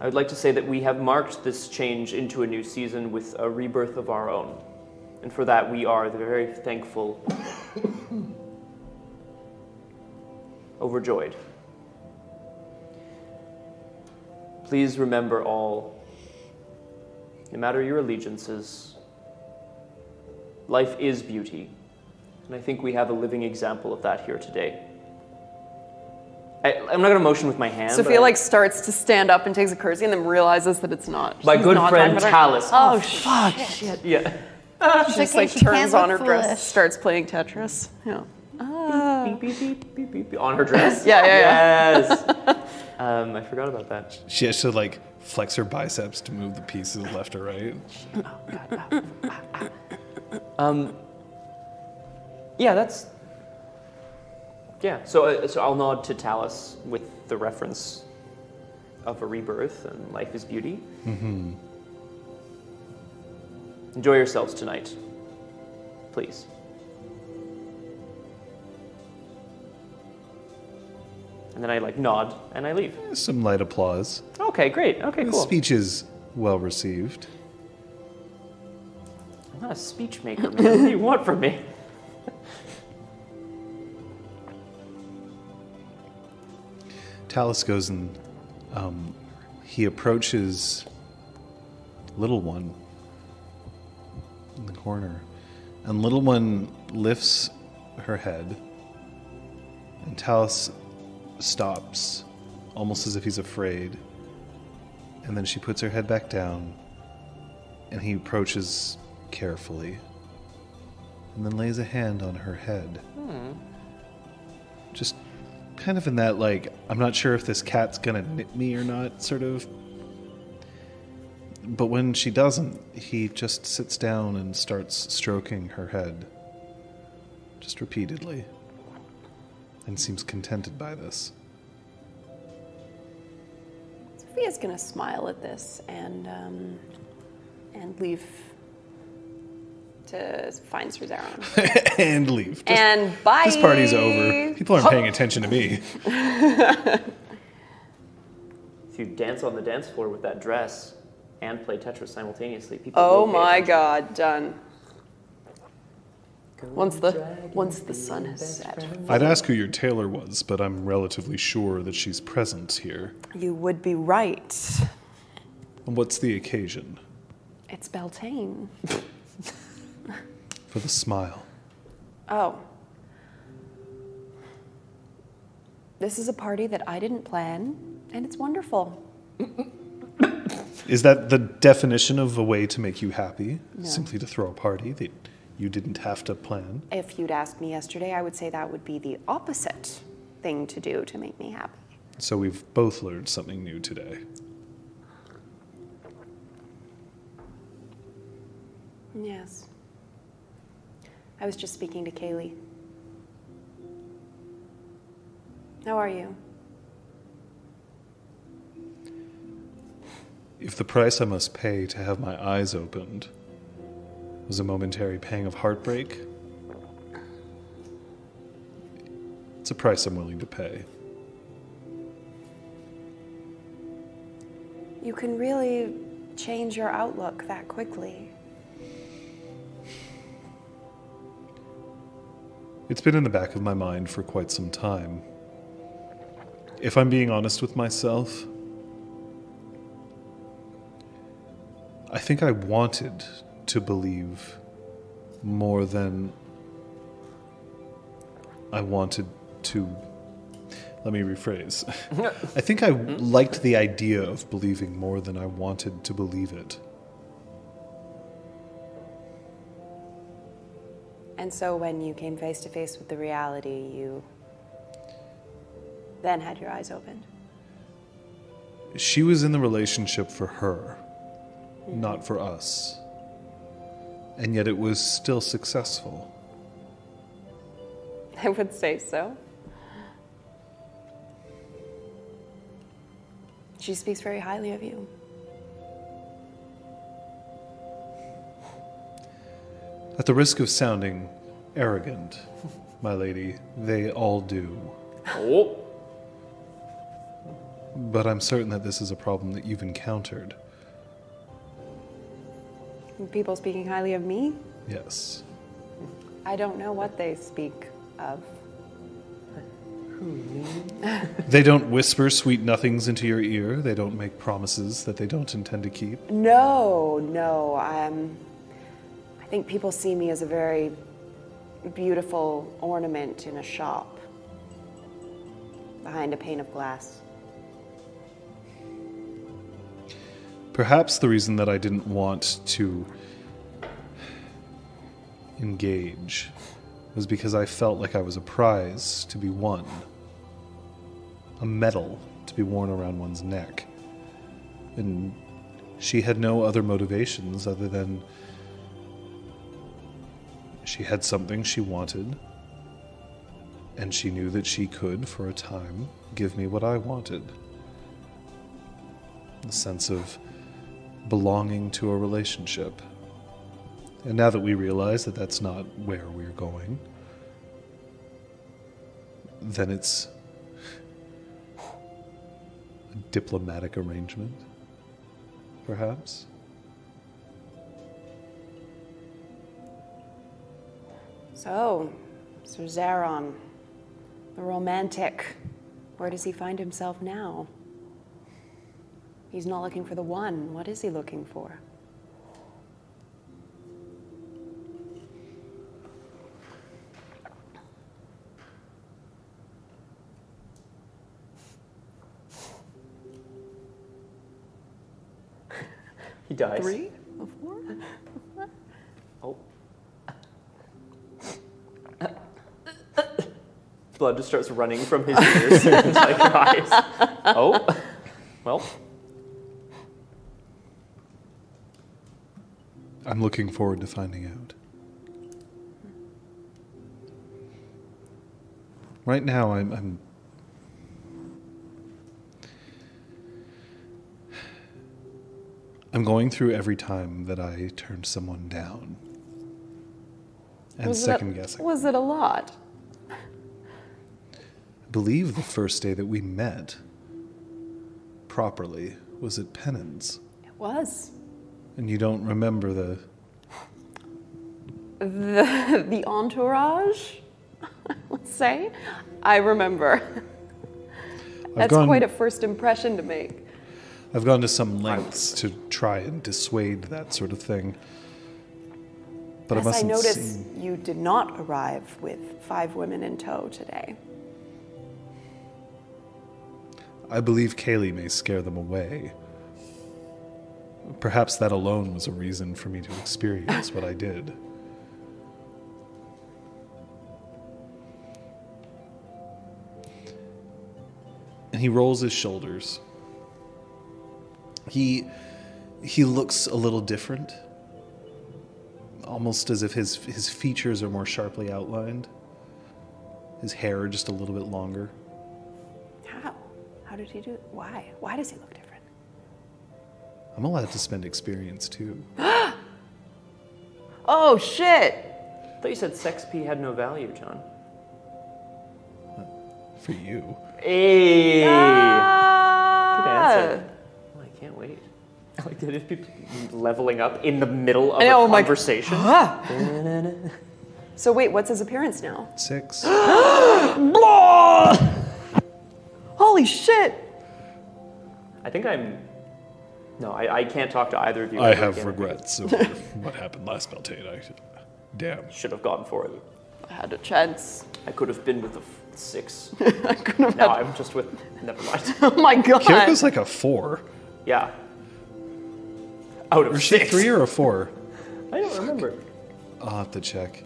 [SPEAKER 4] I would like to say that we have marked this change into a new season with a rebirth of our own. And for that, we are very thankful (coughs) overjoyed. Please remember all, no matter your allegiances, life is beauty, and I think we have a living example of that here today. I, I'm not going to motion with my hand. but I-
[SPEAKER 8] Sophia like starts to stand up and takes a curtsy and then realizes that it's not.
[SPEAKER 4] my
[SPEAKER 8] she's
[SPEAKER 4] good
[SPEAKER 8] not
[SPEAKER 4] friend
[SPEAKER 8] talking about her-
[SPEAKER 4] Talis.
[SPEAKER 8] Oh, fuck! Shit.
[SPEAKER 4] (laughs) Yeah.
[SPEAKER 6] Oh,
[SPEAKER 8] She just
[SPEAKER 2] It's okay,
[SPEAKER 8] like
[SPEAKER 2] she
[SPEAKER 8] turns
[SPEAKER 2] can
[SPEAKER 8] on her
[SPEAKER 2] look
[SPEAKER 8] dress,
[SPEAKER 2] foolish.
[SPEAKER 8] starts playing Tetris. Yeah. Ah.
[SPEAKER 4] Beep, beep, beep, beep, beep, beep, on her (laughs) dress.
[SPEAKER 8] Yeah, yeah, yeah.
[SPEAKER 4] (laughs) Yes. um, I forgot about that.
[SPEAKER 3] She has to like flex her biceps to move the pieces left or right.
[SPEAKER 4] Um, yeah, that's. Yeah, so, uh, so I'll nod to Talus with the reference of a rebirth and life is beauty. Mm-hmm. Enjoy yourselves tonight, please. And then I like nod and I leave.
[SPEAKER 3] Some light applause.
[SPEAKER 4] Okay, great. Okay,
[SPEAKER 3] The
[SPEAKER 4] cool.
[SPEAKER 3] speech is well received.
[SPEAKER 4] I'm not a speech maker, man. what do you want from me?
[SPEAKER 3] Talus goes and um, he approaches Little One in the corner. And Little One lifts her head. And Talus stops, almost as if he's afraid. And then she puts her head back down. And he approaches carefully. And then lays a hand on her head. Just kind of in that like I'm not sure if this cat's gonna nip me or not sort of. But when she doesn't, he just sits down and starts stroking her head, just repeatedly, and seems contented by this. (laughs)
[SPEAKER 6] Sophia's gonna smile at this and um, and leave
[SPEAKER 8] To find Cerzara.
[SPEAKER 3] and leave. Just-
[SPEAKER 8] And bye.
[SPEAKER 3] this party's over. People
[SPEAKER 8] (laughs)
[SPEAKER 3] aren't paying attention to me.
[SPEAKER 4] If you dance on the dance floor with that dress and play Tetris simultaneously, people.
[SPEAKER 8] Oh
[SPEAKER 4] will pay
[SPEAKER 8] my
[SPEAKER 4] attention.
[SPEAKER 8] god, done.
[SPEAKER 4] Go
[SPEAKER 8] Once the
[SPEAKER 4] dragon,
[SPEAKER 8] once the sun
[SPEAKER 4] be
[SPEAKER 8] has
[SPEAKER 4] best
[SPEAKER 8] set.
[SPEAKER 4] friend.
[SPEAKER 3] I'd ask who your tailor was, but I'm relatively sure that she's present here.
[SPEAKER 6] you would be right.
[SPEAKER 3] And what's the occasion
[SPEAKER 6] It's Beltane.
[SPEAKER 3] for the smile?
[SPEAKER 6] Oh. This is a party that I didn't plan, and it's wonderful.
[SPEAKER 3] Is that the definition of a way to make you happy? Simply to throw a party that you didn't have to plan?
[SPEAKER 6] If you'd asked me yesterday, I would say that would be the opposite thing to do to make me happy.
[SPEAKER 3] So we've both learned something new today.
[SPEAKER 6] Yes. I was just speaking to Kaylee. How are you?
[SPEAKER 3] If the price I must pay to have my eyes opened was a momentary pang of heartbreak, it's a price I'm willing to pay.
[SPEAKER 6] You can really change your outlook that quickly.
[SPEAKER 3] It's been in the back of my mind for quite some time. If I'm being honest with myself, I think I wanted to believe more than I wanted to. Let me rephrase. I think I liked the idea of believing more than I wanted to believe it.
[SPEAKER 6] And so when you came face to face with the reality, you then had your eyes opened.
[SPEAKER 3] She was in the relationship for her, not for us. And yet it was still successful.
[SPEAKER 6] (laughs) I would say so. She speaks very highly of you.
[SPEAKER 3] At the risk of sounding arrogant, (laughs) my lady, they all do.
[SPEAKER 4] Oh.
[SPEAKER 3] But I'm certain that this is a problem that you've encountered.
[SPEAKER 6] People speaking highly of me?
[SPEAKER 3] Yes.
[SPEAKER 6] I don't know what they speak of.
[SPEAKER 3] They don't whisper sweet nothings into your ear. They don't make promises that they don't intend to keep.
[SPEAKER 6] No, no. Um, I think people see me as a very beautiful ornament in a shop behind a pane of glass.
[SPEAKER 3] Perhaps the reason that I didn't want to engage was because I felt like I was a prize to be won, a medal to be worn around one's neck. And she had no other motivations other than she had something she wanted, and she knew that she could, for a time, give me what I wanted the sense of belonging to a relationship. And now that we realize that that's not where we're going, then it's a diplomatic arrangement, perhaps.
[SPEAKER 6] So, Sir Zaron, the romantic, where does he find himself now? He's not looking for the one. What is he looking for?
[SPEAKER 4] He dies.
[SPEAKER 8] Three? A four?
[SPEAKER 4] Oh. Blood just starts running from his ears. (laughs) It's like, eyes. Oh. Well,
[SPEAKER 3] I'm looking forward to finding out. Right now, I'm. I'm I'm going through every time that I turned someone down and second guessing.
[SPEAKER 8] Was it a lot?
[SPEAKER 3] I believe the first day that we met properly was at Pennon's.
[SPEAKER 6] It was.
[SPEAKER 3] And you don't remember the.
[SPEAKER 8] The, (laughs) the entourage, (laughs) let's say. I remember. (laughs)
[SPEAKER 3] I've
[SPEAKER 8] That's
[SPEAKER 3] gone-
[SPEAKER 8] quite a first impression to make.
[SPEAKER 3] I've gone to some lengths to try and dissuade that sort of thing. But I
[SPEAKER 6] As I,
[SPEAKER 3] mustn't
[SPEAKER 6] notice
[SPEAKER 3] seem-
[SPEAKER 6] you did not arrive with five women in tow today.
[SPEAKER 3] I believe Kaylee may scare them away. Perhaps that alone was a reason for me to experience what I did. And he rolls his shoulders. He he looks a little different. Almost as if his his features are more sharply outlined. His hair just a little bit longer.
[SPEAKER 6] How? How did he do? Why? Why does he look different?
[SPEAKER 3] I'm allowed to spend experience too.
[SPEAKER 8] Oh shit!
[SPEAKER 4] I thought you said sex P had no value, John.
[SPEAKER 3] For you.
[SPEAKER 4] Hey! Good answer.
[SPEAKER 8] Ah!
[SPEAKER 4] Oh, I can't wait. (laughs) I like that if people leveling up in the middle of
[SPEAKER 8] I know,
[SPEAKER 4] a
[SPEAKER 8] I'm like,
[SPEAKER 4] conversation.
[SPEAKER 8] So wait, what's his appearance now?
[SPEAKER 3] (gasps) Six.
[SPEAKER 8] Holy shit!
[SPEAKER 4] I think I'm. No, I, I can't talk to either of you.
[SPEAKER 5] I have regrets over what happened last Beltane. I, damn.
[SPEAKER 4] Should have gone for it.
[SPEAKER 8] I had a chance. (laughs)
[SPEAKER 4] I could have been with the f- six.
[SPEAKER 8] I couldn't have.
[SPEAKER 4] now
[SPEAKER 8] had-
[SPEAKER 4] I'm just with. Never mind.
[SPEAKER 8] oh my god!
[SPEAKER 3] Kyoko's like a four.
[SPEAKER 4] Yeah. Out of
[SPEAKER 3] Is she a
[SPEAKER 4] six.
[SPEAKER 3] three or a four?
[SPEAKER 4] I don't remember.
[SPEAKER 3] I'll have to check.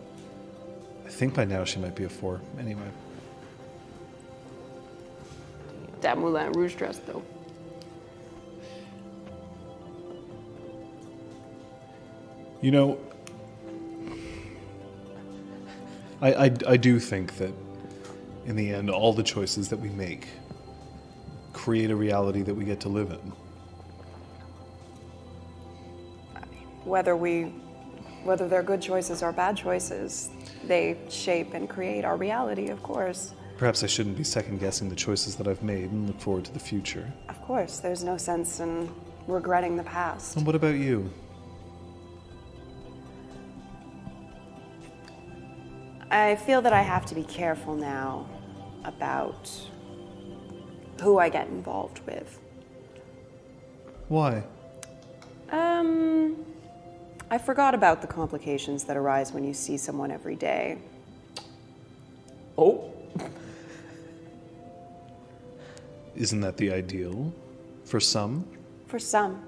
[SPEAKER 3] I think by now she might be a four. Anyway.
[SPEAKER 8] That Moulin Rouge dress though.
[SPEAKER 3] You know, I, I, I do think that in the end, all the choices that we make create a reality that we get to live in.
[SPEAKER 6] Whether we, whether they're good choices or bad choices, they shape and create our reality. Of course,
[SPEAKER 3] Perhaps I shouldn't be second guessing the choices that I've made and look forward to the future.
[SPEAKER 6] of course. There's no sense in regretting the past.
[SPEAKER 3] And what about you?
[SPEAKER 6] I feel that I have to be careful now about who I get involved with.
[SPEAKER 3] Why?
[SPEAKER 6] Um, I forgot about the complications that arise when you see someone every day.
[SPEAKER 4] Oh.
[SPEAKER 3] Isn't that the ideal for some?
[SPEAKER 6] For some,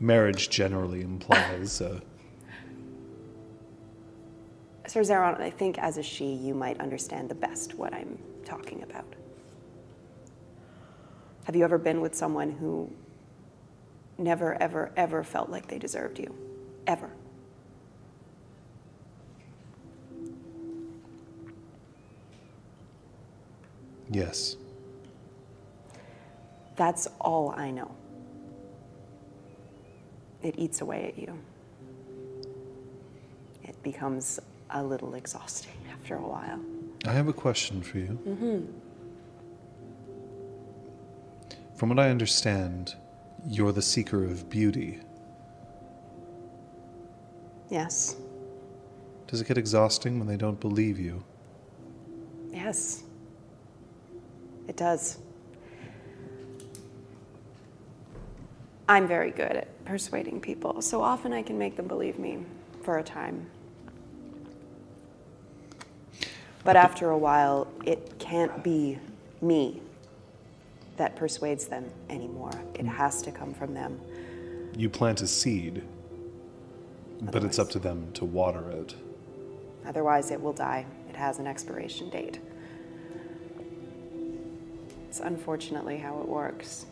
[SPEAKER 3] Marriage generally implies a. (laughs)
[SPEAKER 6] Sir Zeron, I think as a she, you might understand the best what I'm talking about. Have you ever been with someone who never, ever, ever felt like they deserved you? Ever.
[SPEAKER 3] Yes.
[SPEAKER 6] That's all I know. It eats away at you. It becomes a little exhausting after a while.
[SPEAKER 3] I have a question for you. Mm-hmm. From what I understand, you're the seeker of beauty.
[SPEAKER 6] Yes.
[SPEAKER 3] Does it get exhausting when they don't believe you?
[SPEAKER 6] Yes. It does. I'm very good at persuading people, so often I can make them believe me for a time. But after a while, it can't be me that persuades them anymore. It has to come from them.
[SPEAKER 3] You plant a seed, but it's up to them to water it.
[SPEAKER 6] Otherwise, it will die. It has an expiration date. It's unfortunately how it works.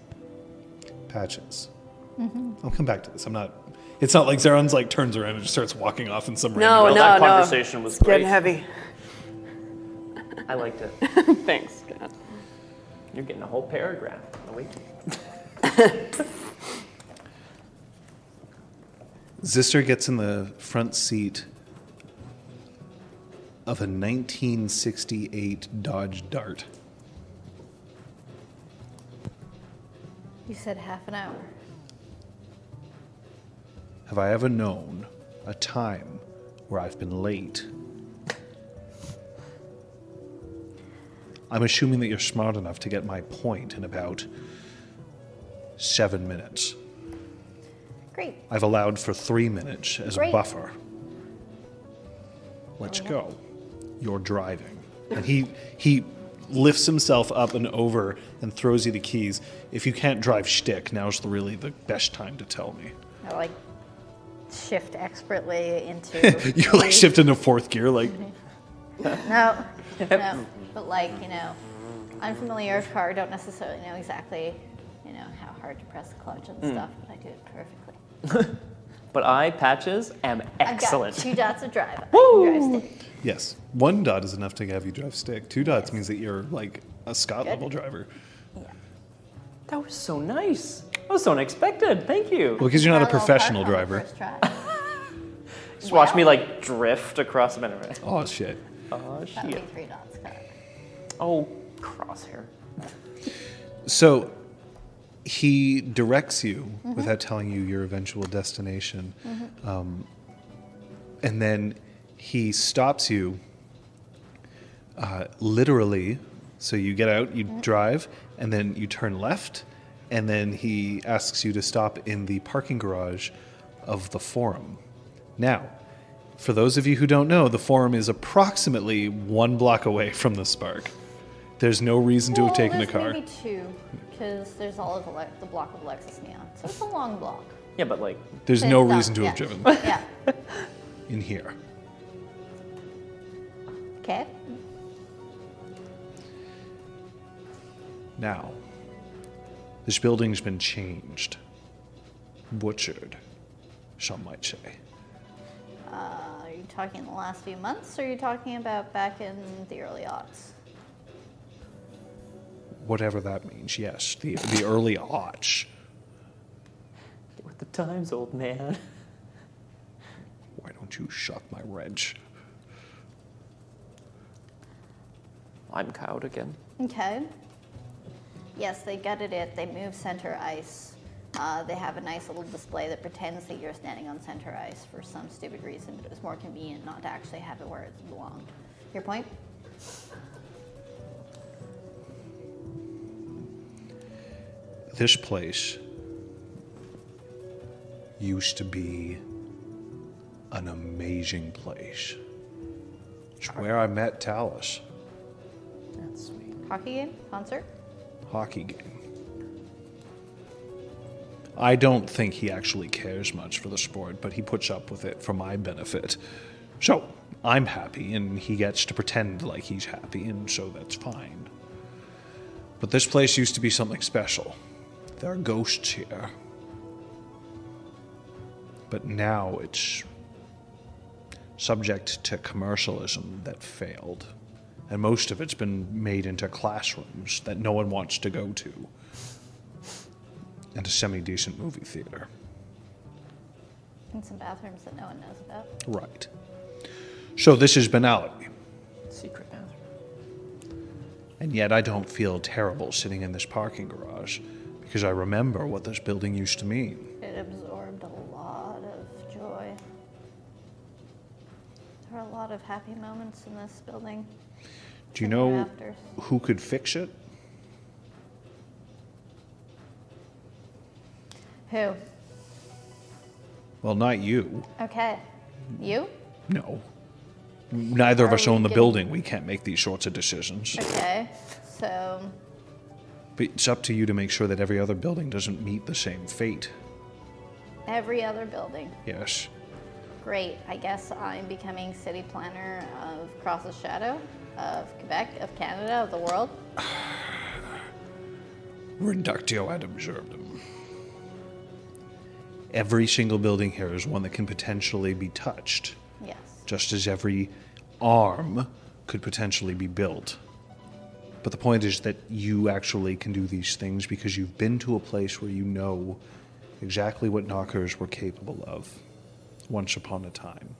[SPEAKER 3] Patches. I'll come back to this. I'm not. It's not like Zeron's like turns around and just starts walking off in some
[SPEAKER 6] Oh,
[SPEAKER 8] No,
[SPEAKER 4] Well,
[SPEAKER 8] no,
[SPEAKER 4] that
[SPEAKER 8] no.
[SPEAKER 4] conversation was great.
[SPEAKER 6] Getting heavy.
[SPEAKER 4] I liked it.
[SPEAKER 8] Thanks. God.
[SPEAKER 4] You're getting a whole paragraph in a week.
[SPEAKER 3] Zister gets in the front seat of a 1968 Dodge Dart.
[SPEAKER 2] You said half an hour.
[SPEAKER 3] Have I ever known a time where I've been late? I'm assuming that you're smart enough to get my point in about seven minutes.
[SPEAKER 2] Great.
[SPEAKER 3] I've allowed for three minutes as a
[SPEAKER 2] Great.
[SPEAKER 3] buffer. Let's go. You're driving. And he he
[SPEAKER 5] lifts himself up and over and throws you the keys. If you can't drive shtick, now's the- really the best time to tell me. (laughs)
[SPEAKER 2] I like shift expertly into.
[SPEAKER 3] (laughs)
[SPEAKER 5] You like shift into fourth gear, like
[SPEAKER 2] No, no. But like you know, unfamiliar car. Don't necessarily know exactly, you know, how hard to press the clutch and stuff. But I do it perfectly.
[SPEAKER 4] But I, Patches, am
[SPEAKER 2] I've got
[SPEAKER 4] excellent.
[SPEAKER 2] two dots of drive. I can drive stick.
[SPEAKER 5] yes, one dot is enough to have you drive stick. Two dots means that you're like a Scott level driver.
[SPEAKER 4] That was so nice. That was so unexpected. Thank you.
[SPEAKER 5] Well, because you're not a
[SPEAKER 2] Parallel park
[SPEAKER 5] professional
[SPEAKER 2] on the
[SPEAKER 5] driver.
[SPEAKER 2] first try.
[SPEAKER 4] Just watch me like drift across the minute.
[SPEAKER 5] Oh shit.
[SPEAKER 4] Oh
[SPEAKER 2] That would
[SPEAKER 4] shit.
[SPEAKER 2] be three dots. Got it.
[SPEAKER 4] Oh, crosshair.
[SPEAKER 5] So he directs you without telling you your eventual destination. Um, and then he stops you uh, literally. So you get out, you
[SPEAKER 2] Mm-hmm.
[SPEAKER 5] drive, and then you turn left. And then he asks you to stop in the parking garage of the forum. Now, for those of you who don't know, the forum is approximately one block away from the spark. There's no reason to have
[SPEAKER 2] Well,
[SPEAKER 5] taken a
[SPEAKER 2] there's
[SPEAKER 5] car.
[SPEAKER 2] Maybe two, because there's all of Alex- the block of Lexus Neon, so it's a long block.
[SPEAKER 4] Yeah, but like,
[SPEAKER 5] There's
[SPEAKER 2] So
[SPEAKER 5] no
[SPEAKER 2] it's not-
[SPEAKER 5] reason to have
[SPEAKER 2] yeah. (laughs)
[SPEAKER 5] driven (laughs)
[SPEAKER 2] Yeah.
[SPEAKER 5] in here.
[SPEAKER 2] Okay.
[SPEAKER 5] Now, this building's been changed, butchered, some might say.
[SPEAKER 2] Uh, are you talking the last few months, or are you talking about back in the early aughts?
[SPEAKER 5] Whatever that means, yes, the, the early arch.
[SPEAKER 4] get with the times, old man.
[SPEAKER 5] Why don't you shut my wrench?
[SPEAKER 4] I'm cowed again.
[SPEAKER 2] Okay. Yes, they gutted it. They moved center ice. Uh, they have a nice little display that pretends that you're standing on center ice for some stupid reason, but it was more convenient not to actually have it where it belonged. Your point?
[SPEAKER 5] (laughs) This place used to be an amazing place. It's where I met Talus.
[SPEAKER 4] That's sweet.
[SPEAKER 2] Hockey game? Concert?
[SPEAKER 5] hockey game. I don't think he actually cares much for the sport, but he puts up with it for my benefit. So I'm happy, and he gets to pretend like he's happy, and so that's fine. But this place used to be something special. There are ghosts here. But now it's subject to commercialism that failed. And most of it's been made into classrooms that no one wants to go to. And a semi decent movie theater.
[SPEAKER 2] And some bathrooms that no one knows about.
[SPEAKER 5] Right. So this is banality.
[SPEAKER 4] Secret bathroom.
[SPEAKER 5] And yet I don't feel terrible sitting in this parking garage because I remember what this building used to mean.
[SPEAKER 2] It absorbed a lot of joy. There are a lot of happy moments in this building.
[SPEAKER 5] Do you
[SPEAKER 2] and their
[SPEAKER 5] know
[SPEAKER 2] afters.
[SPEAKER 5] who could fix it?
[SPEAKER 2] Who?
[SPEAKER 5] Well, not you.
[SPEAKER 2] Okay. You?
[SPEAKER 5] No. Neither of
[SPEAKER 2] Are
[SPEAKER 5] us
[SPEAKER 2] we
[SPEAKER 5] own the
[SPEAKER 2] getting-
[SPEAKER 5] building. We can't make these sorts of decisions.
[SPEAKER 2] Okay. So,
[SPEAKER 5] But it's up to you to make sure that every other building doesn't meet the same fate.
[SPEAKER 2] every other building.
[SPEAKER 5] Yes.
[SPEAKER 2] Great. I guess I'm becoming city planner of Cross the Shadow, of Quebec, of Canada, of the world.
[SPEAKER 5] Reductio ad absurdum. Every single building here is one that can potentially be touched,
[SPEAKER 2] Yes.
[SPEAKER 5] just as every arm could potentially be built. But the point is that you actually can do these things because you've been to a place where you know exactly what knockers were capable of once upon a time.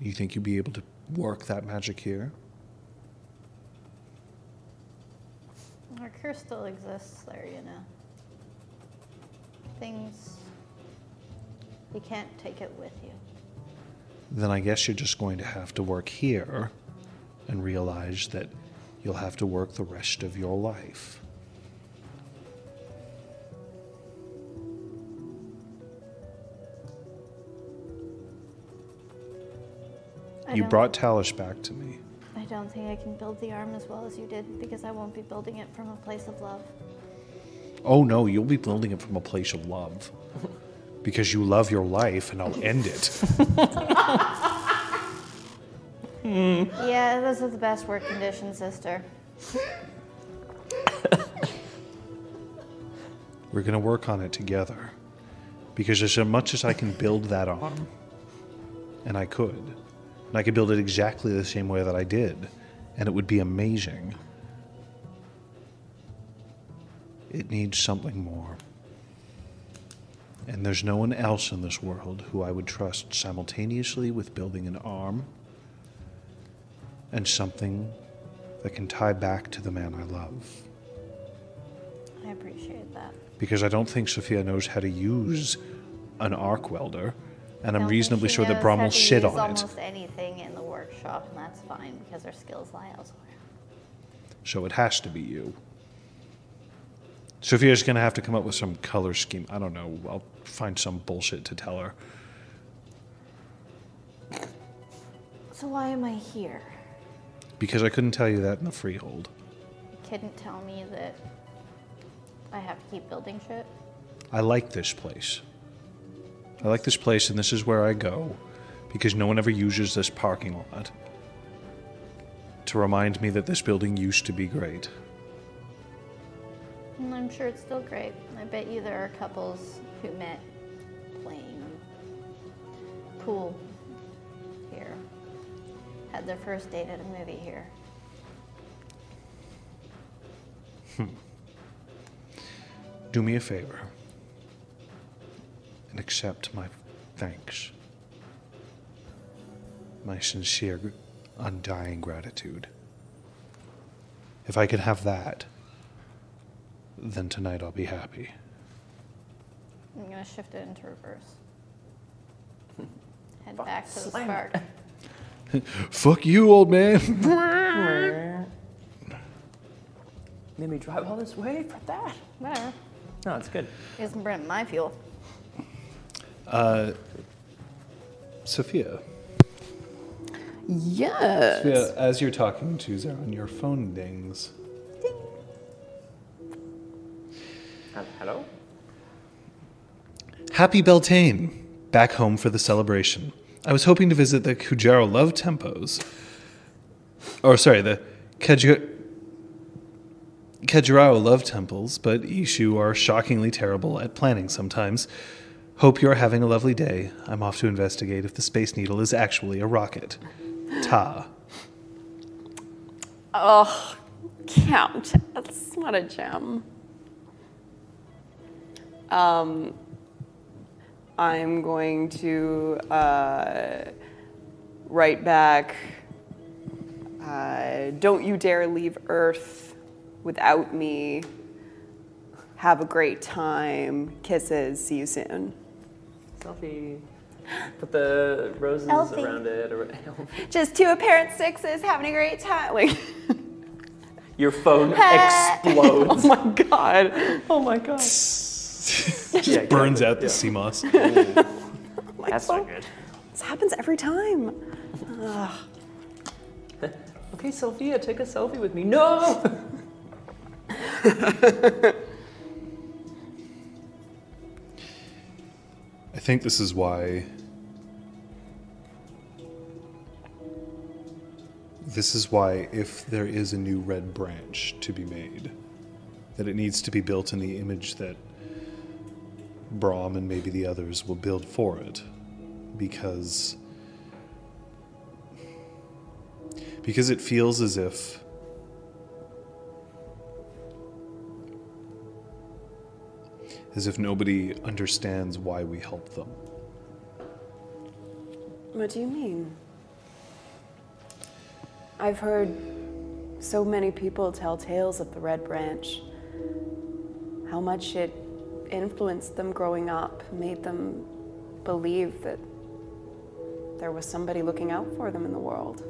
[SPEAKER 5] You think you'd be able to work that magic here?
[SPEAKER 2] Our curse still exists there, you know. Things. You can't take it with you.
[SPEAKER 5] then I guess you're just going to have to work here and realize that you'll have to work the rest of your life.
[SPEAKER 2] I
[SPEAKER 5] you
[SPEAKER 2] don't-
[SPEAKER 5] brought Talish back to me.
[SPEAKER 2] I don't think I can build the arm as well as you did because I won't be building it from a place of love.
[SPEAKER 5] Oh no, you'll be building it from a place of love. Because you love your life, and I'll end it.
[SPEAKER 2] Yeah, those are the best work conditions, sister.
[SPEAKER 5] We're gonna work on it together. Because as much as I can build that arm, and I could, and I could build it exactly the same way that I did, and it would be amazing. It needs something more. And there's no one else in this world who I would trust simultaneously with building an arm and something that can tie back to the man I love
[SPEAKER 2] I appreciate that.
[SPEAKER 5] because I don't think Sophia knows how to use an arc welder, and
[SPEAKER 9] Don't
[SPEAKER 5] I'm
[SPEAKER 9] think
[SPEAKER 5] reasonably
[SPEAKER 9] she
[SPEAKER 5] sure that
[SPEAKER 9] knows
[SPEAKER 5] Brom
[SPEAKER 9] how
[SPEAKER 5] will
[SPEAKER 9] to
[SPEAKER 5] shit
[SPEAKER 9] use
[SPEAKER 5] on
[SPEAKER 9] almost
[SPEAKER 5] it.
[SPEAKER 9] anything in the workshop, and that's fine because her skills lie elsewhere.
[SPEAKER 5] So it has to be you. Sophia's gonna have to come up with some color scheme. I don't know. I'll find some bullshit to tell her.
[SPEAKER 2] So why am I here?
[SPEAKER 5] Because I couldn't tell you that in the freehold.
[SPEAKER 2] You couldn't tell me that I have to keep building shit.
[SPEAKER 5] I like this place. I like this place, and this is where I go because no one ever uses this parking lot to remind me that this building used to be great.
[SPEAKER 2] And I'm sure it's still great. I bet you there are couples who met playing pool here, had their first date at a movie here.
[SPEAKER 5] Do me a favor and accept my thanks. My sincere, undying gratitude. If I could have that, then tonight I'll be happy.
[SPEAKER 2] I'm gonna shift it into reverse. Head back to the spark.
[SPEAKER 5] Fuck you, old man!
[SPEAKER 4] Made me drive all this way for that.
[SPEAKER 2] Whatever.
[SPEAKER 4] No, it's good.
[SPEAKER 2] Isn't Brent my fuel?
[SPEAKER 5] (laughs) Sophia.
[SPEAKER 6] Yes.
[SPEAKER 5] Sophia, as you're talking to Zaron, your phone dings.
[SPEAKER 4] Um, hello?
[SPEAKER 5] Happy Beltane! Back home for the celebration. I was hoping to visit the Kujaro Love Tempos. Or, sorry, the Kaju- Kajirao Love Temples, but Ishu are shockingly terrible at planning sometimes. Hope you're having a lovely day. I'm off to investigate if the Space Needle is actually a rocket. Ta.
[SPEAKER 6] Oh, count. That's not a gem. Um, I'm going to uh, write back. Uh, don't you dare leave Earth without me. Have a great time. Kisses. See you soon.
[SPEAKER 4] Selfie. Put the roses
[SPEAKER 2] Selfie.
[SPEAKER 4] around it. Or, (laughs)
[SPEAKER 6] Just two apparent sixes having a great time. Like, (laughs)
[SPEAKER 4] your phone explodes.
[SPEAKER 6] oh my god.
[SPEAKER 4] (laughs) oh my god.
[SPEAKER 5] Just
[SPEAKER 4] Yeah,
[SPEAKER 5] burns
[SPEAKER 4] exactly.
[SPEAKER 5] out the
[SPEAKER 4] Yeah.
[SPEAKER 5] sea moss.
[SPEAKER 6] My
[SPEAKER 4] That's
[SPEAKER 6] phone.
[SPEAKER 4] not good.
[SPEAKER 6] This happens every time.
[SPEAKER 4] Okay, Sophia, take a selfie with me. No!
[SPEAKER 5] I think this is why. This is why, if there is a new red branch to be made, that it needs to be built in the image that Brahm and maybe the others will build for it. Because. Because it feels as if. as if nobody understands why we help them.
[SPEAKER 10] What do you mean? I've heard so many people tell tales of the Red Branch, how much it influenced them growing up, made them believe that there was somebody looking out for them in the world.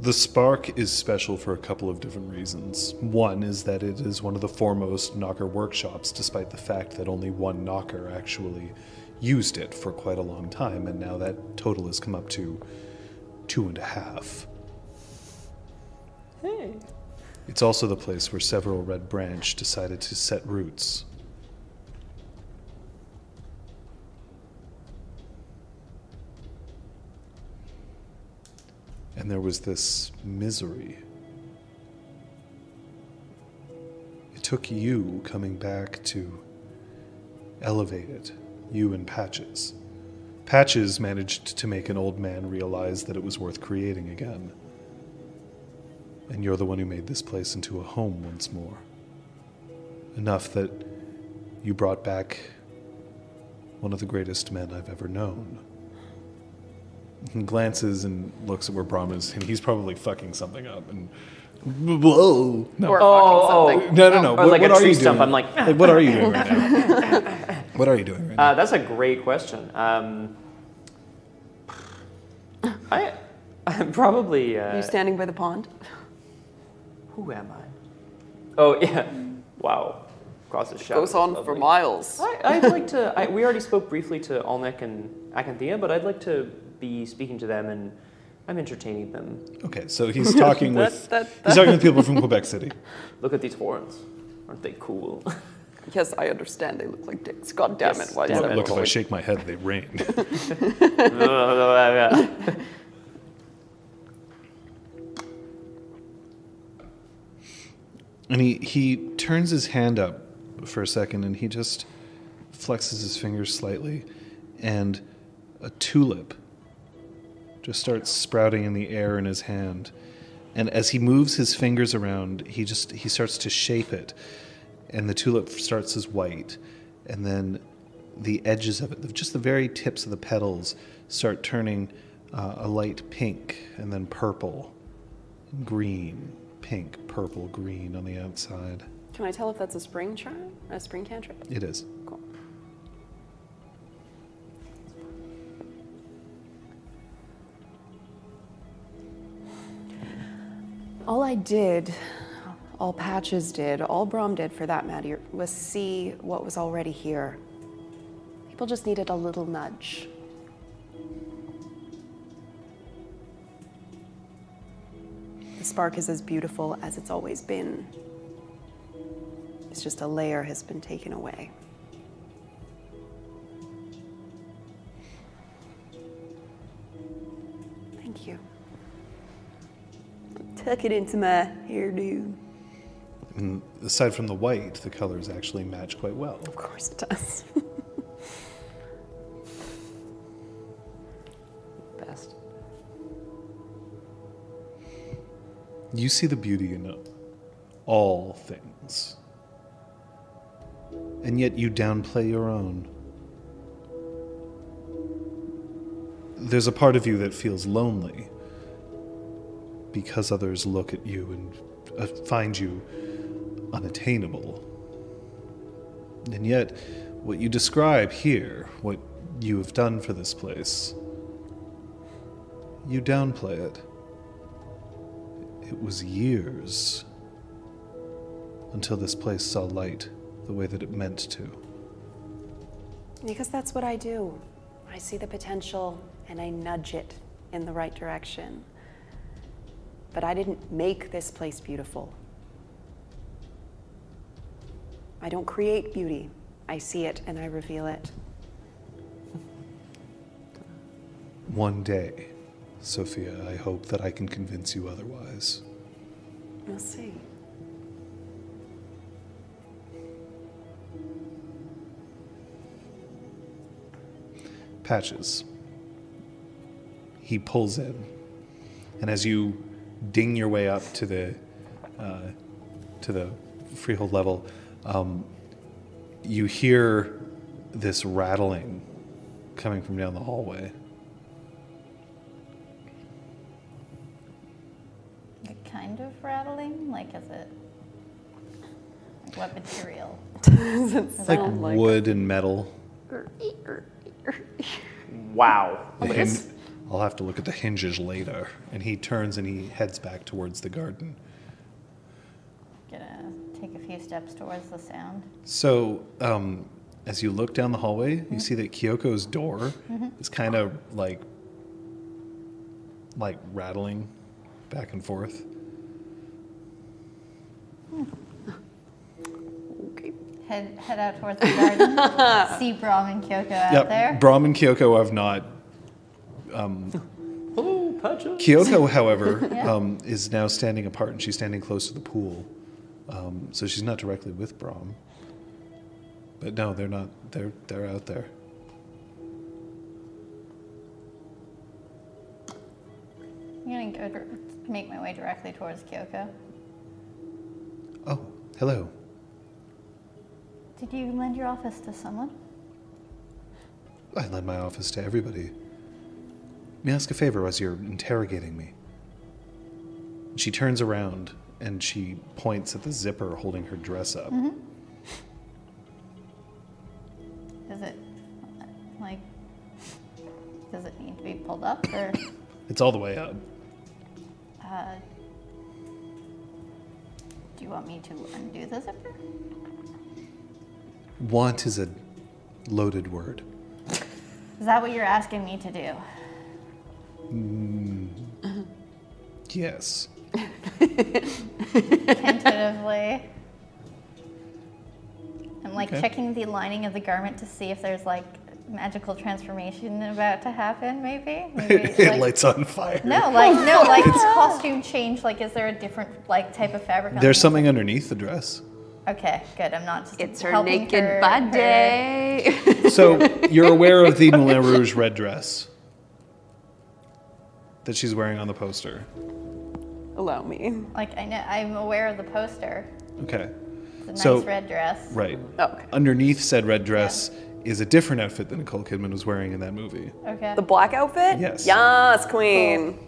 [SPEAKER 5] The Spark is special for a couple of different reasons. One is that it is one of the foremost knocker workshops, despite the fact that only one knocker actually used it for quite a long time, and now that total has come up to two and a half.
[SPEAKER 4] Hey.
[SPEAKER 5] It's also the place where several Red Branch decided to set roots. And there was this misery. It took you coming back to elevate it, you and Patches. Patches managed to make an old man realize that it was worth creating again. And you're the one who made this place into a home once more. Enough that you brought back one of the greatest men I've ever known. He glances and looks at where Brahm is, and he's probably fucking something up. And whoa, no,
[SPEAKER 6] Or
[SPEAKER 4] (laughs)
[SPEAKER 6] fucking
[SPEAKER 4] Oh,
[SPEAKER 6] something.
[SPEAKER 4] oh.
[SPEAKER 5] no, no, no.
[SPEAKER 4] Or like a tree stump.
[SPEAKER 5] doing?
[SPEAKER 4] I'm like,
[SPEAKER 5] what are you
[SPEAKER 4] (laughs)
[SPEAKER 5] doing right now? what are you doing right now?
[SPEAKER 4] Uh, that's a great question. Um, I, I'm probably.
[SPEAKER 3] Are
[SPEAKER 4] Uh,
[SPEAKER 3] you standing by the pond?
[SPEAKER 4] who am I? Oh yeah. Wow. Across the shadow.
[SPEAKER 3] Goes on for miles.
[SPEAKER 4] I, I'd like to. I, we already spoke briefly to Alnek and Acanthea, but I'd like to be speaking to them, and I'm entertaining them.
[SPEAKER 5] Okay, so he's talking
[SPEAKER 3] That-
[SPEAKER 5] with
[SPEAKER 3] that-
[SPEAKER 5] he's talking with people from
[SPEAKER 4] (laughs)
[SPEAKER 5] Quebec City.
[SPEAKER 4] Look at these horns. Aren't they
[SPEAKER 3] (laughs)
[SPEAKER 4] cool? (laughs)
[SPEAKER 3] Yes, I understand. They look like dicks. God damn
[SPEAKER 4] Yes,
[SPEAKER 3] it! Why is
[SPEAKER 4] damn
[SPEAKER 3] that
[SPEAKER 4] it.
[SPEAKER 5] Look, if I
[SPEAKER 3] wrong?
[SPEAKER 5] shake my head, they rain.
[SPEAKER 4] Acanthea,
[SPEAKER 5] And he, he turns his hand up for a second and he just flexes his fingers slightly, and a tulip just starts sprouting in the air in his hand. And as he moves his fingers around, he just he starts to shape it, and the tulip starts as white, and then the edges of it, just the very tips of the petals, start turning uh, a light pink and then purple, green, pink, purple, green on the outside.
[SPEAKER 3] Can I tell if that's a spring charm? A spring cantrip?
[SPEAKER 5] It is.
[SPEAKER 3] Cool.
[SPEAKER 6] All I did, all Patches did, all Brom did for that matter, was see what was already here. People just needed a little nudge. The spark is as beautiful as it's always been. It's just a layer has been taken away. Thank you.
[SPEAKER 3] Tuck it into my hairdo.
[SPEAKER 5] Aside from the white, the colors actually match quite well.
[SPEAKER 6] Of course it does. (laughs)
[SPEAKER 4] best.
[SPEAKER 5] You see the beauty in all things. And yet you downplay your own. There's a part of you that feels lonely because others look at you and uh, find you unattainable. And yet, what you describe here, what you have done for this place, you downplay it. It was years until this place saw light the way that it meant to.
[SPEAKER 6] Because that's what I do. I see the potential and I nudge it in the right direction. But I didn't make this place beautiful. I don't create beauty. I see it and I reveal it.
[SPEAKER 5] One day, Sophia, I hope that I can convince you otherwise.
[SPEAKER 6] We'll see.
[SPEAKER 5] Patches. He pulls in, and as you ding your way up to the uh, to the freehold level, um, you hear this rattling coming from down the hallway.
[SPEAKER 2] Like, kind of rattling? Like, is it? Like, what material?
[SPEAKER 5] It's like wood and metal.
[SPEAKER 4] Wow.
[SPEAKER 5] The hin- I'll have to look at the hinges later. And he turns and he heads back towards the garden.
[SPEAKER 2] Gonna take a few steps towards the sound.
[SPEAKER 5] So um, As you look down the hallway, you see that Kyoko's door is kind of like like rattling back and forth.
[SPEAKER 2] Head, head out towards the garden. See Brom and Kyoko out there.
[SPEAKER 5] Brahm and Kyoko have not.
[SPEAKER 4] Oh, Pacha.
[SPEAKER 5] Kyoko, however, um, is now standing apart, and she's standing close to the pool, um, so she's not directly with Brahm. But no, they're not. They're they're out there.
[SPEAKER 2] I'm gonna go dir- make my way directly towards Kyoko.
[SPEAKER 5] Oh, hello.
[SPEAKER 2] Did you lend your office to someone?
[SPEAKER 5] I lend my office to everybody. May I ask a favor as you're interrogating me? She turns around and she points at the zipper holding her dress up.
[SPEAKER 2] Is it like? Does it need to be pulled up or?
[SPEAKER 5] It's all the way up.
[SPEAKER 2] Uh, do you want me to undo the zipper?
[SPEAKER 5] Want is a loaded word.
[SPEAKER 2] Is that what you're asking me to do?
[SPEAKER 5] Yes.
[SPEAKER 2] Tentatively. I'm like
[SPEAKER 5] Okay.
[SPEAKER 2] checking the lining of the garment to see if there's like magical transformation about to happen, maybe? maybe
[SPEAKER 5] (laughs) It, it lights on fire.
[SPEAKER 2] no, like no,
[SPEAKER 11] (laughs)
[SPEAKER 2] like costume change. Like, is there a different like type of fabric? on
[SPEAKER 5] There's
[SPEAKER 2] it?
[SPEAKER 5] something underneath the dress.
[SPEAKER 2] Okay, good. I'm not. Just
[SPEAKER 11] It's her
[SPEAKER 2] helping
[SPEAKER 11] naked
[SPEAKER 2] her- her-
[SPEAKER 11] body.
[SPEAKER 5] So you're aware of the Moulin Rouge red dress that she's wearing on the poster.
[SPEAKER 6] Allow me.
[SPEAKER 2] Like I know, I'm aware of the poster.
[SPEAKER 5] Okay.
[SPEAKER 2] It's a nice
[SPEAKER 5] So-
[SPEAKER 2] red dress.
[SPEAKER 5] Right.
[SPEAKER 6] Oh, Okay.
[SPEAKER 5] Underneath said red dress is a different outfit than Nicole Kidman was wearing in that movie.
[SPEAKER 2] Okay.
[SPEAKER 6] The black outfit?
[SPEAKER 5] Yes.
[SPEAKER 6] Yes, queen.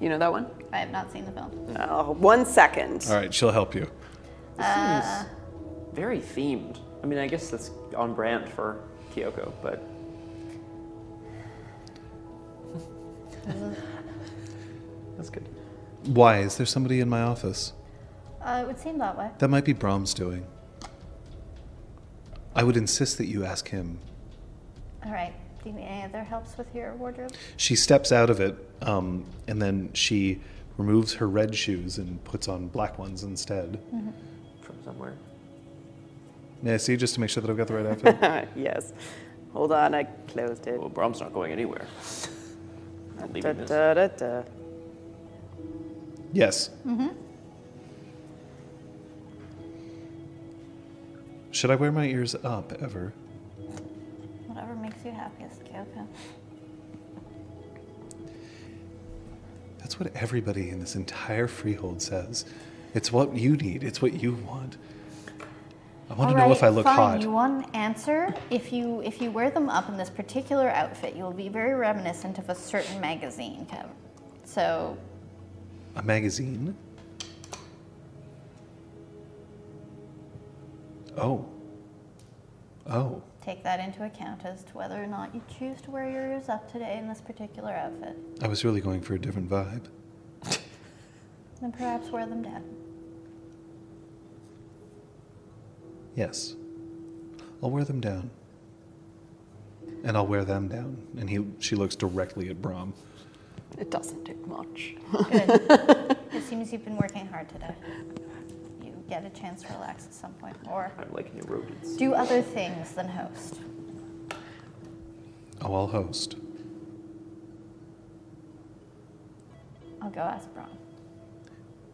[SPEAKER 6] You know that one?
[SPEAKER 2] I have not seen the film.
[SPEAKER 6] No. Oh, One second.
[SPEAKER 5] All right, she'll help you.
[SPEAKER 4] This is very themed. I mean, I guess that's on brand for Kyoko, (laughs) but that's good.
[SPEAKER 5] Why? Is there somebody in my office?
[SPEAKER 2] Uh, it would seem that way.
[SPEAKER 5] That might be Brahms doing. I would insist that you ask him.
[SPEAKER 2] All right. Do you need any other helps with your wardrobe?
[SPEAKER 5] She steps out of it, um, and then she removes her red shoes and puts on black ones instead.
[SPEAKER 4] From somewhere.
[SPEAKER 5] May I see just to make sure that I've got the right outfit?
[SPEAKER 6] yes. Hold on, I closed it.
[SPEAKER 4] Well, Brom's not going anywhere. (laughs) Not
[SPEAKER 6] Da,
[SPEAKER 4] leaving this.
[SPEAKER 6] da, da, da.
[SPEAKER 5] yes. Should I wear my ears up ever?
[SPEAKER 2] Whatever makes you happiest, Kyoko.
[SPEAKER 5] That's what everybody in this entire freehold says. It's what you need. It's what you want. I want to know if I look
[SPEAKER 2] fine.
[SPEAKER 5] hot.
[SPEAKER 2] You want an answer? If you if you wear them up in this particular outfit, you will be very reminiscent of a certain magazine cover. So
[SPEAKER 5] A magazine? Oh. Oh.
[SPEAKER 2] take that into account as to whether or not you choose to wear your ears up today in this particular outfit.
[SPEAKER 5] I was really going for a different vibe.
[SPEAKER 2] Then perhaps wear them down.
[SPEAKER 5] Yes. I'll wear them down. And I'll wear them down. And he she looks directly at Brom.
[SPEAKER 6] It doesn't take much.
[SPEAKER 2] Good. it seems you've been working hard today. You get a chance to relax at some point, or
[SPEAKER 4] I'm like new rodents.
[SPEAKER 2] do other things than host.
[SPEAKER 5] Oh, I'll host.
[SPEAKER 2] I'll go ask Bron.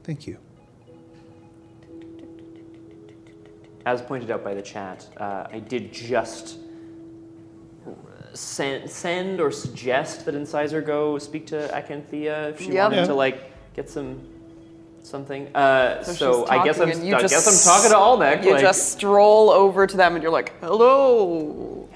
[SPEAKER 5] Thank you.
[SPEAKER 4] As pointed out by the chat, uh, I did just send, send or suggest that Incisor go speak to Acanthea if she
[SPEAKER 6] Yep.
[SPEAKER 4] wanted
[SPEAKER 5] Yeah.
[SPEAKER 4] to like get some something. Uh, so
[SPEAKER 6] she's
[SPEAKER 4] I guess I'm
[SPEAKER 6] talking and you
[SPEAKER 4] I
[SPEAKER 6] just-
[SPEAKER 4] guess I'm talking to Almec.
[SPEAKER 6] You
[SPEAKER 4] like,
[SPEAKER 6] just stroll over to them and you're like, hello.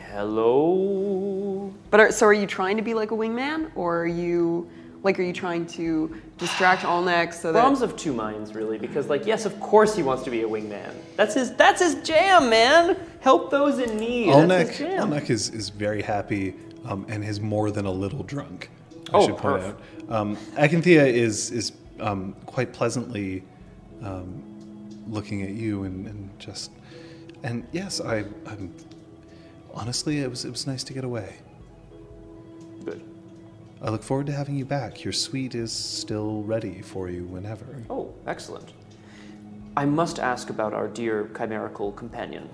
[SPEAKER 4] hello.
[SPEAKER 6] But are, so are you trying to be like a wingman or are you like are you trying to distract Olnek so that
[SPEAKER 4] Brahms of two minds, really, because like, yes, of course he wants to be a wingman. That's his. That's his jam, man. Help those in need. That's
[SPEAKER 5] Olnek,
[SPEAKER 4] his jam.
[SPEAKER 5] Olnek is, is very happy um, and is more than a little drunk. I
[SPEAKER 4] Oh,
[SPEAKER 5] should point
[SPEAKER 4] perf.
[SPEAKER 5] out. Um, Acanthea is is um, quite pleasantly um, looking at you and, and just and yes, I I'm, Honestly, it was it was nice to get away.
[SPEAKER 4] Good.
[SPEAKER 5] I look forward to having you back. Your suite is still ready for you whenever.
[SPEAKER 4] Oh, excellent. I must ask about our dear chimerical companion.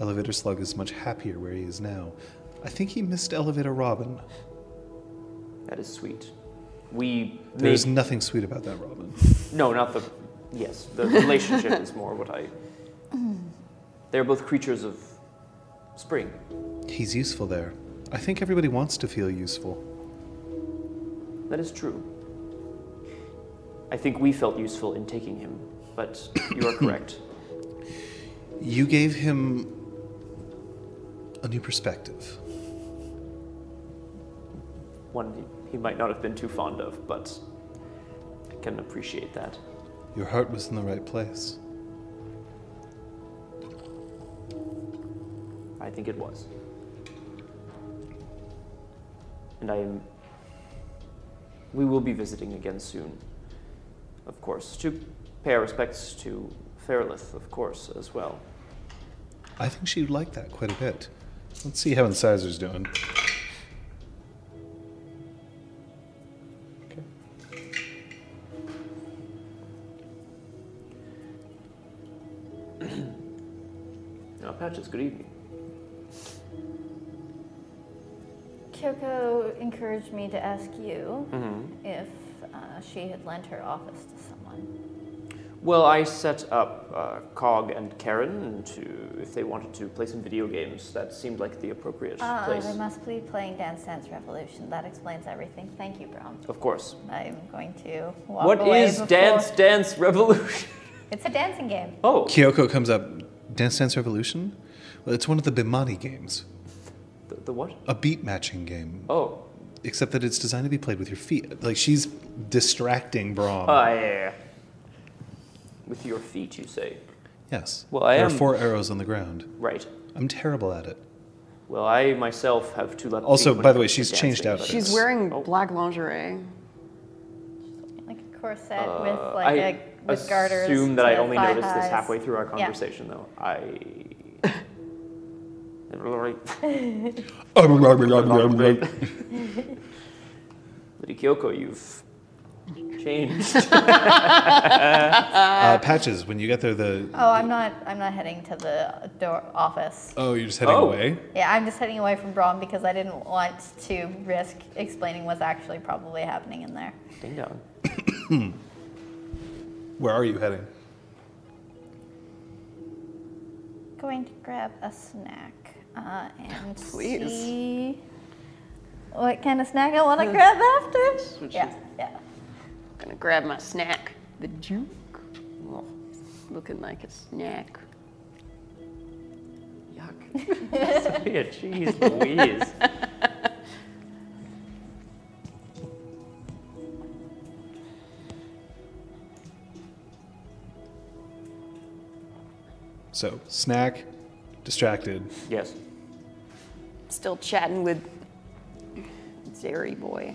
[SPEAKER 5] Elevator Slug is much happier where he is now. I think he missed Elevator Robin.
[SPEAKER 4] That is sweet. We
[SPEAKER 5] There's
[SPEAKER 4] made-
[SPEAKER 5] nothing sweet about that, Robin.
[SPEAKER 4] no, not the yes. The relationship is more what I. They're both creatures of spring.
[SPEAKER 5] He's useful there. I think everybody wants to feel useful.
[SPEAKER 4] That is true. I think we felt useful in taking him, but you are correct.
[SPEAKER 5] You gave him a new perspective.
[SPEAKER 4] One he might not have been too fond of, but I can appreciate that.
[SPEAKER 5] Your heart was in the right place.
[SPEAKER 4] I think it was. And I am. We will be visiting again soon, of course, to pay our respects to Fairlith, of course, as well.
[SPEAKER 5] I think she'd like that quite a bit. Let's see how Incisor's doing.
[SPEAKER 4] Now, Patches, good evening.
[SPEAKER 12] Kyoko encouraged me to ask you
[SPEAKER 4] Mm-hmm.
[SPEAKER 12] if uh, she had lent her office to someone.
[SPEAKER 4] Well, I set up uh, Cog and Karen to, if they wanted to play some video games. That seemed like the appropriate
[SPEAKER 2] Uh,
[SPEAKER 12] Ah,
[SPEAKER 4] place.
[SPEAKER 12] they must be playing Dance Dance Revolution. That explains everything. Thank you, Brom.
[SPEAKER 4] Of course.
[SPEAKER 12] I'm going to walk
[SPEAKER 4] What
[SPEAKER 12] away
[SPEAKER 4] is
[SPEAKER 12] before-
[SPEAKER 4] Dance Dance Revolution?
[SPEAKER 2] It's a dancing game.
[SPEAKER 4] Oh,
[SPEAKER 5] Kyoko comes up. Dance Dance Revolution? Well, it's one of the Bimani games,
[SPEAKER 4] the, the what?
[SPEAKER 5] a beat matching game,
[SPEAKER 4] Oh,
[SPEAKER 5] except that it's designed to be played with your feet. Like, she's distracting Braum.
[SPEAKER 4] ah, yeah, yeah, yeah. With your feet, you say.
[SPEAKER 5] yes.
[SPEAKER 4] well, I
[SPEAKER 5] there
[SPEAKER 4] am-
[SPEAKER 5] are four arrows on the ground.
[SPEAKER 4] Right.
[SPEAKER 5] I'm terrible at it.
[SPEAKER 4] Well, I myself have two left.
[SPEAKER 5] Also,
[SPEAKER 4] feet when
[SPEAKER 5] by
[SPEAKER 4] it
[SPEAKER 5] the way,
[SPEAKER 4] comes to
[SPEAKER 5] she's changed
[SPEAKER 4] dancing,
[SPEAKER 5] out
[SPEAKER 4] but-
[SPEAKER 5] of
[SPEAKER 6] She's
[SPEAKER 5] Yes.
[SPEAKER 6] wearing
[SPEAKER 4] Oh.
[SPEAKER 6] black lingerie.
[SPEAKER 2] Like a corset
[SPEAKER 4] Uh,
[SPEAKER 2] with like
[SPEAKER 4] I
[SPEAKER 2] a with garters. uh,
[SPEAKER 4] assume that I
[SPEAKER 2] to
[SPEAKER 4] only
[SPEAKER 2] thigh
[SPEAKER 4] noticed this
[SPEAKER 2] highs.
[SPEAKER 4] halfway through our
[SPEAKER 2] Yeah.
[SPEAKER 4] conversation, though.
[SPEAKER 2] (laughs)
[SPEAKER 4] I. Lady Kyoko, you've
[SPEAKER 2] (laughs)
[SPEAKER 4] changed.
[SPEAKER 5] Uh, patches, when you get there, the.
[SPEAKER 2] Oh, I'm not. I'm not heading to the door office.
[SPEAKER 5] Oh, you're just heading
[SPEAKER 4] Oh.
[SPEAKER 5] away?
[SPEAKER 2] Yeah, I'm just heading away from Brom because I didn't want to risk explaining what's actually probably happening in there.
[SPEAKER 4] Ding dong.
[SPEAKER 5] Where are you heading?
[SPEAKER 2] Going to grab a snack uh, and
[SPEAKER 6] Please.
[SPEAKER 2] see what kind of snack I want to grab after. Yeah, yeah.
[SPEAKER 7] gonna grab my snack. The juke? Oh, looking like a snack.
[SPEAKER 4] Yuck. Sophia, jeez
[SPEAKER 2] (laughs)
[SPEAKER 4] Louise.
[SPEAKER 5] So, snack, distracted.
[SPEAKER 4] Yes.
[SPEAKER 7] Still chatting with Zary boy.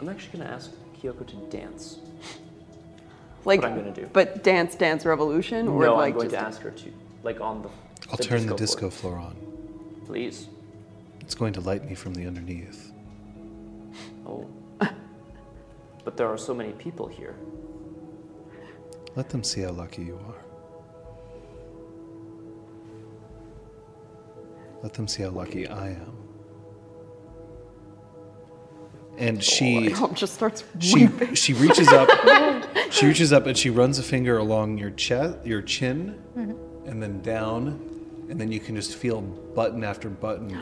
[SPEAKER 4] I'm actually going to ask Kyoko to dance.
[SPEAKER 6] Like,
[SPEAKER 4] what I'm gonna do.
[SPEAKER 6] But dance, dance, revolution, or
[SPEAKER 4] no,
[SPEAKER 6] like
[SPEAKER 4] I'm going to
[SPEAKER 6] just
[SPEAKER 4] ask her to, like, on the.
[SPEAKER 5] I'll
[SPEAKER 4] the
[SPEAKER 5] turn the
[SPEAKER 4] disco
[SPEAKER 5] disco
[SPEAKER 4] floor.
[SPEAKER 5] floor on.
[SPEAKER 4] Please.
[SPEAKER 5] It's going to light me from the underneath.
[SPEAKER 4] Oh. (laughs) but there are so many people here.
[SPEAKER 5] Let them see how lucky you are. Let them see how lucky I am. And she
[SPEAKER 6] Tom Oh, just starts
[SPEAKER 5] she she reaches
[SPEAKER 6] (laughs)
[SPEAKER 5] up she reaches up and she runs a finger along your chest your chin and then down and then you can just feel button after button.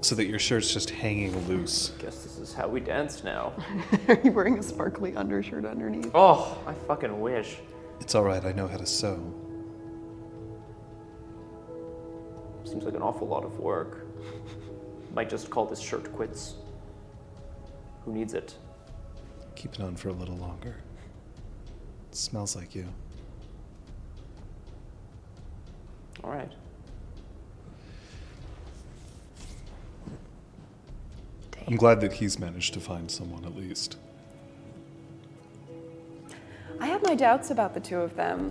[SPEAKER 5] So that your shirt's just hanging loose.
[SPEAKER 4] Guess this is how we dance now.
[SPEAKER 6] (laughs) Are you wearing a sparkly undershirt underneath?
[SPEAKER 4] Oh, I fucking wish.
[SPEAKER 5] It's all right, I know how to sew.
[SPEAKER 4] Seems like an awful lot of work. Might just call this shirt quits. Who needs it?
[SPEAKER 5] Keep it on for a little longer. It smells like you.
[SPEAKER 4] All right.
[SPEAKER 5] I'm glad that he's managed to find someone at least.
[SPEAKER 6] I have my doubts about the two of them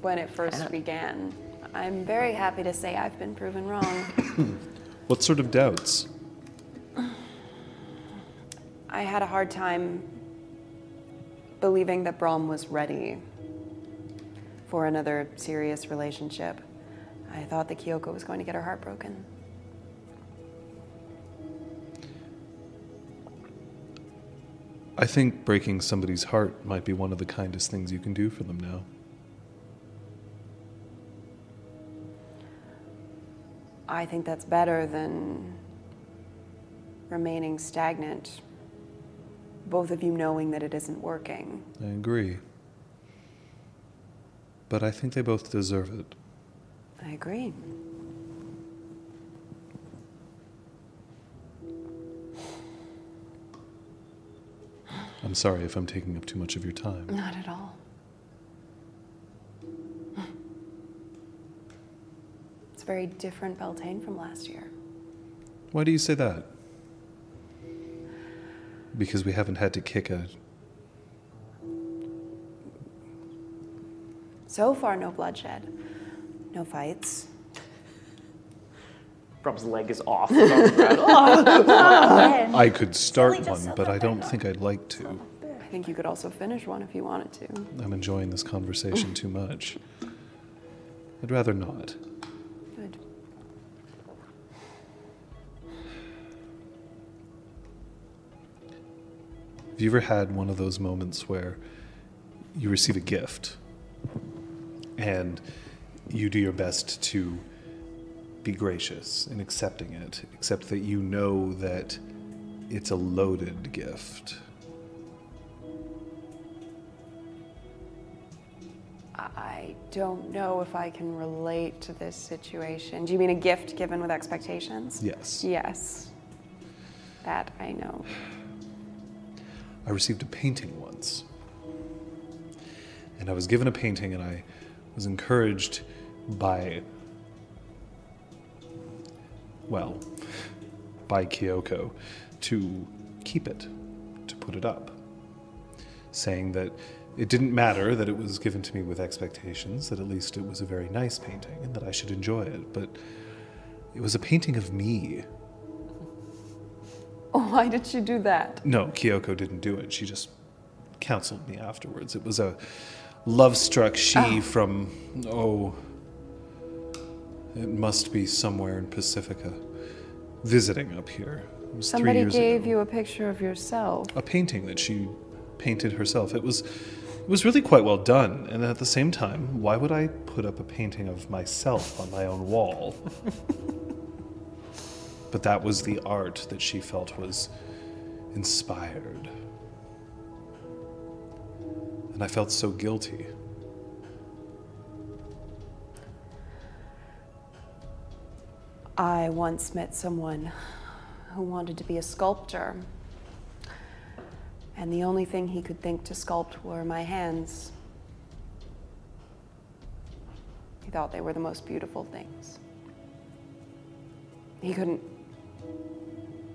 [SPEAKER 6] when it first began. I'm very happy to say I've been proven wrong.
[SPEAKER 5] What sort of doubts?
[SPEAKER 6] I had a hard time believing that Brom was ready for another serious relationship. I thought that Kyoko was going to get her heart broken.
[SPEAKER 5] I think breaking somebody's heart might be one of the kindest things you can do for them now.
[SPEAKER 6] I think that's better than remaining stagnant. Both of you knowing that it isn't working.
[SPEAKER 5] I agree. But I think they both deserve it.
[SPEAKER 6] I agree.
[SPEAKER 5] I'm sorry if I'm taking up too much of your time.
[SPEAKER 6] Not at all. (laughs) It's a very different Beltane from last year.
[SPEAKER 5] Why do you say that? Because we haven't had to kick a.
[SPEAKER 6] So far, no bloodshed, no fights.
[SPEAKER 4] Brum's leg is off. (laughs)
[SPEAKER 6] (laughs)
[SPEAKER 4] I
[SPEAKER 2] Oh,
[SPEAKER 5] (laughs)
[SPEAKER 2] Uh,
[SPEAKER 5] I could start
[SPEAKER 2] just
[SPEAKER 5] one,
[SPEAKER 2] so
[SPEAKER 5] but
[SPEAKER 2] that
[SPEAKER 5] I
[SPEAKER 2] they're
[SPEAKER 5] don't
[SPEAKER 2] not-
[SPEAKER 5] think I'd like to.
[SPEAKER 6] I think you could also finish one if you wanted to.
[SPEAKER 5] I'm enjoying this conversation too
[SPEAKER 2] (laughs)
[SPEAKER 5] much. I'd rather not.
[SPEAKER 6] Good.
[SPEAKER 5] Have you ever had one of those moments where you receive a gift and you do your best to be gracious in accepting it, except that you know that it's a loaded gift?
[SPEAKER 6] I don't know if I can relate to this situation. Do you mean a gift given with expectations?
[SPEAKER 5] Yes.
[SPEAKER 6] Yes. That I know.
[SPEAKER 5] I received a painting once. And I was given a painting and I was encouraged by well, by Kyoko to keep it, to put it up. Saying that it didn't matter that it was given to me with expectations, that at least it was a very nice painting and that I should enjoy it, but it was a painting of me
[SPEAKER 6] (laughs) Why did she do that?
[SPEAKER 5] No, Kyoko didn't do it. She just counseled me afterwards. It was a love struck she from, oh, it must be somewhere in Pacifica, visiting up here. It was three
[SPEAKER 6] Somebody
[SPEAKER 5] years
[SPEAKER 6] gave
[SPEAKER 5] ago.
[SPEAKER 6] you a picture of yourself.
[SPEAKER 5] a painting that she painted herself. It was. It was really quite well done, and at the same time, why would I put up a painting of myself on my own wall? (laughs) but that was the art that she felt was inspired. And I felt so guilty.
[SPEAKER 6] I once met someone who wanted to be a sculptor. And the only thing he could think to sculpt were my hands. He thought they were the most beautiful things. He couldn't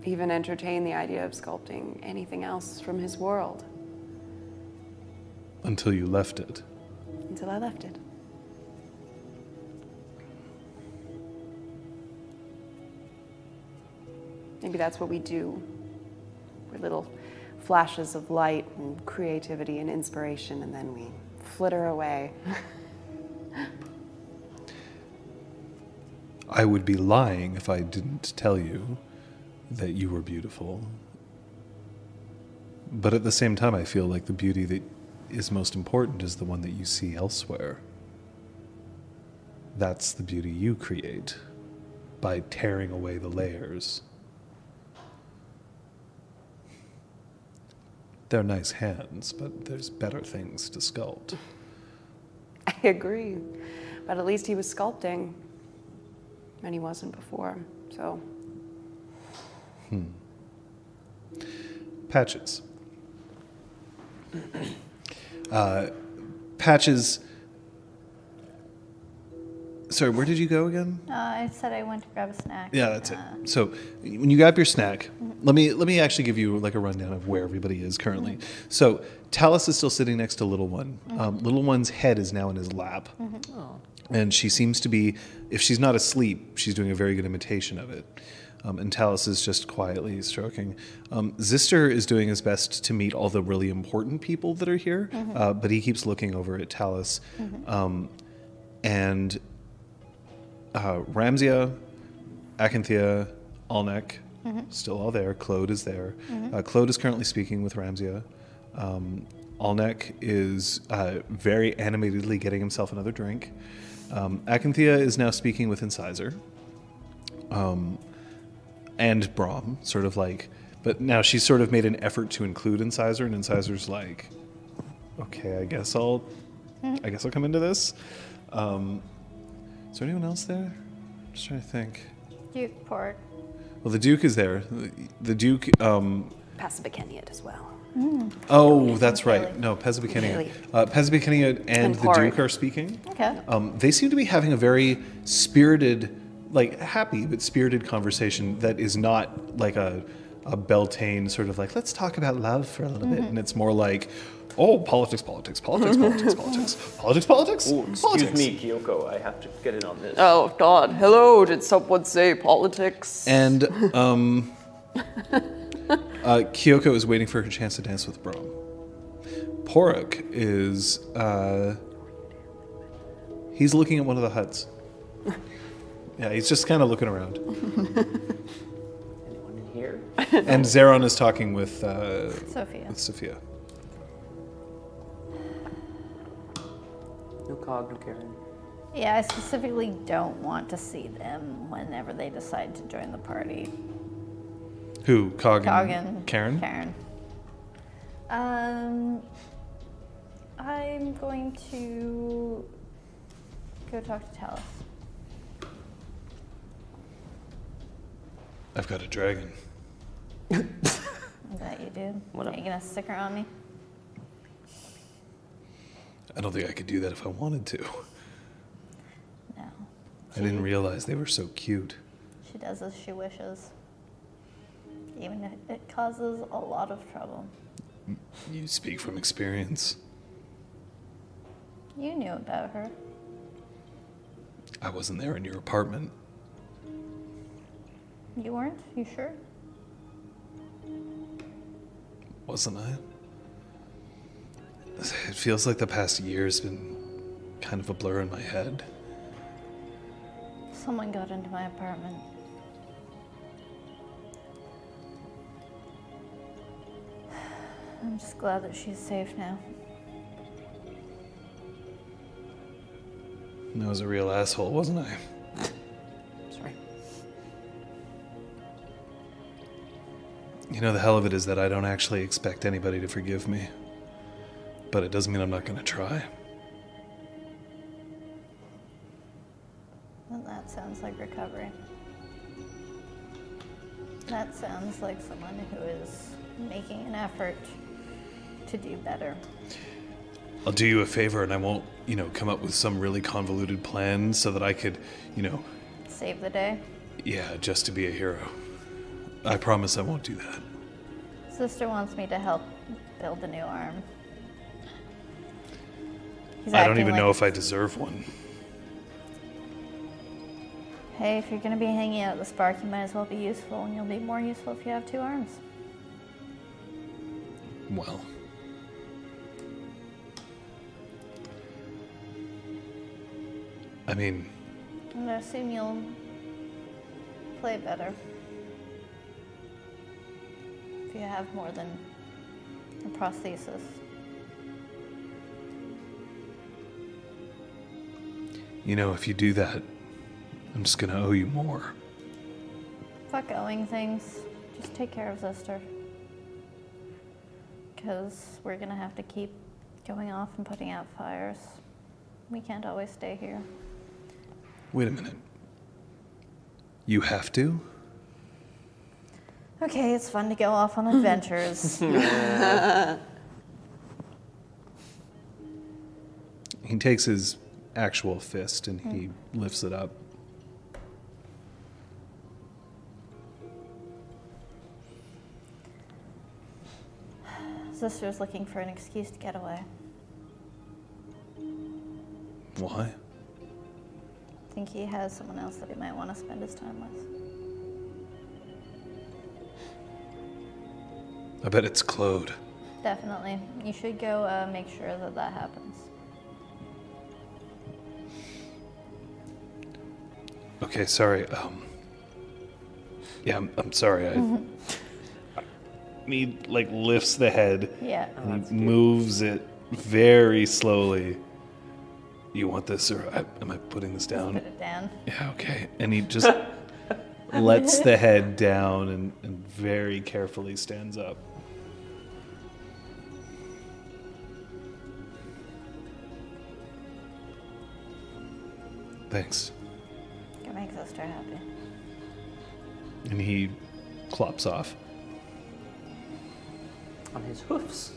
[SPEAKER 6] even entertain the idea of sculpting anything else from his world
[SPEAKER 5] Until you left it.
[SPEAKER 6] until I left it. Maybe that's what we do. We're little flashes of light and creativity and inspiration, and then we flitter away. (laughs)
[SPEAKER 5] I would be lying if I didn't tell you that you were beautiful. But at the same time, I feel like the beauty that is most important is the one that you see elsewhere. That's the beauty you create by tearing away the layers. They're nice hands, but there's better things to sculpt.
[SPEAKER 6] I agree. But at least he was sculpting, and he wasn't before. So,
[SPEAKER 5] patches. Uh, patches Sorry, where did you go again?
[SPEAKER 2] Uh, I said I went to grab a snack.
[SPEAKER 5] Yeah, that's it. So when you grab your snack, let me let me actually give you like a rundown of where everybody is currently. So Talus is still sitting next to Little One. Um, Little One's head is now in his lap, and she seems to be, if she's not asleep, she's doing a very good imitation of it. Um, and Talus is just quietly stroking. Um, Zister is doing his best to meet all the really important people that are here, uh, but he keeps looking over at Talus. Um, and uh, Ramsia, Acanthea, Alnek, still all there. Claude is there. Uh, Claude is currently speaking with Ramsia. Um, Alnek is uh, very animatedly getting himself another drink. Um, Acanthea is now speaking with Incisor. Um, and Brom, sort of like, but now she's sort of made an effort to include Incisor, and Incisor's like, okay, I guess I'll, I guess I'll come into this. Um, is there anyone else there? Just trying to think.
[SPEAKER 2] Duke port.
[SPEAKER 5] Well, the Duke is there. The- The Duke. Um,
[SPEAKER 6] Passabiceniot as well.
[SPEAKER 5] oh, that's right. No, Pezzabikinian. Uh, Pezzabikinian and the
[SPEAKER 6] Pori.
[SPEAKER 5] Duke are speaking.
[SPEAKER 2] Okay.
[SPEAKER 5] Um, they seem to be having a very spirited, like happy but spirited conversation that is not like a, a Beltane sort of like, let's talk about love for a little bit. And it's more like, oh, politics, politics, politics, politics, politics, politics, politics,
[SPEAKER 4] Excuse
[SPEAKER 6] Oh,
[SPEAKER 5] politics.
[SPEAKER 4] me, Kyoko. I have to get in on this.
[SPEAKER 13] Oh, God. Hello, did someone say politics?
[SPEAKER 5] And um, uh, Kyoko is waiting for her chance to dance with Brom. Poruk is. Uh, he's looking at one of the huts. Yeah, he's just kind of looking around.
[SPEAKER 4] Anyone in here?
[SPEAKER 5] And Zeron is talking with, uh,
[SPEAKER 2] Sophia.
[SPEAKER 5] with Sophia.
[SPEAKER 4] No Cog, no Karen.
[SPEAKER 2] Yeah, I specifically don't want to see them whenever they decide to join the party.
[SPEAKER 5] Who? Cog and
[SPEAKER 2] Goggin.
[SPEAKER 5] Mm-hmm. Karen?
[SPEAKER 2] Karen. Um, I'm going to go talk to Talus.
[SPEAKER 5] I've got a dragon.
[SPEAKER 2] Is that you, dude?
[SPEAKER 4] What
[SPEAKER 2] Are
[SPEAKER 4] up?
[SPEAKER 2] you gonna stick around me?
[SPEAKER 5] I don't think I could do that if I wanted to.
[SPEAKER 2] No.
[SPEAKER 5] I didn't realize they were so cute.
[SPEAKER 2] She does as she wishes. Even if it causes a lot of trouble.
[SPEAKER 5] You speak from experience.
[SPEAKER 2] You knew about her.
[SPEAKER 5] I wasn't there in your apartment.
[SPEAKER 2] You weren't? You sure?
[SPEAKER 5] wasn't I? It feels like the past year's been kind of a blur in my head.
[SPEAKER 2] Someone got into my apartment. (sighs) I'm just glad that she's safe now.
[SPEAKER 5] And I was a real asshole, wasn't I?
[SPEAKER 13] Sorry.
[SPEAKER 5] You know, the hell of it is that I don't actually expect anybody to forgive me. But it doesn't mean I'm not gonna try.
[SPEAKER 2] And that sounds like recovery. That sounds like someone who is making an effort to do better.
[SPEAKER 5] I'll do you a favor and I won't, you know, come up with some really convoluted plan so that I could, you know,
[SPEAKER 2] Save the day.
[SPEAKER 5] yeah, just to be a hero. I promise I won't do that.
[SPEAKER 2] Sister wants me to help build a new arm. He's
[SPEAKER 5] I don't
[SPEAKER 2] acting
[SPEAKER 5] even
[SPEAKER 2] like-
[SPEAKER 5] know if I deserve one.
[SPEAKER 2] Hey, if you're gonna be hanging out at the Spark, you might as well be useful, and you'll be more useful if you have two arms.
[SPEAKER 5] Well. I mean,
[SPEAKER 2] And I assume you'll play better. If you have more than a prosthesis.
[SPEAKER 5] you know, if you do that, I'm just gonna owe you more.
[SPEAKER 2] Fuck owing things. Just take care of Zister. Because we're gonna have to keep going off and putting out fires. We can't always stay here.
[SPEAKER 5] Wait a minute. You have to?
[SPEAKER 2] Okay, it's fun to go off (laughs) on adventures.
[SPEAKER 5] He takes his actual fist and he lifts it up.
[SPEAKER 1] Sister's looking for an excuse to get away.
[SPEAKER 5] Why?
[SPEAKER 1] Think he has someone else that he might want to spend his time with.
[SPEAKER 5] I bet it's Claude.
[SPEAKER 1] Definitely. You should go uh, make sure that that happens.
[SPEAKER 5] Okay, sorry. Um, yeah, I'm, I'm sorry. I, he like lifts the head
[SPEAKER 1] Yeah.
[SPEAKER 5] and he moves it very slowly. You want this, or I, am I putting this down?
[SPEAKER 1] Put it down.
[SPEAKER 5] Yeah, okay. And he just lets the head down and, and very carefully stands up. Thanks.
[SPEAKER 1] Go make sister happy.
[SPEAKER 5] And he clops off.
[SPEAKER 4] on his hoofs.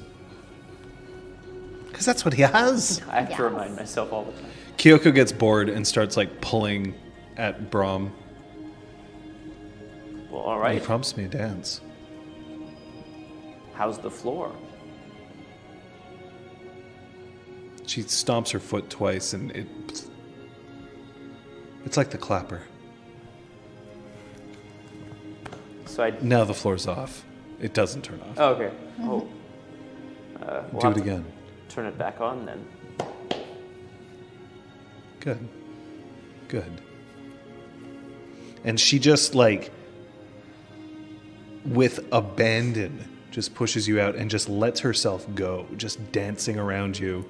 [SPEAKER 5] Because that's what he has.
[SPEAKER 4] I have to remind myself all the time.
[SPEAKER 5] Kyoko gets bored and starts like pulling at Brom.
[SPEAKER 4] Well, all
[SPEAKER 5] He
[SPEAKER 4] right.
[SPEAKER 5] promised me a dance.
[SPEAKER 4] How's the floor?
[SPEAKER 5] She stomps her foot twice and it. It's like the clapper.
[SPEAKER 4] So I.
[SPEAKER 5] Now the floor's off. It doesn't turn off.
[SPEAKER 4] Oh, okay. Oh. Uh, we'll
[SPEAKER 5] Mm-hmm. Do
[SPEAKER 4] have
[SPEAKER 5] it
[SPEAKER 4] to
[SPEAKER 5] again.
[SPEAKER 4] Turn it back on then.
[SPEAKER 5] Good. Good. And she just like with abandon just pushes you out and just lets herself go, just dancing around you.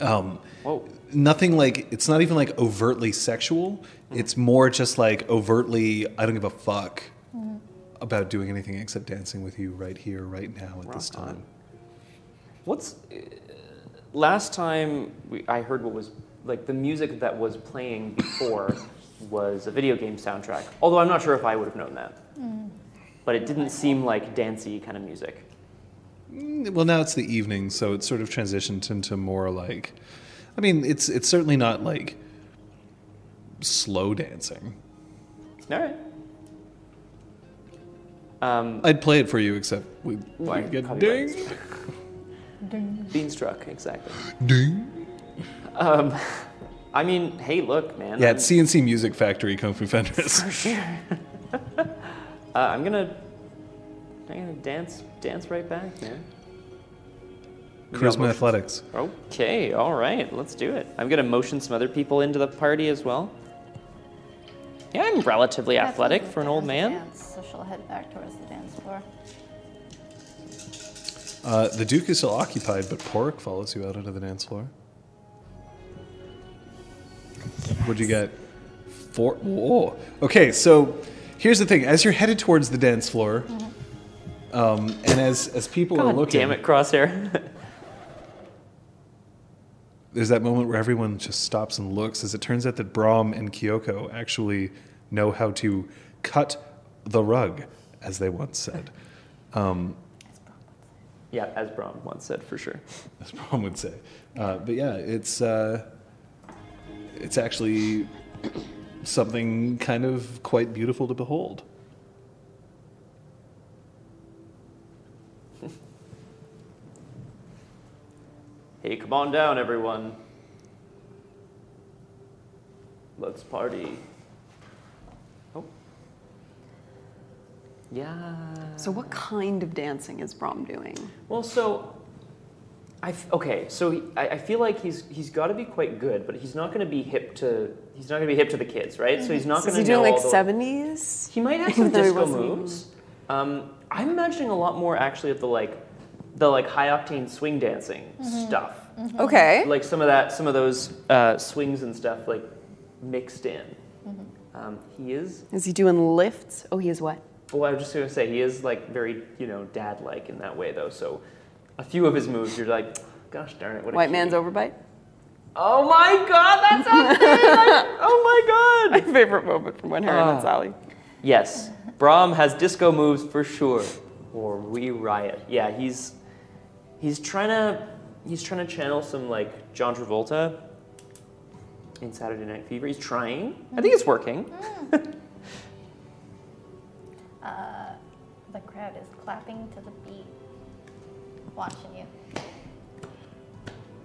[SPEAKER 5] Um
[SPEAKER 4] Whoa.
[SPEAKER 5] nothing like it's not even like overtly sexual.
[SPEAKER 4] Mm-hmm.
[SPEAKER 5] It's more just like overtly I don't give a fuck
[SPEAKER 4] Mm-hmm.
[SPEAKER 5] about doing anything except dancing with you right here right now at this
[SPEAKER 4] Rock on.
[SPEAKER 5] time.
[SPEAKER 4] What's uh, last time we, I heard what was like the music that was playing
[SPEAKER 5] (coughs)
[SPEAKER 4] before was a video game soundtrack. Although I'm not sure if I would have known that.
[SPEAKER 5] Mm.
[SPEAKER 4] But it didn't seem like dancey kind of music.
[SPEAKER 5] Well, now it's the evening, so it's sort of transitioned into more like, I mean, it's it's certainly not like slow dancing.
[SPEAKER 4] All right. Um,
[SPEAKER 5] I'd play it for you, except we, we
[SPEAKER 4] Why?
[SPEAKER 5] get
[SPEAKER 4] Copyright.
[SPEAKER 5] (laughs) ding,
[SPEAKER 4] being struck exactly.
[SPEAKER 5] ding.
[SPEAKER 4] Um, (laughs) I mean, hey, look, man.
[SPEAKER 5] Yeah,
[SPEAKER 4] I'm-
[SPEAKER 5] it's CNC Music Factory Kung Fu Fenders.
[SPEAKER 4] Uh, I'm gonna, I'm gonna dance, dance right back, man.
[SPEAKER 5] Charisma Athletics.
[SPEAKER 4] Okay, all right, let's do it. I'm gonna motion some other people into the party as well. Yeah, I'm relatively
[SPEAKER 1] That's
[SPEAKER 4] athletic
[SPEAKER 1] what
[SPEAKER 4] for an
[SPEAKER 1] Dance
[SPEAKER 4] old man.
[SPEAKER 1] Dance, so she'll head back towards the dance floor.
[SPEAKER 5] Uh, the Duke is still occupied, but Porik follows you out onto the dance floor. What'd you get? Four. Whoa. Okay, so here's the thing: as you're headed towards the dance floor, um, and as as people are
[SPEAKER 4] God
[SPEAKER 5] looking,
[SPEAKER 4] damn it, Crosshair. (laughs)
[SPEAKER 5] there's that moment where everyone just stops and looks. As it turns out that Brahm and Kyoko actually know how to cut the rug, as they once said,
[SPEAKER 4] yeah, as Braun once said, for sure.
[SPEAKER 5] as Brahm would say. Uh, but yeah, it's uh, it's actually something kind of quite beautiful to behold.
[SPEAKER 4] Hey, come on down, everyone. Let's party. Oh. Yeah.
[SPEAKER 7] So, what kind of dancing is Brom doing?
[SPEAKER 4] Well, so I f- okay. So he, I, I feel like he's he's got to be quite good, but he's not going to be hip to he's not going to be hip to the kids, right? So he's not
[SPEAKER 6] Is
[SPEAKER 4] going to
[SPEAKER 6] he
[SPEAKER 4] know
[SPEAKER 6] doing like
[SPEAKER 4] all the,
[SPEAKER 6] seventies?
[SPEAKER 4] He
[SPEAKER 6] (laughs)
[SPEAKER 4] might have some
[SPEAKER 6] Though he
[SPEAKER 4] disco
[SPEAKER 6] wasn't even-
[SPEAKER 4] moves. Um, I'm imagining a lot more actually of the like the like high octane swing dancing
[SPEAKER 6] Mm-hmm.
[SPEAKER 4] stuff,
[SPEAKER 6] Okay.
[SPEAKER 4] Mm-hmm. like some of that some of those uh, swings and stuff like mixed in.
[SPEAKER 6] Mm-hmm.
[SPEAKER 4] Um, he is
[SPEAKER 6] Is he doing lifts? Oh, he is what?
[SPEAKER 4] well, I was just gonna say he is like very, you know, dad-like in that way though. So, a few of his moves, you're like, gosh darn it, what a
[SPEAKER 7] White
[SPEAKER 4] cutie."
[SPEAKER 7] man's overbite?
[SPEAKER 4] Oh my god, that's on
[SPEAKER 7] (laughs)
[SPEAKER 4] thing! Oh my god!
[SPEAKER 7] Favorite moment from when Harry
[SPEAKER 4] Ah.
[SPEAKER 7] met Sally.
[SPEAKER 4] Yes, Brahm has disco moves for sure, or we riot. Yeah, he's he's trying to he's trying to channel some like John Travolta, in Saturday Night Fever. He's trying. I think it's working.
[SPEAKER 2] The crowd is clapping to the beat, watching you.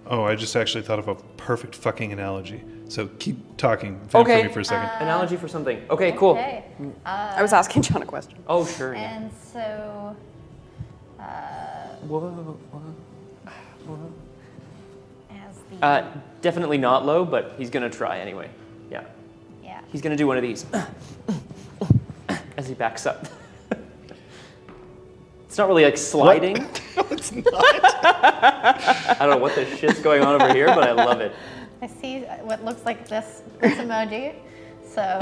[SPEAKER 5] Oh, I just actually thought of a perfect fucking analogy. So keep talking. Think
[SPEAKER 4] Okay.
[SPEAKER 5] for me for a second.
[SPEAKER 4] Analogy for something. Okay, cool.
[SPEAKER 2] Okay.
[SPEAKER 8] I was asking John a question.
[SPEAKER 4] Oh, sure. yeah.
[SPEAKER 2] And so uh,
[SPEAKER 4] Whoa, whoa.
[SPEAKER 2] as the
[SPEAKER 4] Uh, definitely not low, but he's gonna try anyway. Yeah.
[SPEAKER 2] yeah,
[SPEAKER 4] He's gonna do one of these (coughs) as he backs up. (laughs) it's not really like
[SPEAKER 5] (laughs)
[SPEAKER 4] sliding. no, it's not. (laughs) I don't know what the shit's going on over here, but I love it.
[SPEAKER 2] I see what looks like this, this emoji. So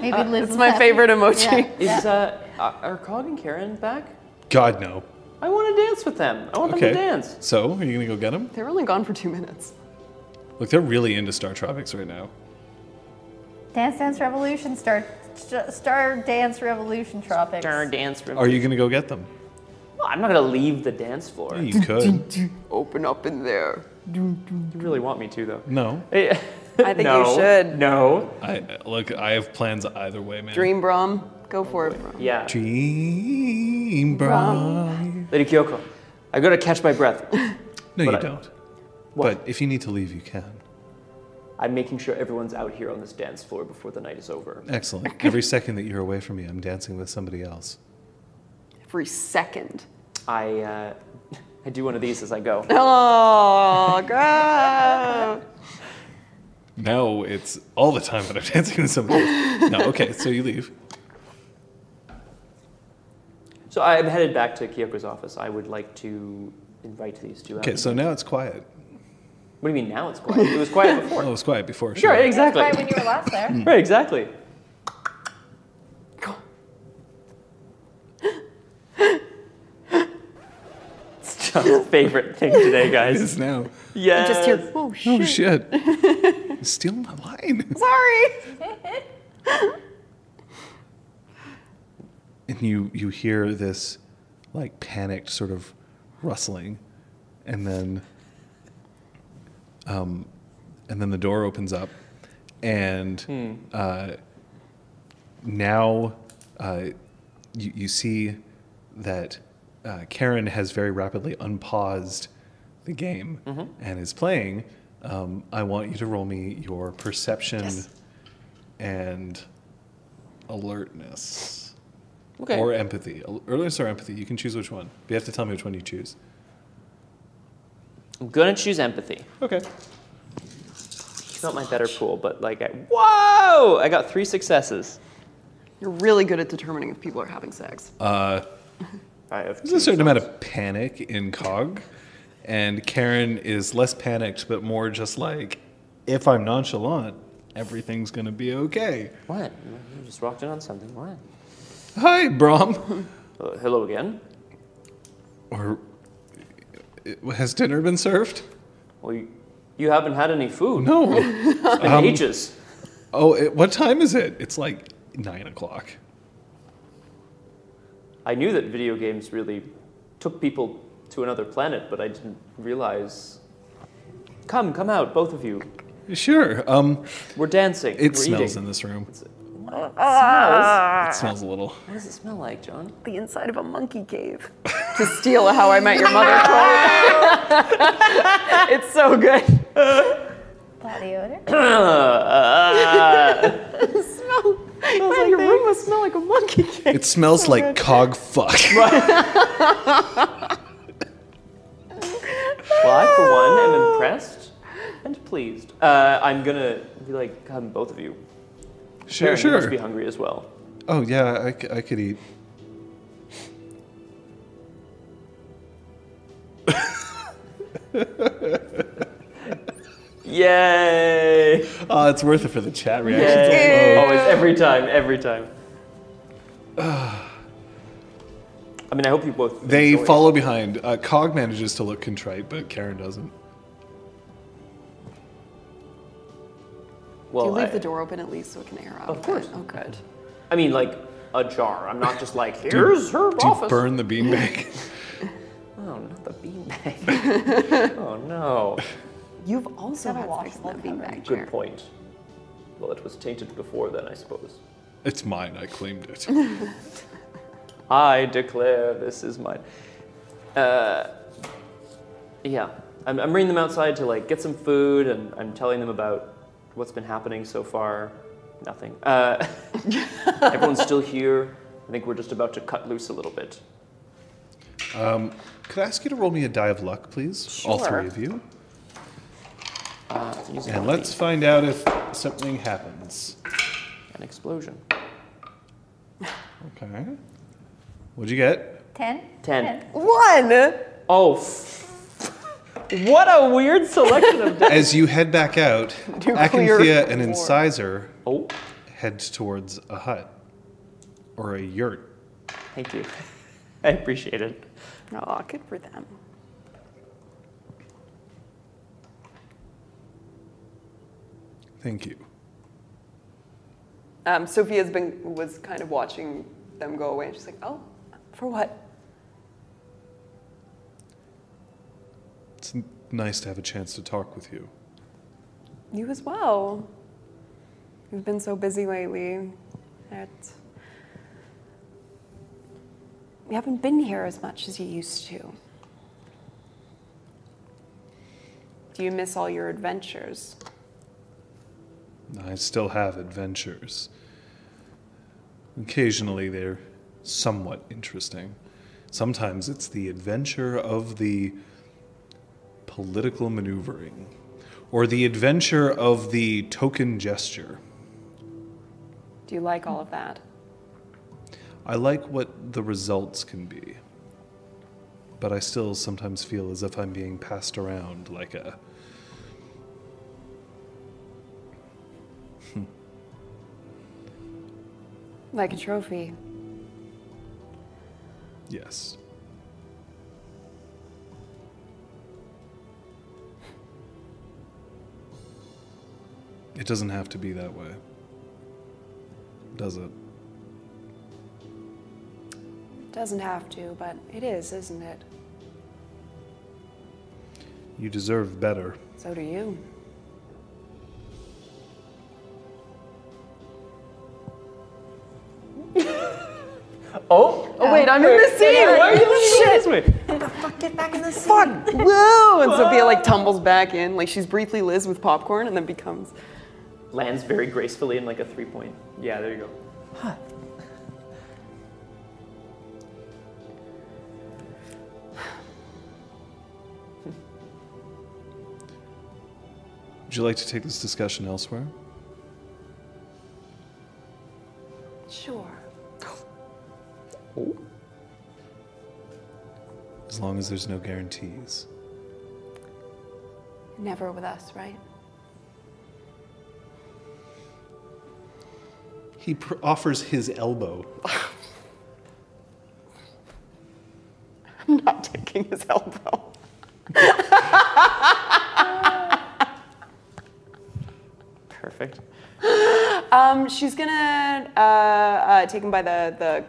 [SPEAKER 2] maybe Liz.
[SPEAKER 8] It's
[SPEAKER 2] is
[SPEAKER 8] my
[SPEAKER 2] happy.
[SPEAKER 8] favorite emoji.
[SPEAKER 2] Yeah,
[SPEAKER 4] Is
[SPEAKER 2] yeah.
[SPEAKER 4] uh, are are Cog and Karen back?
[SPEAKER 5] God no.
[SPEAKER 4] I want to dance with them. I want
[SPEAKER 5] Okay.
[SPEAKER 4] them to dance.
[SPEAKER 5] So are you gonna go get him?
[SPEAKER 8] They were only gone for two minutes.
[SPEAKER 5] Look, they're really into Star Tropics right now.
[SPEAKER 2] Dance Dance Revolution Star Star Dance Revolution Tropics.
[SPEAKER 4] Turn dance.
[SPEAKER 5] Are you gonna go get them?
[SPEAKER 4] Well, I'm not gonna leave the dance floor.
[SPEAKER 5] You could.
[SPEAKER 8] Open up in there.
[SPEAKER 4] You really want me to though.
[SPEAKER 5] No.
[SPEAKER 4] I
[SPEAKER 8] think you should.
[SPEAKER 4] No.
[SPEAKER 5] I look. I have plans either way, man.
[SPEAKER 8] Dream Brom, go for it, Brom.
[SPEAKER 4] Yeah.
[SPEAKER 5] Dream, bro.
[SPEAKER 4] Lady Kyoko, I gotta catch my breath.
[SPEAKER 5] No,
[SPEAKER 4] But
[SPEAKER 5] you
[SPEAKER 4] I-
[SPEAKER 5] don't.
[SPEAKER 4] What?
[SPEAKER 5] But if you need to leave, you can.
[SPEAKER 4] I'm making sure everyone's out here on this dance floor before the night is over. (laughs)
[SPEAKER 5] Excellent. Every second that you're away from me, I'm dancing with somebody else.
[SPEAKER 8] Every second.
[SPEAKER 4] I uh, (laughs) I do one of these as I go.
[SPEAKER 8] Oh,
[SPEAKER 6] (laughs)
[SPEAKER 8] God.
[SPEAKER 5] Now it's all the time that I'm (laughs) dancing with somebody else. No, okay, so you leave.
[SPEAKER 4] So I'm headed back to Kyoko's office. I would like to invite these two out.
[SPEAKER 5] Okay, so now it's quiet.
[SPEAKER 4] what do you mean now it's quiet? It was quiet before.
[SPEAKER 5] (laughs) Oh, it was quiet before.
[SPEAKER 4] Sure,
[SPEAKER 5] sure.
[SPEAKER 2] That's
[SPEAKER 4] exactly. Hmm.
[SPEAKER 2] why when you were last there.
[SPEAKER 4] Right, exactly. It's John's favorite thing today,
[SPEAKER 5] It
[SPEAKER 4] guys. (laughs)
[SPEAKER 5] is now.
[SPEAKER 4] Yeah.
[SPEAKER 8] Just hear, oh, shit.
[SPEAKER 5] Oh shit! Steal my line.
[SPEAKER 8] Sorry.
[SPEAKER 5] And you you hear this, like panicked sort of rustling, and then, um, and then the door opens up, and uh, now uh, you you see that uh, Karen has very rapidly unpaused the game and is playing. Um, I want you to roll me your perception and alertness
[SPEAKER 4] Okay.
[SPEAKER 5] or empathy. Al- Alertness or empathy. You can choose which one. But you have to tell me which one you choose.
[SPEAKER 4] I'm gonna choose empathy.
[SPEAKER 5] Okay.
[SPEAKER 4] It's not my better pool, but like, I, whoa! I got three successes.
[SPEAKER 8] You're really good at determining if people are having sex.
[SPEAKER 6] Uh,
[SPEAKER 4] I have
[SPEAKER 5] There's a certain amount of panic in Cog, and Karen is less panicked, but more just like, if I'm nonchalant, everything's gonna be okay.
[SPEAKER 4] What? You just walked in on something. What?
[SPEAKER 5] Hi, Brom.
[SPEAKER 4] Uh, hello again.
[SPEAKER 5] (laughs) or uh, has dinner been served?
[SPEAKER 4] Well, you, you haven't had any food
[SPEAKER 5] No. um,
[SPEAKER 4] in ages.
[SPEAKER 5] oh, it, what time is it? It's like nine o'clock.
[SPEAKER 4] I knew that video games really took people to another planet, but I didn't realize. Come, come out, both of you.
[SPEAKER 5] Sure. Um,
[SPEAKER 4] We're dancing.
[SPEAKER 5] it
[SPEAKER 4] We're
[SPEAKER 5] smells in
[SPEAKER 4] eating.
[SPEAKER 5] this room. It
[SPEAKER 4] Smells?
[SPEAKER 5] smells a little.
[SPEAKER 4] What does it smell like, John?
[SPEAKER 8] Ah, The inside of a monkey cave. to steal a How I
[SPEAKER 4] (laughs)
[SPEAKER 8] Met Your Mother quote. it's so good.
[SPEAKER 2] (laughs) Body odor.
[SPEAKER 8] Smell. Man, your room must smell like a monkey cave.
[SPEAKER 5] It smells like cog (laughs) fuck.
[SPEAKER 4] Well, I, for one, am impressed and pleased. Uh, I'm gonna be like, come, both of you.
[SPEAKER 5] Sure,
[SPEAKER 4] Karen, You must be
[SPEAKER 5] sure.
[SPEAKER 4] hungry as well.
[SPEAKER 5] Oh yeah, I, c- I could eat.
[SPEAKER 4] Yay!
[SPEAKER 5] Oh, it's worth it for the chat reaction.
[SPEAKER 4] Yay. Always, every time, every time. (sighs) I mean, I hope you both.
[SPEAKER 5] They
[SPEAKER 4] enjoy it.
[SPEAKER 5] follow behind. Uh, Cog manages to look contrite, but Karen doesn't.
[SPEAKER 4] Well,
[SPEAKER 8] you leave
[SPEAKER 4] I,
[SPEAKER 8] the door open at least so it can air out.
[SPEAKER 4] Of course.
[SPEAKER 8] Oh, good.
[SPEAKER 4] I mean, like ajar. I'm not just like here's her
[SPEAKER 5] Do you
[SPEAKER 4] office.
[SPEAKER 5] burn the beanbag?
[SPEAKER 4] Oh, not the beanbag. (laughs) oh no.
[SPEAKER 8] You've also
[SPEAKER 2] Have a
[SPEAKER 8] had sex in
[SPEAKER 2] washable
[SPEAKER 8] that beanbag
[SPEAKER 4] Good
[SPEAKER 8] chair.
[SPEAKER 4] point. Well, it was tainted before then, I suppose.
[SPEAKER 5] It's mine. I claimed it.
[SPEAKER 4] I declare this is mine. Uh, yeah, I'm, I'm bringing them outside to like get some food, and I'm telling them about what's been happening so far. Nothing. Uh, (laughs) everyone's still here. I think we're just about to cut loose a little bit.
[SPEAKER 5] Could I ask you to roll me a die of luck, please? All three of you.
[SPEAKER 4] Uh, using
[SPEAKER 5] And
[SPEAKER 4] my
[SPEAKER 5] let's find out if something happens.
[SPEAKER 4] feet. an explosion.
[SPEAKER 5] Okay. What'd you get?
[SPEAKER 2] Ten?
[SPEAKER 4] Ten.
[SPEAKER 6] One.
[SPEAKER 4] Oh. (laughs) F- what a weird selection of (laughs) dice.
[SPEAKER 5] As you head back out,
[SPEAKER 8] (laughs)
[SPEAKER 5] Acanthea and Incisor
[SPEAKER 4] Oh,
[SPEAKER 5] head towards a hut or a yurt.
[SPEAKER 4] thank you. I appreciate it.
[SPEAKER 14] Oh, good for them.
[SPEAKER 5] Thank you.
[SPEAKER 6] Um, Sophia's been was kind of watching them go away, and she's like, "Oh, for what?"
[SPEAKER 5] It's n- nice to have a chance to talk with you.
[SPEAKER 6] You as well. You've been so busy lately. That
[SPEAKER 15] You haven't been here as much as you used to.
[SPEAKER 6] do you miss all your adventures?
[SPEAKER 5] I still have adventures. Occasionally they're somewhat interesting. Sometimes it's the adventure of the political maneuvering, or the adventure of the token gesture.
[SPEAKER 6] Do you like all of that?
[SPEAKER 5] I like what the results can be, but I still sometimes feel as if I'm being passed around like a.
[SPEAKER 15] Like a trophy.
[SPEAKER 5] Yes. It doesn't have to be that way. Does it?
[SPEAKER 15] Doesn't have to, but it is, isn't it?
[SPEAKER 5] You deserve better.
[SPEAKER 15] So do you.
[SPEAKER 4] Oh,
[SPEAKER 14] Oh, wait, I'm in the scene. Why are you
[SPEAKER 4] shit. Wait.
[SPEAKER 6] Fuck! Whoa! And Sophia like tumbles back in, like she's briefly Liz with popcorn, and then becomes
[SPEAKER 4] Lands very gracefully in like a three point. Yeah, there you go.
[SPEAKER 5] Would you like to take this discussion elsewhere?
[SPEAKER 15] Sure.
[SPEAKER 5] As long as there's no guarantees.
[SPEAKER 15] Never with us, right?
[SPEAKER 5] He pr- offers his elbow.
[SPEAKER 6] I'm not taking his elbow.
[SPEAKER 4] Perfect.
[SPEAKER 6] Um, she's gonna uh, uh, take him by the the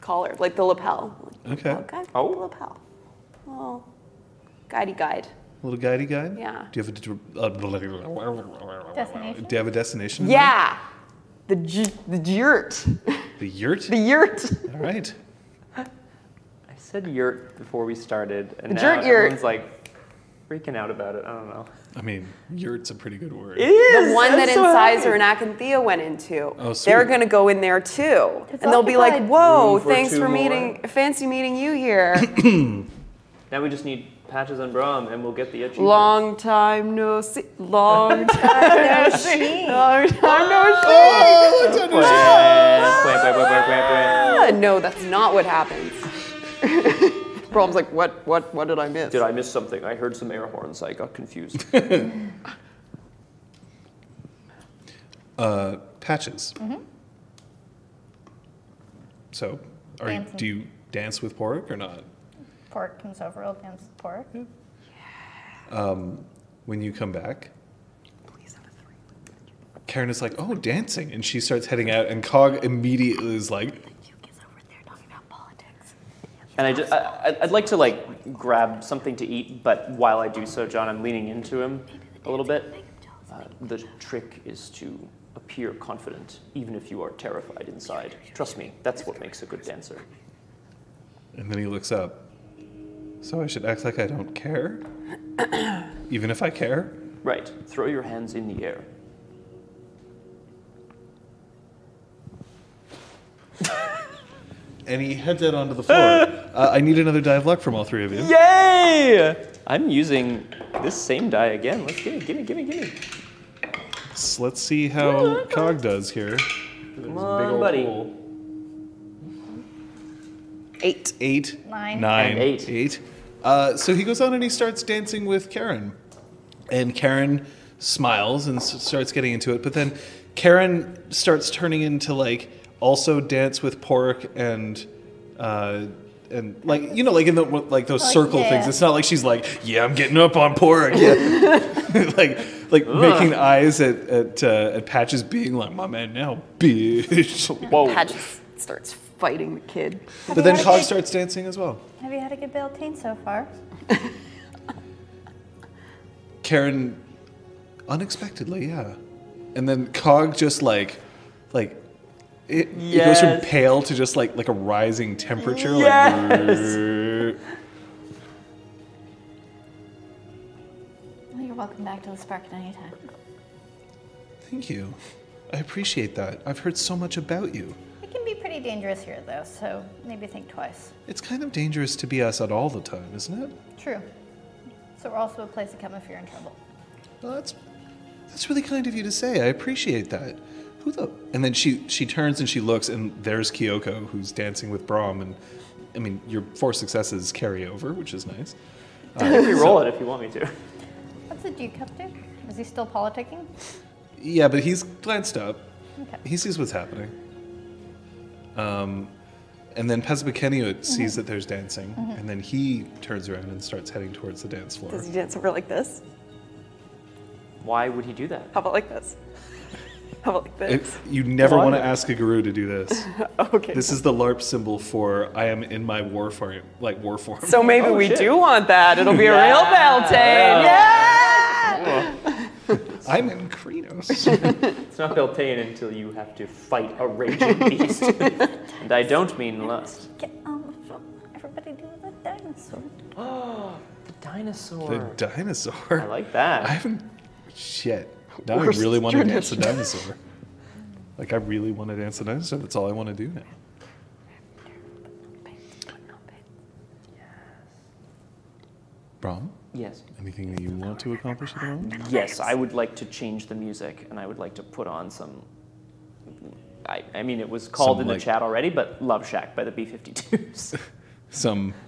[SPEAKER 6] collar, like the lapel.
[SPEAKER 5] Okay.
[SPEAKER 6] Oh, guide,
[SPEAKER 4] Oh.
[SPEAKER 6] the lapel. Oh, guidey guide.
[SPEAKER 5] Little guidey guide?
[SPEAKER 6] Yeah.
[SPEAKER 5] Do you have a, d- uh, blah, blah, blah, blah, blah, blah, blah.
[SPEAKER 2] Destination?
[SPEAKER 5] Do you have a destination? in
[SPEAKER 6] Yeah, the j- the yurt,
[SPEAKER 5] mind? The yurt?
[SPEAKER 4] (laughs)
[SPEAKER 6] the yurt.
[SPEAKER 5] All right.
[SPEAKER 4] I said yurt before we started, and now
[SPEAKER 6] Jurt, yurt.
[SPEAKER 4] everyone's like freaking out about it. I don't know.
[SPEAKER 5] I mean, yurt's a pretty good word.
[SPEAKER 6] The one that
[SPEAKER 4] so
[SPEAKER 6] Incisor and Acanthea went into.
[SPEAKER 5] Oh, sweet.
[SPEAKER 6] They're gonna go in there too,
[SPEAKER 2] It's
[SPEAKER 6] and they'll be like,
[SPEAKER 2] occupied.
[SPEAKER 6] "Whoa,
[SPEAKER 4] Room for
[SPEAKER 6] thanks
[SPEAKER 4] two
[SPEAKER 6] for
[SPEAKER 4] more."
[SPEAKER 6] meeting, fancy meeting you here. (laughs)
[SPEAKER 4] Now we just need patches on Brahm, and we'll get the achievement.
[SPEAKER 6] long time no see.
[SPEAKER 4] (laughs)
[SPEAKER 6] Long time, long time no see.
[SPEAKER 4] Wait, wait, wait, wait, wait, wait.
[SPEAKER 8] Ah,
[SPEAKER 6] Uh, no, that's not
[SPEAKER 8] (laughs)
[SPEAKER 6] what happens. Brom's like, what, what, what did I miss?
[SPEAKER 4] Did I miss something? I heard some air horns. I got confused.
[SPEAKER 5] uh, patches. So, are you,
[SPEAKER 2] Dancing.
[SPEAKER 5] do you dance with Pork or not?
[SPEAKER 2] Pork comes over, old man's pork.
[SPEAKER 5] When you come back, Karen is like, "Oh, dancing," and she starts heading out, and Cog immediately is like,
[SPEAKER 4] And I just, I, would like to like grab something to eat, but while I do so, John, I'm leaning into him a little bit. Uh, the trick is to appear confident, even if you are terrified inside. Trust me, that's what makes a good dancer.
[SPEAKER 5] And then he looks up. So I should act like I don't care? Even if I care?
[SPEAKER 4] Right, throw your hands in the air.
[SPEAKER 5] And he heads out onto the floor. uh, I need another die of luck from all three of you.
[SPEAKER 4] Yay! I'm using this same die again. Let's give me, give me, give me, give me.
[SPEAKER 5] S- Let's see how Cog does here.
[SPEAKER 4] Come on, buddy.
[SPEAKER 5] Eight. Eight.
[SPEAKER 2] Nine.
[SPEAKER 5] Nine.
[SPEAKER 4] And eight.
[SPEAKER 5] Eight. Uh, so he goes on and he starts dancing with Karen. And Karen smiles and s- starts getting into it. But then Karen starts turning into like also dance with Pork and. Uh, and like you know, like in the like those circle
[SPEAKER 2] yeah.
[SPEAKER 5] things, it's not like she's like, "Yeah, I'm getting up on pork," yeah. (laughs) like like making eyes at at, uh, at Patches, being like, "My man, now, bitch."
[SPEAKER 4] Whoa.
[SPEAKER 7] Pat just starts fighting the kid.
[SPEAKER 5] But then Cog starts dancing as well.
[SPEAKER 2] Have you had a good Beltane so far?
[SPEAKER 5] Karen, unexpectedly, yeah. And then Cog just like, like, it, it goes from
[SPEAKER 4] Yes.
[SPEAKER 5] pale to just like like a rising temperature.
[SPEAKER 4] (laughs)
[SPEAKER 5] Like,
[SPEAKER 1] Well, You're welcome back to the Spark at any time.
[SPEAKER 5] thank you. I appreciate that. I've heard so much about you.
[SPEAKER 2] It can be pretty dangerous here, though, so maybe think twice.
[SPEAKER 5] It's kind of dangerous to be us at all the time, isn't it?
[SPEAKER 2] True. So we're also a place to come if you're in trouble.
[SPEAKER 5] Well, that's that's really kind of you to say. I appreciate that. Who the? And then she she turns and she looks, and there's Kyoko who's dancing with Brahm. And I mean, your four successes carry over, which is nice.
[SPEAKER 4] Let me roll it if you want me to.
[SPEAKER 2] What's the Duke up to? Is he still politicking?
[SPEAKER 5] Yeah, but he's glanced up.
[SPEAKER 2] Okay.
[SPEAKER 5] He sees what's happening. Um, and then
[SPEAKER 8] Mm-hmm.
[SPEAKER 5] Pesbakenio sees that there's dancing, and then he turns around and starts heading towards the dance floor.
[SPEAKER 8] Does he dance over like this?
[SPEAKER 4] Why would he do that?
[SPEAKER 8] How about like this? How about like
[SPEAKER 5] It-
[SPEAKER 8] this?
[SPEAKER 5] you never
[SPEAKER 4] Why?
[SPEAKER 5] want to ask a guru to do this.
[SPEAKER 8] (laughs) okay.
[SPEAKER 5] This is the LARP symbol for I am in my war form, like war form.
[SPEAKER 8] so maybe we do want that. It'll be a real Beltane.
[SPEAKER 5] (laughs) I'm in
[SPEAKER 8] (laughs)
[SPEAKER 5] Krenos.
[SPEAKER 4] It's not Beltane until you have to fight
[SPEAKER 8] (laughs)
[SPEAKER 4] a raging beast. and I don't mean lust.
[SPEAKER 2] Get on the phone. Everybody do the dinosaur.
[SPEAKER 4] Oh, the
[SPEAKER 5] the
[SPEAKER 4] dinosaur.
[SPEAKER 5] dinosaur. (laughs)
[SPEAKER 4] I like that.
[SPEAKER 5] I haven't. Shit. Now I really want to dance the dinosaur. Like I really want to dance the dinosaur. That's all I want to do now. Brom,
[SPEAKER 4] yes.
[SPEAKER 5] anything that you want to accomplish at the moment?
[SPEAKER 4] Yes, I would like to change the music and I would like to put on some. I, I mean, it was called
[SPEAKER 5] Some,
[SPEAKER 4] in
[SPEAKER 5] like-
[SPEAKER 4] the chat already, but Love Shack by the B 52s.
[SPEAKER 5] Some.
[SPEAKER 4] (laughs)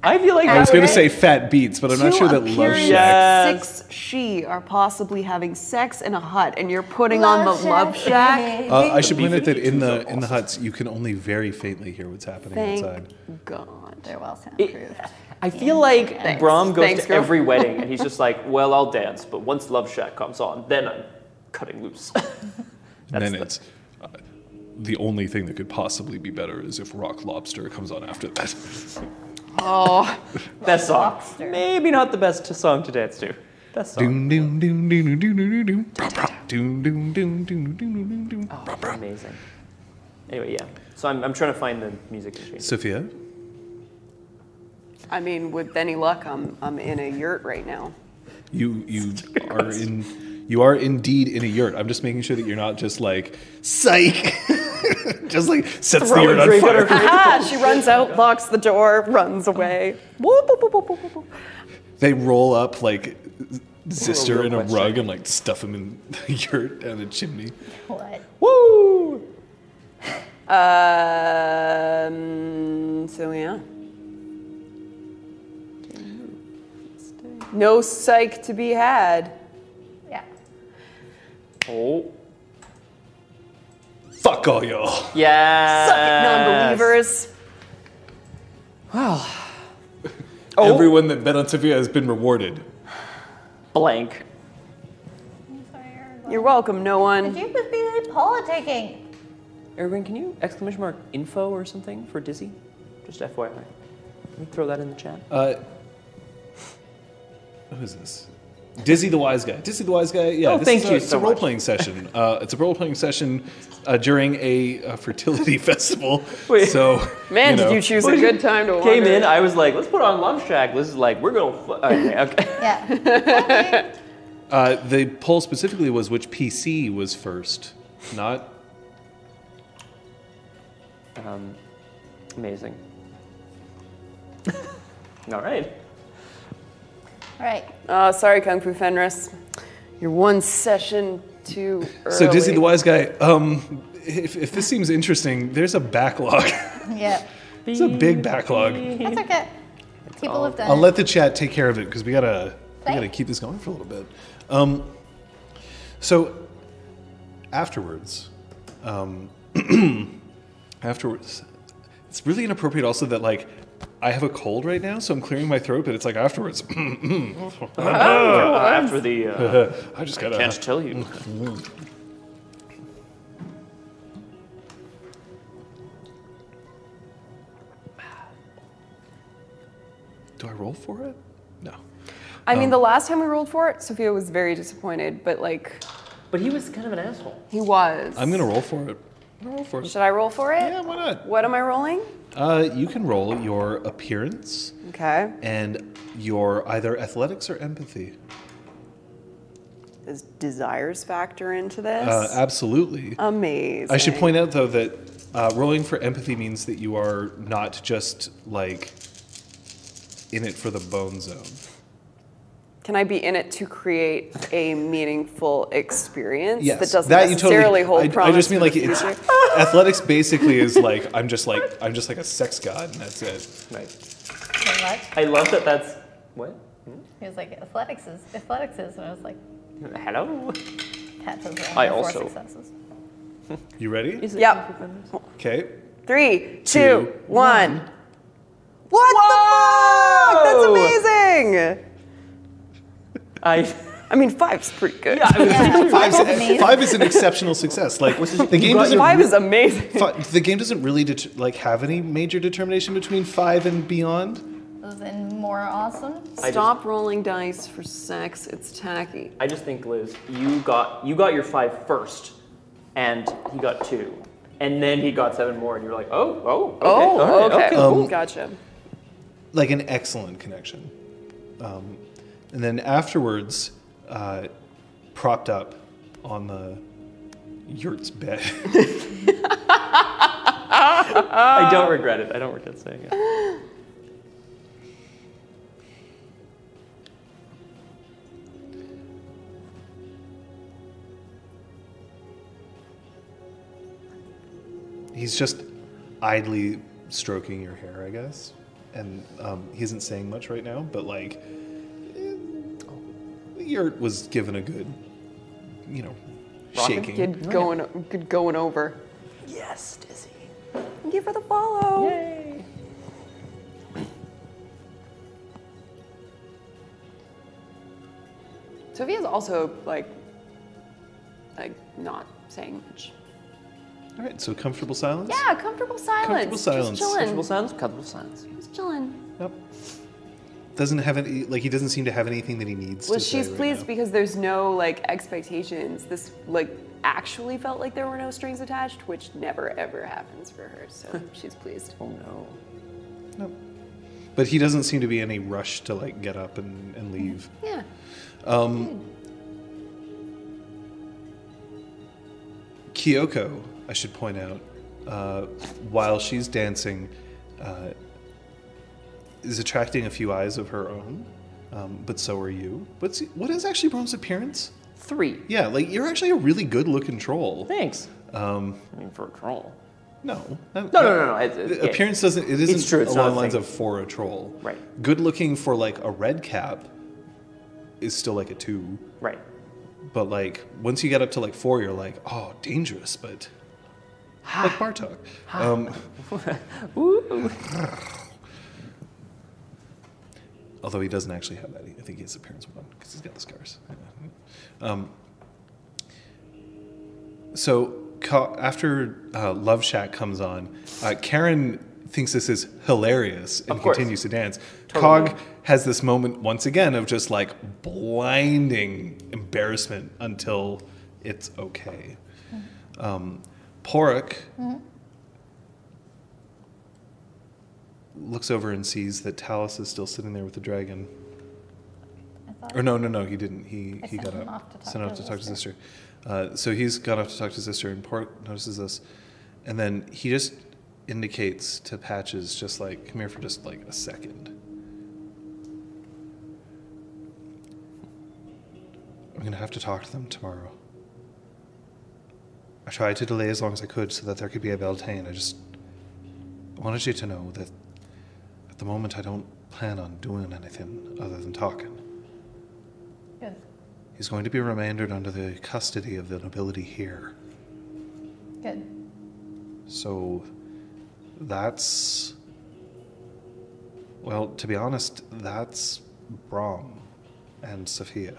[SPEAKER 4] I feel like
[SPEAKER 5] I was
[SPEAKER 4] that
[SPEAKER 5] going to
[SPEAKER 4] would-
[SPEAKER 5] say fat beats, but I'm not
[SPEAKER 8] Two
[SPEAKER 5] sure that love
[SPEAKER 8] appearing
[SPEAKER 5] shack.
[SPEAKER 4] Yes.
[SPEAKER 8] Six she are possibly having sex in a hut, and you're putting on the
[SPEAKER 2] Love
[SPEAKER 8] love shack.
[SPEAKER 5] Uh, I should
[SPEAKER 4] The
[SPEAKER 5] point out that in
[SPEAKER 4] B-52s
[SPEAKER 5] the
[SPEAKER 4] are
[SPEAKER 5] in the
[SPEAKER 4] awesome.
[SPEAKER 5] huts, you can only very faintly hear what's happening
[SPEAKER 8] Thank
[SPEAKER 5] outside.
[SPEAKER 8] God.
[SPEAKER 1] They're well soundproofed.
[SPEAKER 4] I feel like Brahm goes
[SPEAKER 8] Thanks,
[SPEAKER 4] to
[SPEAKER 8] girl.
[SPEAKER 4] every wedding
[SPEAKER 8] (laughs)
[SPEAKER 4] and he's just like, well, I'll dance, but once Love Shack comes on, then I'm cutting loose. (laughs)
[SPEAKER 5] And then
[SPEAKER 4] the-
[SPEAKER 5] it's uh, the only thing that could possibly be better is if Rock Lobster comes on after that.
[SPEAKER 8] Oh,
[SPEAKER 4] Best song. Maybe not the best t- song to dance to. Best song.
[SPEAKER 5] Doom doom doom doom doom doom doom doom Brah, brah. doom doom doom doom doom doom doom doom
[SPEAKER 4] Oh,
[SPEAKER 5] Brah, brah.
[SPEAKER 4] amazing. Anyway, yeah. So I'm, I'm trying to find the music machine.
[SPEAKER 5] Sophia,
[SPEAKER 8] I mean, with any luck, I'm I'm in a yurt right now.
[SPEAKER 5] you you are in you are indeed in a yurt. I'm just making sure that you're not just like psych, (laughs) just like sets the yurt on
[SPEAKER 4] drink at
[SPEAKER 5] fire.
[SPEAKER 4] her face.
[SPEAKER 8] (laughs) Ah, she runs out, locks the door, runs away. Whoop, whoop, whoop, whoop, whoop, whoop.
[SPEAKER 5] They roll up like Zister
[SPEAKER 4] real
[SPEAKER 5] in a
[SPEAKER 4] question.
[SPEAKER 5] rug and like stuff him in the (laughs) yurt down the chimney.
[SPEAKER 2] (laughs) What?
[SPEAKER 5] Woo!
[SPEAKER 8] Um, so yeah. No psych to be had.
[SPEAKER 2] Yeah.
[SPEAKER 4] Oh.
[SPEAKER 5] Fuck all y'all.
[SPEAKER 4] Yeah.
[SPEAKER 8] Suck it, non-believers.
[SPEAKER 5] Everyone that bet on Sophia has been rewarded.
[SPEAKER 4] Blank.
[SPEAKER 8] You're welcome, no
[SPEAKER 2] The
[SPEAKER 8] one.
[SPEAKER 2] Duke was busy politicking.
[SPEAKER 4] Erwin, can you exclamation mark info or something for Dizzy? Just FYI. Can we throw that in the chat?
[SPEAKER 5] Uh, who is this? Dizzy the Wise Guy. Dizzy the Wise Guy. Yeah,
[SPEAKER 4] Oh,
[SPEAKER 5] this
[SPEAKER 4] thank
[SPEAKER 5] is a,
[SPEAKER 4] you
[SPEAKER 5] It's
[SPEAKER 4] so
[SPEAKER 5] a
[SPEAKER 4] much.
[SPEAKER 5] role
[SPEAKER 4] (laughs)
[SPEAKER 5] playing session. Uh, it's a role playing session uh, during a, uh fertility (laughs) festival.
[SPEAKER 4] Wait.
[SPEAKER 5] So
[SPEAKER 3] Man,
[SPEAKER 5] know.
[SPEAKER 3] did you choose
[SPEAKER 8] (laughs)
[SPEAKER 3] a good time to
[SPEAKER 4] (laughs) Came in,
[SPEAKER 3] wander.
[SPEAKER 4] I was like, let's put on lunch track. This is like, we're going to. Okay, (laughs) okay.
[SPEAKER 2] (laughs) Yeah.
[SPEAKER 5] Uh, the poll specifically was which PC was first, not
[SPEAKER 4] Um, amazing. (laughs) All right.
[SPEAKER 16] All right.
[SPEAKER 8] Ah,
[SPEAKER 6] Oh, sorry, Kung Fu Fenris. You're one session too early.
[SPEAKER 5] So Dizzy the Wise Guy, um, if, if this seems interesting, there's a backlog. (laughs)
[SPEAKER 2] Yeah.
[SPEAKER 5] there's a big backlog.
[SPEAKER 2] That's okay. People have done
[SPEAKER 5] I'll
[SPEAKER 2] it.
[SPEAKER 5] let the chat take care of it because we gotta we gotta
[SPEAKER 2] Right.
[SPEAKER 5] keep this going for a little bit. Um, so afterwards, um, (clears throat) afterwards, it's really inappropriate also that like I have a cold right now, so I'm clearing my throat, but it's like afterwards. (clears throat)
[SPEAKER 4] Oh, after the.
[SPEAKER 5] (laughs)
[SPEAKER 4] Uh,
[SPEAKER 5] I just gotta.
[SPEAKER 4] can't tell you.
[SPEAKER 5] Do I roll for it? No.
[SPEAKER 6] I
[SPEAKER 5] Um,
[SPEAKER 6] mean, the last time we rolled for it, Sophia was very disappointed, but like
[SPEAKER 4] But he was kind of an asshole.
[SPEAKER 6] he was.
[SPEAKER 5] I'm gonna roll for it. I'm gonna roll for it.
[SPEAKER 6] Should I roll for it?
[SPEAKER 5] Yeah, why not?
[SPEAKER 6] What am I rolling?
[SPEAKER 5] Uh, you can roll your appearance
[SPEAKER 6] Okay.
[SPEAKER 5] and your either athletics or empathy.
[SPEAKER 6] Does desires factor into this?
[SPEAKER 5] Uh, absolutely.
[SPEAKER 6] Amazing.
[SPEAKER 5] I should point out though that uh, rolling for empathy means that you are not just like in it for the bone zone.
[SPEAKER 6] Can I be in it to create a meaningful experience
[SPEAKER 5] Yes,
[SPEAKER 6] that doesn't
[SPEAKER 5] you totally-
[SPEAKER 6] necessarily hold
[SPEAKER 5] I,
[SPEAKER 6] promise?
[SPEAKER 5] I just mean
[SPEAKER 6] for
[SPEAKER 5] like
[SPEAKER 6] the
[SPEAKER 5] it's
[SPEAKER 6] future?
[SPEAKER 5] athletics. Basically, is like I'm just like I'm just like a sex god, and that's it.
[SPEAKER 4] Right.
[SPEAKER 2] Pretty much.
[SPEAKER 4] I love that that's. What?
[SPEAKER 2] He was like, athletics is, athletics is. And I was like,
[SPEAKER 4] Hello?
[SPEAKER 2] Pat says that.
[SPEAKER 4] I
[SPEAKER 2] Four
[SPEAKER 4] also-
[SPEAKER 2] Successes.
[SPEAKER 5] You ready?
[SPEAKER 6] Yep.
[SPEAKER 5] Okay.
[SPEAKER 6] Three,
[SPEAKER 5] Two,
[SPEAKER 6] two, one. What
[SPEAKER 4] Whoa!
[SPEAKER 6] the fuck? That's amazing.
[SPEAKER 4] I. (laughs)
[SPEAKER 6] I mean, five's pretty good.
[SPEAKER 4] Yeah, I was
[SPEAKER 2] Yeah.
[SPEAKER 5] (laughs) Five,
[SPEAKER 2] Amazing.
[SPEAKER 5] five is an exceptional success. Like the game
[SPEAKER 4] got
[SPEAKER 5] doesn't
[SPEAKER 6] Five is amazing.
[SPEAKER 5] Fi- the game doesn't really det- like have any major determination between five and beyond.
[SPEAKER 2] Those and more awesome.
[SPEAKER 4] just-
[SPEAKER 3] Stop rolling dice for sex. It's tacky.
[SPEAKER 4] I just think, Liz, you got you got your five first, and he got two, and then he got seven more, and you were like, oh, oh, okay,
[SPEAKER 3] Oh,
[SPEAKER 4] all right,
[SPEAKER 3] okay.
[SPEAKER 5] Um,
[SPEAKER 6] Gotcha.
[SPEAKER 5] Like an excellent connection. Um, and then afterwards, uh, propped up on the yurt's bed. (laughs)
[SPEAKER 4] I don't regret it. I don't regret saying it.
[SPEAKER 5] He's just idly stroking your hair, I guess. And um, he isn't saying much right now, but like, eh, the yurt was given a good, you know, shaking.
[SPEAKER 6] Good going, good going over. Yes, Dizzy. Thank you for the follow.
[SPEAKER 3] Sophia's also like, like not saying much.
[SPEAKER 5] All right, so comfortable silence.
[SPEAKER 3] Yeah, comfortable silence.
[SPEAKER 5] Comfortable silence.
[SPEAKER 3] Just
[SPEAKER 4] Comfortable
[SPEAKER 3] chilling.
[SPEAKER 4] sounds. Comfortable sounds.
[SPEAKER 3] Just chilling.
[SPEAKER 5] Yep. Doesn't have any like he doesn't seem to have anything that he needs.
[SPEAKER 6] Well,
[SPEAKER 5] to
[SPEAKER 6] she's
[SPEAKER 5] say right
[SPEAKER 6] pleased
[SPEAKER 5] now.
[SPEAKER 6] because there's no like expectations. This like actually felt like there were no strings attached, which never ever happens for her. So she's pleased.
[SPEAKER 3] Oh no.
[SPEAKER 5] But he doesn't seem to be in any rush to like get up and, and leave.
[SPEAKER 3] Yeah.
[SPEAKER 5] Kyoko, I should point out, uh, while she's dancing, uh, is attracting a few eyes of her own. Um, but so are you. What's what is actually Brome's appearance?
[SPEAKER 4] Three.
[SPEAKER 5] Yeah, like you're actually a really good looking troll.
[SPEAKER 4] Thanks.
[SPEAKER 5] Um,
[SPEAKER 4] I mean, for a troll.
[SPEAKER 5] no, no,
[SPEAKER 4] No, no, no, no. It's, it's,
[SPEAKER 5] The
[SPEAKER 4] yeah.
[SPEAKER 5] appearance doesn't. It isn't
[SPEAKER 4] true, it's
[SPEAKER 5] along
[SPEAKER 4] not a
[SPEAKER 5] the lines
[SPEAKER 4] thing.
[SPEAKER 5] of for a troll.
[SPEAKER 4] Right.
[SPEAKER 5] Good looking for like a red cap is still like a two,
[SPEAKER 4] Right.
[SPEAKER 5] but like once you get up to like four, you're like, oh, dangerous, but like Bartok. Um, although he doesn't actually have that. I think his appearance one because he's got the scars. Um, so ca- after uh, Love Shack comes on, uh, Karen thinks this is hilarious and
[SPEAKER 4] course.
[SPEAKER 5] continues to dance.
[SPEAKER 4] Totally.
[SPEAKER 5] Cog has this moment once again of just like blinding embarrassment until it's okay. Um, Porrick looks over and sees that Talus is still sitting there with the dragon.
[SPEAKER 2] I thought.
[SPEAKER 5] Or no, no, no, he didn't. He
[SPEAKER 2] I
[SPEAKER 5] he
[SPEAKER 2] sent
[SPEAKER 5] got
[SPEAKER 2] him
[SPEAKER 5] up,
[SPEAKER 2] off to talk
[SPEAKER 5] sent
[SPEAKER 2] to
[SPEAKER 5] off to
[SPEAKER 2] his
[SPEAKER 5] talk to his sister. Uh, so he's gone off to talk to his sister, and Port notices this, and then he just indicates to Patches, just like, "Come here for just like a second. I'm gonna have to talk to them tomorrow. I tried to delay as long as I could so that there could be a Beltane. I just I wanted you to know that at the moment I don't plan on doing anything other than talking."
[SPEAKER 2] Good.
[SPEAKER 5] He's going to be remanded under the custody of the nobility here.
[SPEAKER 2] Good.
[SPEAKER 5] So that's. Well, to be honest, that's Brom and Sophia.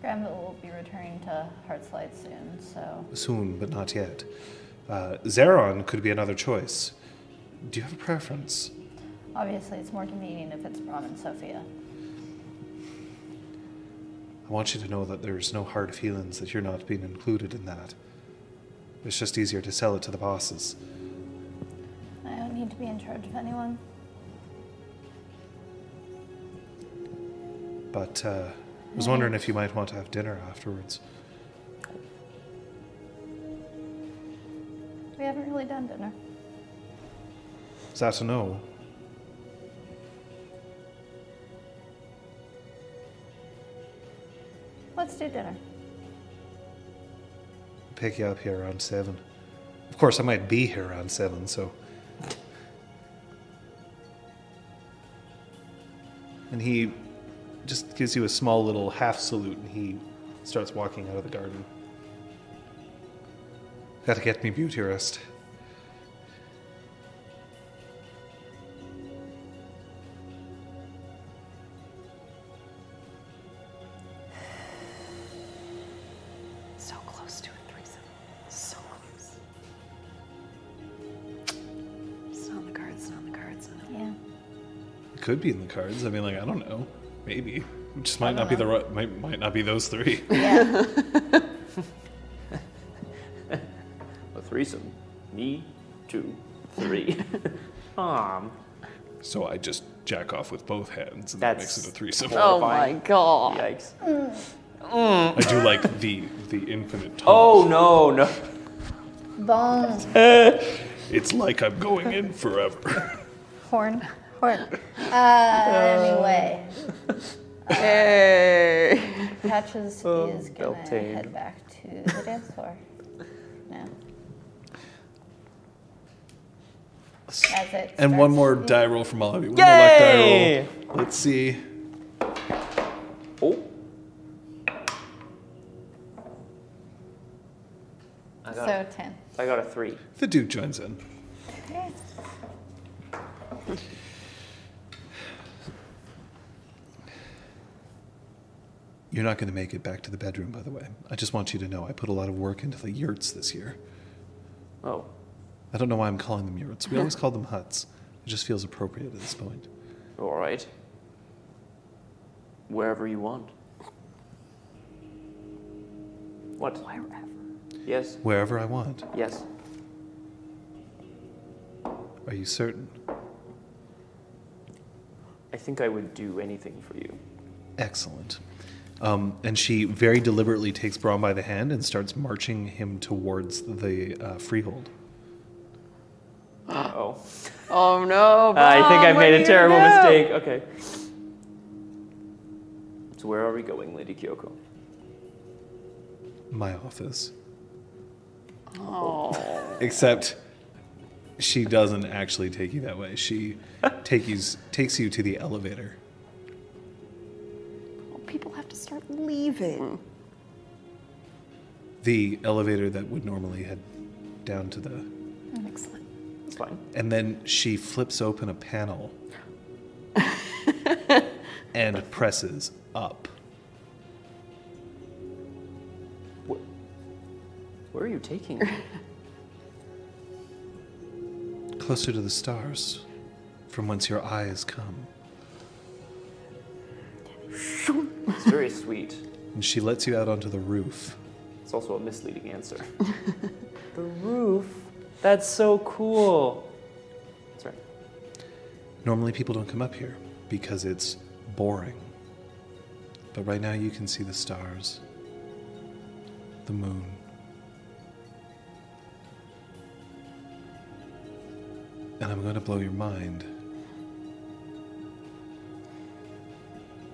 [SPEAKER 2] Granville will be returning to Heartslight soon, so
[SPEAKER 5] Soon, but not yet. Uh, Zeron could be another choice. Do you have a preference?
[SPEAKER 2] obviously it's more convenient if it's Brom and Sophia.
[SPEAKER 5] I want you to know that there's no hard feelings that you're not being included in that. It's just easier to sell it to the bosses.
[SPEAKER 2] I don't need to be in charge of anyone.
[SPEAKER 5] But uh, I was wondering if you might want to have dinner afterwards.
[SPEAKER 2] We haven't really done dinner.
[SPEAKER 5] Is that a no?
[SPEAKER 2] Let's do dinner.
[SPEAKER 5] pick you up here around seven. Of course, I might be here around seven, so. And he just gives you a small little half salute and he starts walking out of the garden. Gotta get me beauty rest.
[SPEAKER 8] So close to a threesome. So close. It's not on the cards, it's not on the cards. I know.
[SPEAKER 2] Yeah.
[SPEAKER 5] It could be in the cards. I mean, like, I don't know. Maybe. It just might not be the right, might, might not be
[SPEAKER 4] (laughs)
[SPEAKER 5] those three.
[SPEAKER 2] Yeah.
[SPEAKER 4] A threesome. Me, two, (laughs) three. Um,
[SPEAKER 5] so I just jack off with both hands and that
[SPEAKER 4] That's
[SPEAKER 5] makes it a threesome.
[SPEAKER 8] Oh my
[SPEAKER 4] Horrifying.
[SPEAKER 8] god.
[SPEAKER 4] yikes.
[SPEAKER 5] I do like the the infinite
[SPEAKER 4] (laughs)
[SPEAKER 5] tone.
[SPEAKER 4] Oh no, no.
[SPEAKER 2] Bones.
[SPEAKER 5] It's like I'm going
[SPEAKER 4] (laughs)
[SPEAKER 5] in forever.
[SPEAKER 2] Horn. Horn. Uh, anyway.
[SPEAKER 8] Hey.
[SPEAKER 2] Patches
[SPEAKER 5] oh,
[SPEAKER 2] is gonna
[SPEAKER 4] Beltane.
[SPEAKER 2] head back to the dance
[SPEAKER 5] (laughs)
[SPEAKER 2] floor. No. As it
[SPEAKER 5] And one
[SPEAKER 2] starts-
[SPEAKER 5] more die roll from all of you. One more luck die
[SPEAKER 4] Yay!
[SPEAKER 5] roll. Let's see.
[SPEAKER 4] Oh. I got,
[SPEAKER 2] So ten.
[SPEAKER 4] I got a three.
[SPEAKER 5] The Duke joins in. You're not going to make it back to the bedroom, by the way. I just want you to know I put a lot of work into the yurts this year.
[SPEAKER 4] Oh.
[SPEAKER 5] I don't know why I'm calling them yurts. We always call them huts. It just feels appropriate at this point.
[SPEAKER 4] All right. Wherever you want. What? Wherever. Yes.
[SPEAKER 5] Wherever I want.
[SPEAKER 4] Yes.
[SPEAKER 5] Are you certain?
[SPEAKER 4] I think I would do anything for you.
[SPEAKER 5] Excellent. Um, and she very deliberately takes Braun by the hand and starts marching him towards the uh, freehold.
[SPEAKER 4] Oh.
[SPEAKER 8] Oh no.
[SPEAKER 4] Uh, I think I
[SPEAKER 8] Brom, Ah. what
[SPEAKER 4] made
[SPEAKER 8] do
[SPEAKER 4] a
[SPEAKER 8] you
[SPEAKER 4] terrible
[SPEAKER 8] do?
[SPEAKER 4] mistake. Okay. So where are we going, Lady Kyoko?
[SPEAKER 5] My office.
[SPEAKER 8] Oh.
[SPEAKER 5] Except she doesn't actually take you that way. She take you, takes you to the elevator.
[SPEAKER 8] People have to start leaving.
[SPEAKER 5] The elevator that would normally head down to the.
[SPEAKER 8] Excellent.
[SPEAKER 4] It's fine.
[SPEAKER 5] And then she flips open a panel and presses up.
[SPEAKER 4] Wh- Where are you taking me?
[SPEAKER 5] Closer to the stars. from whence your eyes come.
[SPEAKER 4] It's
[SPEAKER 8] (laughs)
[SPEAKER 4] very sweet.
[SPEAKER 5] And she lets you out onto the roof.
[SPEAKER 4] It's also a misleading answer.
[SPEAKER 8] (laughs)
[SPEAKER 4] the roof. That's so cool. That's right.
[SPEAKER 5] Normally, people don't come up here because it's boring. But right now, you can see the stars, the moon. And I'm going to blow your mind.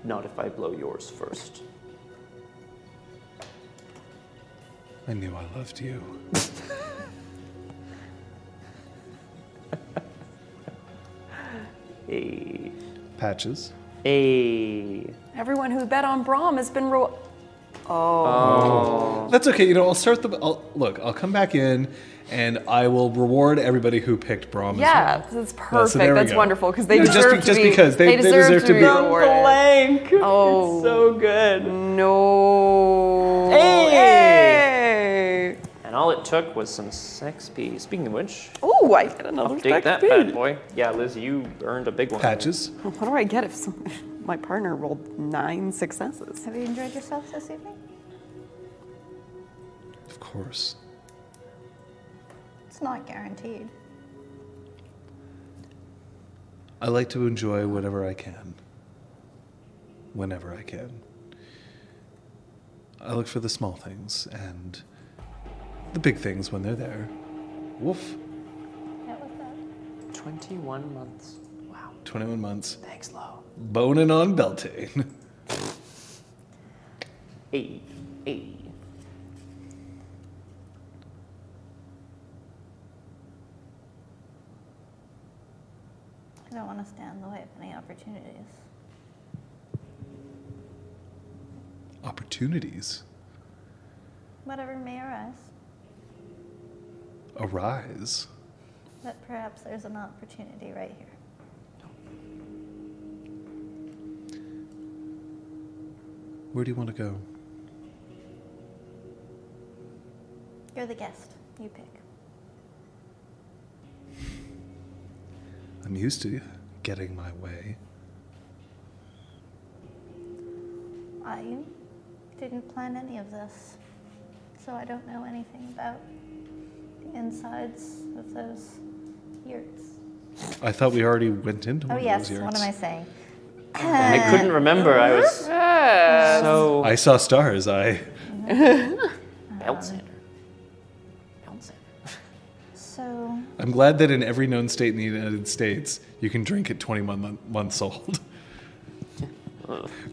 [SPEAKER 4] Not if I blow yours first.
[SPEAKER 5] I knew I loved you.
[SPEAKER 4] Hey.
[SPEAKER 5] Patches.
[SPEAKER 4] Hey.
[SPEAKER 6] Everyone who bet on Brahm has been ro-
[SPEAKER 5] That's okay. You know, I'll start the. I'll, look, I'll come back in, and I will reward everybody who picked Brahm. as
[SPEAKER 8] Yeah,
[SPEAKER 5] well.
[SPEAKER 8] that's
[SPEAKER 5] Yeah,
[SPEAKER 8] perfect.
[SPEAKER 5] so there we
[SPEAKER 8] that's
[SPEAKER 5] go.
[SPEAKER 8] wonderful because they
[SPEAKER 5] No, just
[SPEAKER 8] deserve
[SPEAKER 5] be-
[SPEAKER 8] to
[SPEAKER 5] just
[SPEAKER 8] be.
[SPEAKER 5] because they- they
[SPEAKER 8] deserve,
[SPEAKER 5] deserve
[SPEAKER 8] to,
[SPEAKER 5] to
[SPEAKER 8] be
[SPEAKER 5] be-
[SPEAKER 8] rewarded.
[SPEAKER 4] Blank.
[SPEAKER 8] Oh.
[SPEAKER 4] (laughs) It's so good.
[SPEAKER 8] No.
[SPEAKER 4] Hey! And all it took was some sex pee. Speaking of which,
[SPEAKER 8] Oh, I get another
[SPEAKER 4] update
[SPEAKER 8] sex
[SPEAKER 4] that
[SPEAKER 8] pee.
[SPEAKER 4] bad boy. Yeah, Liz, you earned a big one.
[SPEAKER 5] Patches.
[SPEAKER 8] What do I get if some, my partner rolled nine successes?
[SPEAKER 2] Have you enjoyed yourself this evening?
[SPEAKER 5] Of course.
[SPEAKER 2] It's not guaranteed.
[SPEAKER 5] I like to enjoy whatever I can. Whenever I can. I look for the small things and the big things when they're there. Woof.
[SPEAKER 4] 21 months.
[SPEAKER 5] 21 months.
[SPEAKER 4] Thanks, Lo.
[SPEAKER 5] Boning on Beltane. (laughs)
[SPEAKER 4] Hey, hey.
[SPEAKER 2] I don't want to stand in the way of any opportunities.
[SPEAKER 5] Opportunities
[SPEAKER 2] Whatever may arise,
[SPEAKER 5] arise.
[SPEAKER 2] but perhaps there's an opportunity right here.
[SPEAKER 5] Where do you want to go?
[SPEAKER 2] You're the guest. You pick.
[SPEAKER 5] I'm used to getting my way.
[SPEAKER 2] I didn't plan any of this, so I don't know anything about the insides of those yurts.
[SPEAKER 5] I thought we already went into one
[SPEAKER 2] Oh, yes,
[SPEAKER 5] of those
[SPEAKER 2] what am
[SPEAKER 5] yurts.
[SPEAKER 2] I saying?
[SPEAKER 4] I couldn't remember. I was so.
[SPEAKER 5] I saw stars. I
[SPEAKER 4] Belt sander. Belt sander.
[SPEAKER 2] So,
[SPEAKER 5] I'm glad that in every known state in the United States, you can drink at 21 mon- months old.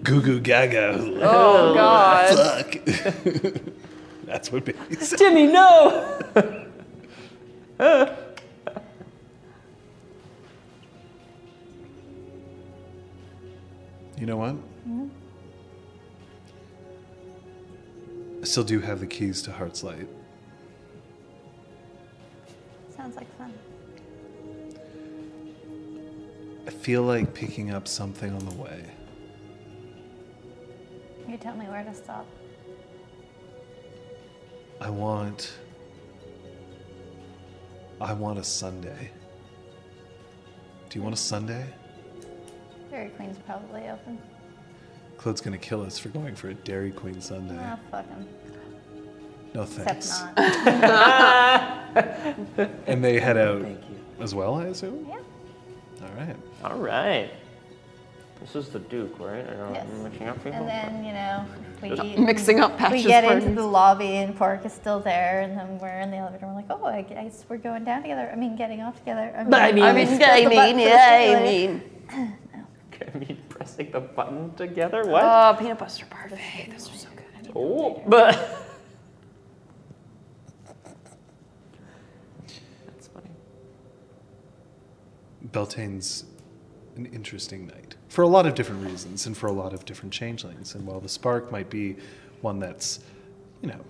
[SPEAKER 5] Goo goo gaga. Oh, God. Fuck. (laughs) That's what babies.
[SPEAKER 4] Timmy, no!
[SPEAKER 5] You know what? I still do have the keys to Heart's Light.
[SPEAKER 2] sounds like fun.
[SPEAKER 5] I feel like picking up something on the way.
[SPEAKER 2] You tell me where to stop.
[SPEAKER 5] I want. I want a Sunday. Do you want a Sunday?
[SPEAKER 2] Dairy Queen's probably open.
[SPEAKER 5] Claude's gonna kill us for going for a Dairy Queen Sunday.
[SPEAKER 2] Ah, fuck 'em.
[SPEAKER 5] No
[SPEAKER 2] Except
[SPEAKER 5] thanks.
[SPEAKER 2] not.
[SPEAKER 5] And they head out as well, I assume?
[SPEAKER 2] Yeah.
[SPEAKER 5] All right.
[SPEAKER 4] All right. This is the Duke, right? I don't,
[SPEAKER 2] Yes.
[SPEAKER 4] I'm mixing up people. (laughs)
[SPEAKER 2] And then, you know, we
[SPEAKER 8] Mixing up patches.
[SPEAKER 2] We get
[SPEAKER 8] for
[SPEAKER 2] into the lobby and Pork is still there, and then we're in the elevator. and We're like, oh, I guess we're going down together. I mean, getting off together. I mean,
[SPEAKER 4] I mean-
[SPEAKER 7] I
[SPEAKER 6] (laughs)
[SPEAKER 7] mean,
[SPEAKER 2] (laughs) press
[SPEAKER 7] I
[SPEAKER 2] the button
[SPEAKER 7] mean,
[SPEAKER 2] for the
[SPEAKER 7] yeah, I
[SPEAKER 2] simulator.
[SPEAKER 7] mean.
[SPEAKER 4] I mean, pressing the button together. What?
[SPEAKER 2] Uh,
[SPEAKER 8] Oh, peanut butter parfait. Those are so good.
[SPEAKER 4] oh, but that's funny.
[SPEAKER 5] Beltane's an interesting night for a lot of different reasons and for a lot of different changelings. And while the spark might be one that's, you know,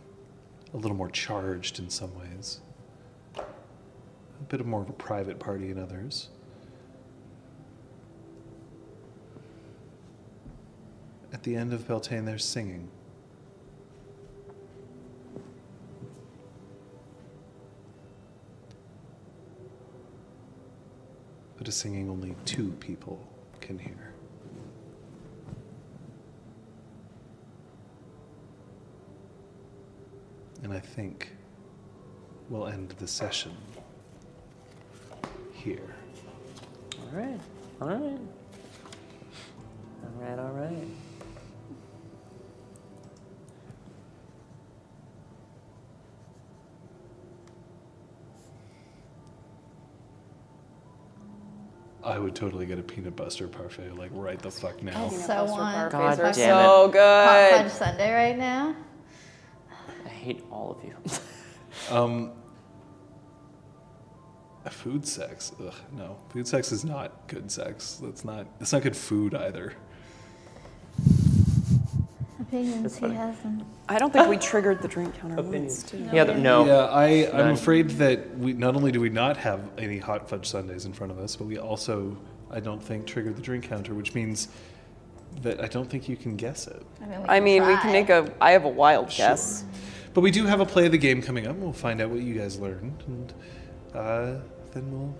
[SPEAKER 5] a little more charged in some ways, a bit of more of a private party in others. At the end of Beltane, there's singing. But to singing only two people can hear. And I think we'll end the session here.
[SPEAKER 4] All right. All right. All right. All right.
[SPEAKER 5] I would totally get a peanut butter parfait, like right the fuck now.
[SPEAKER 1] So want
[SPEAKER 4] God
[SPEAKER 1] hot
[SPEAKER 4] damn it.
[SPEAKER 8] Oh,
[SPEAKER 6] So good.
[SPEAKER 1] fudge sundae right now.
[SPEAKER 4] I hate all of you.
[SPEAKER 5] Um, food sex? Ugh, no, food sex is not good sex. That's not. It's not good food either.
[SPEAKER 1] Opinions he
[SPEAKER 4] funny.
[SPEAKER 1] has them.
[SPEAKER 6] I don't think we triggered the drink counter once,
[SPEAKER 4] Opinions.
[SPEAKER 6] too.
[SPEAKER 4] Yeah, th- no.
[SPEAKER 5] Yeah, I, I'm
[SPEAKER 4] Not-
[SPEAKER 5] afraid that we not only do we not have any hot fudge sundaes in front of us, but we also, I don't think, triggered the drink counter, which means that I don't think you can guess it.
[SPEAKER 1] I mean, we
[SPEAKER 8] I mean, we
[SPEAKER 1] try.
[SPEAKER 8] can make a. I have a wild guess.
[SPEAKER 5] But we do have a play of the game coming up. We'll find out what you guys learned, and uh, then we'll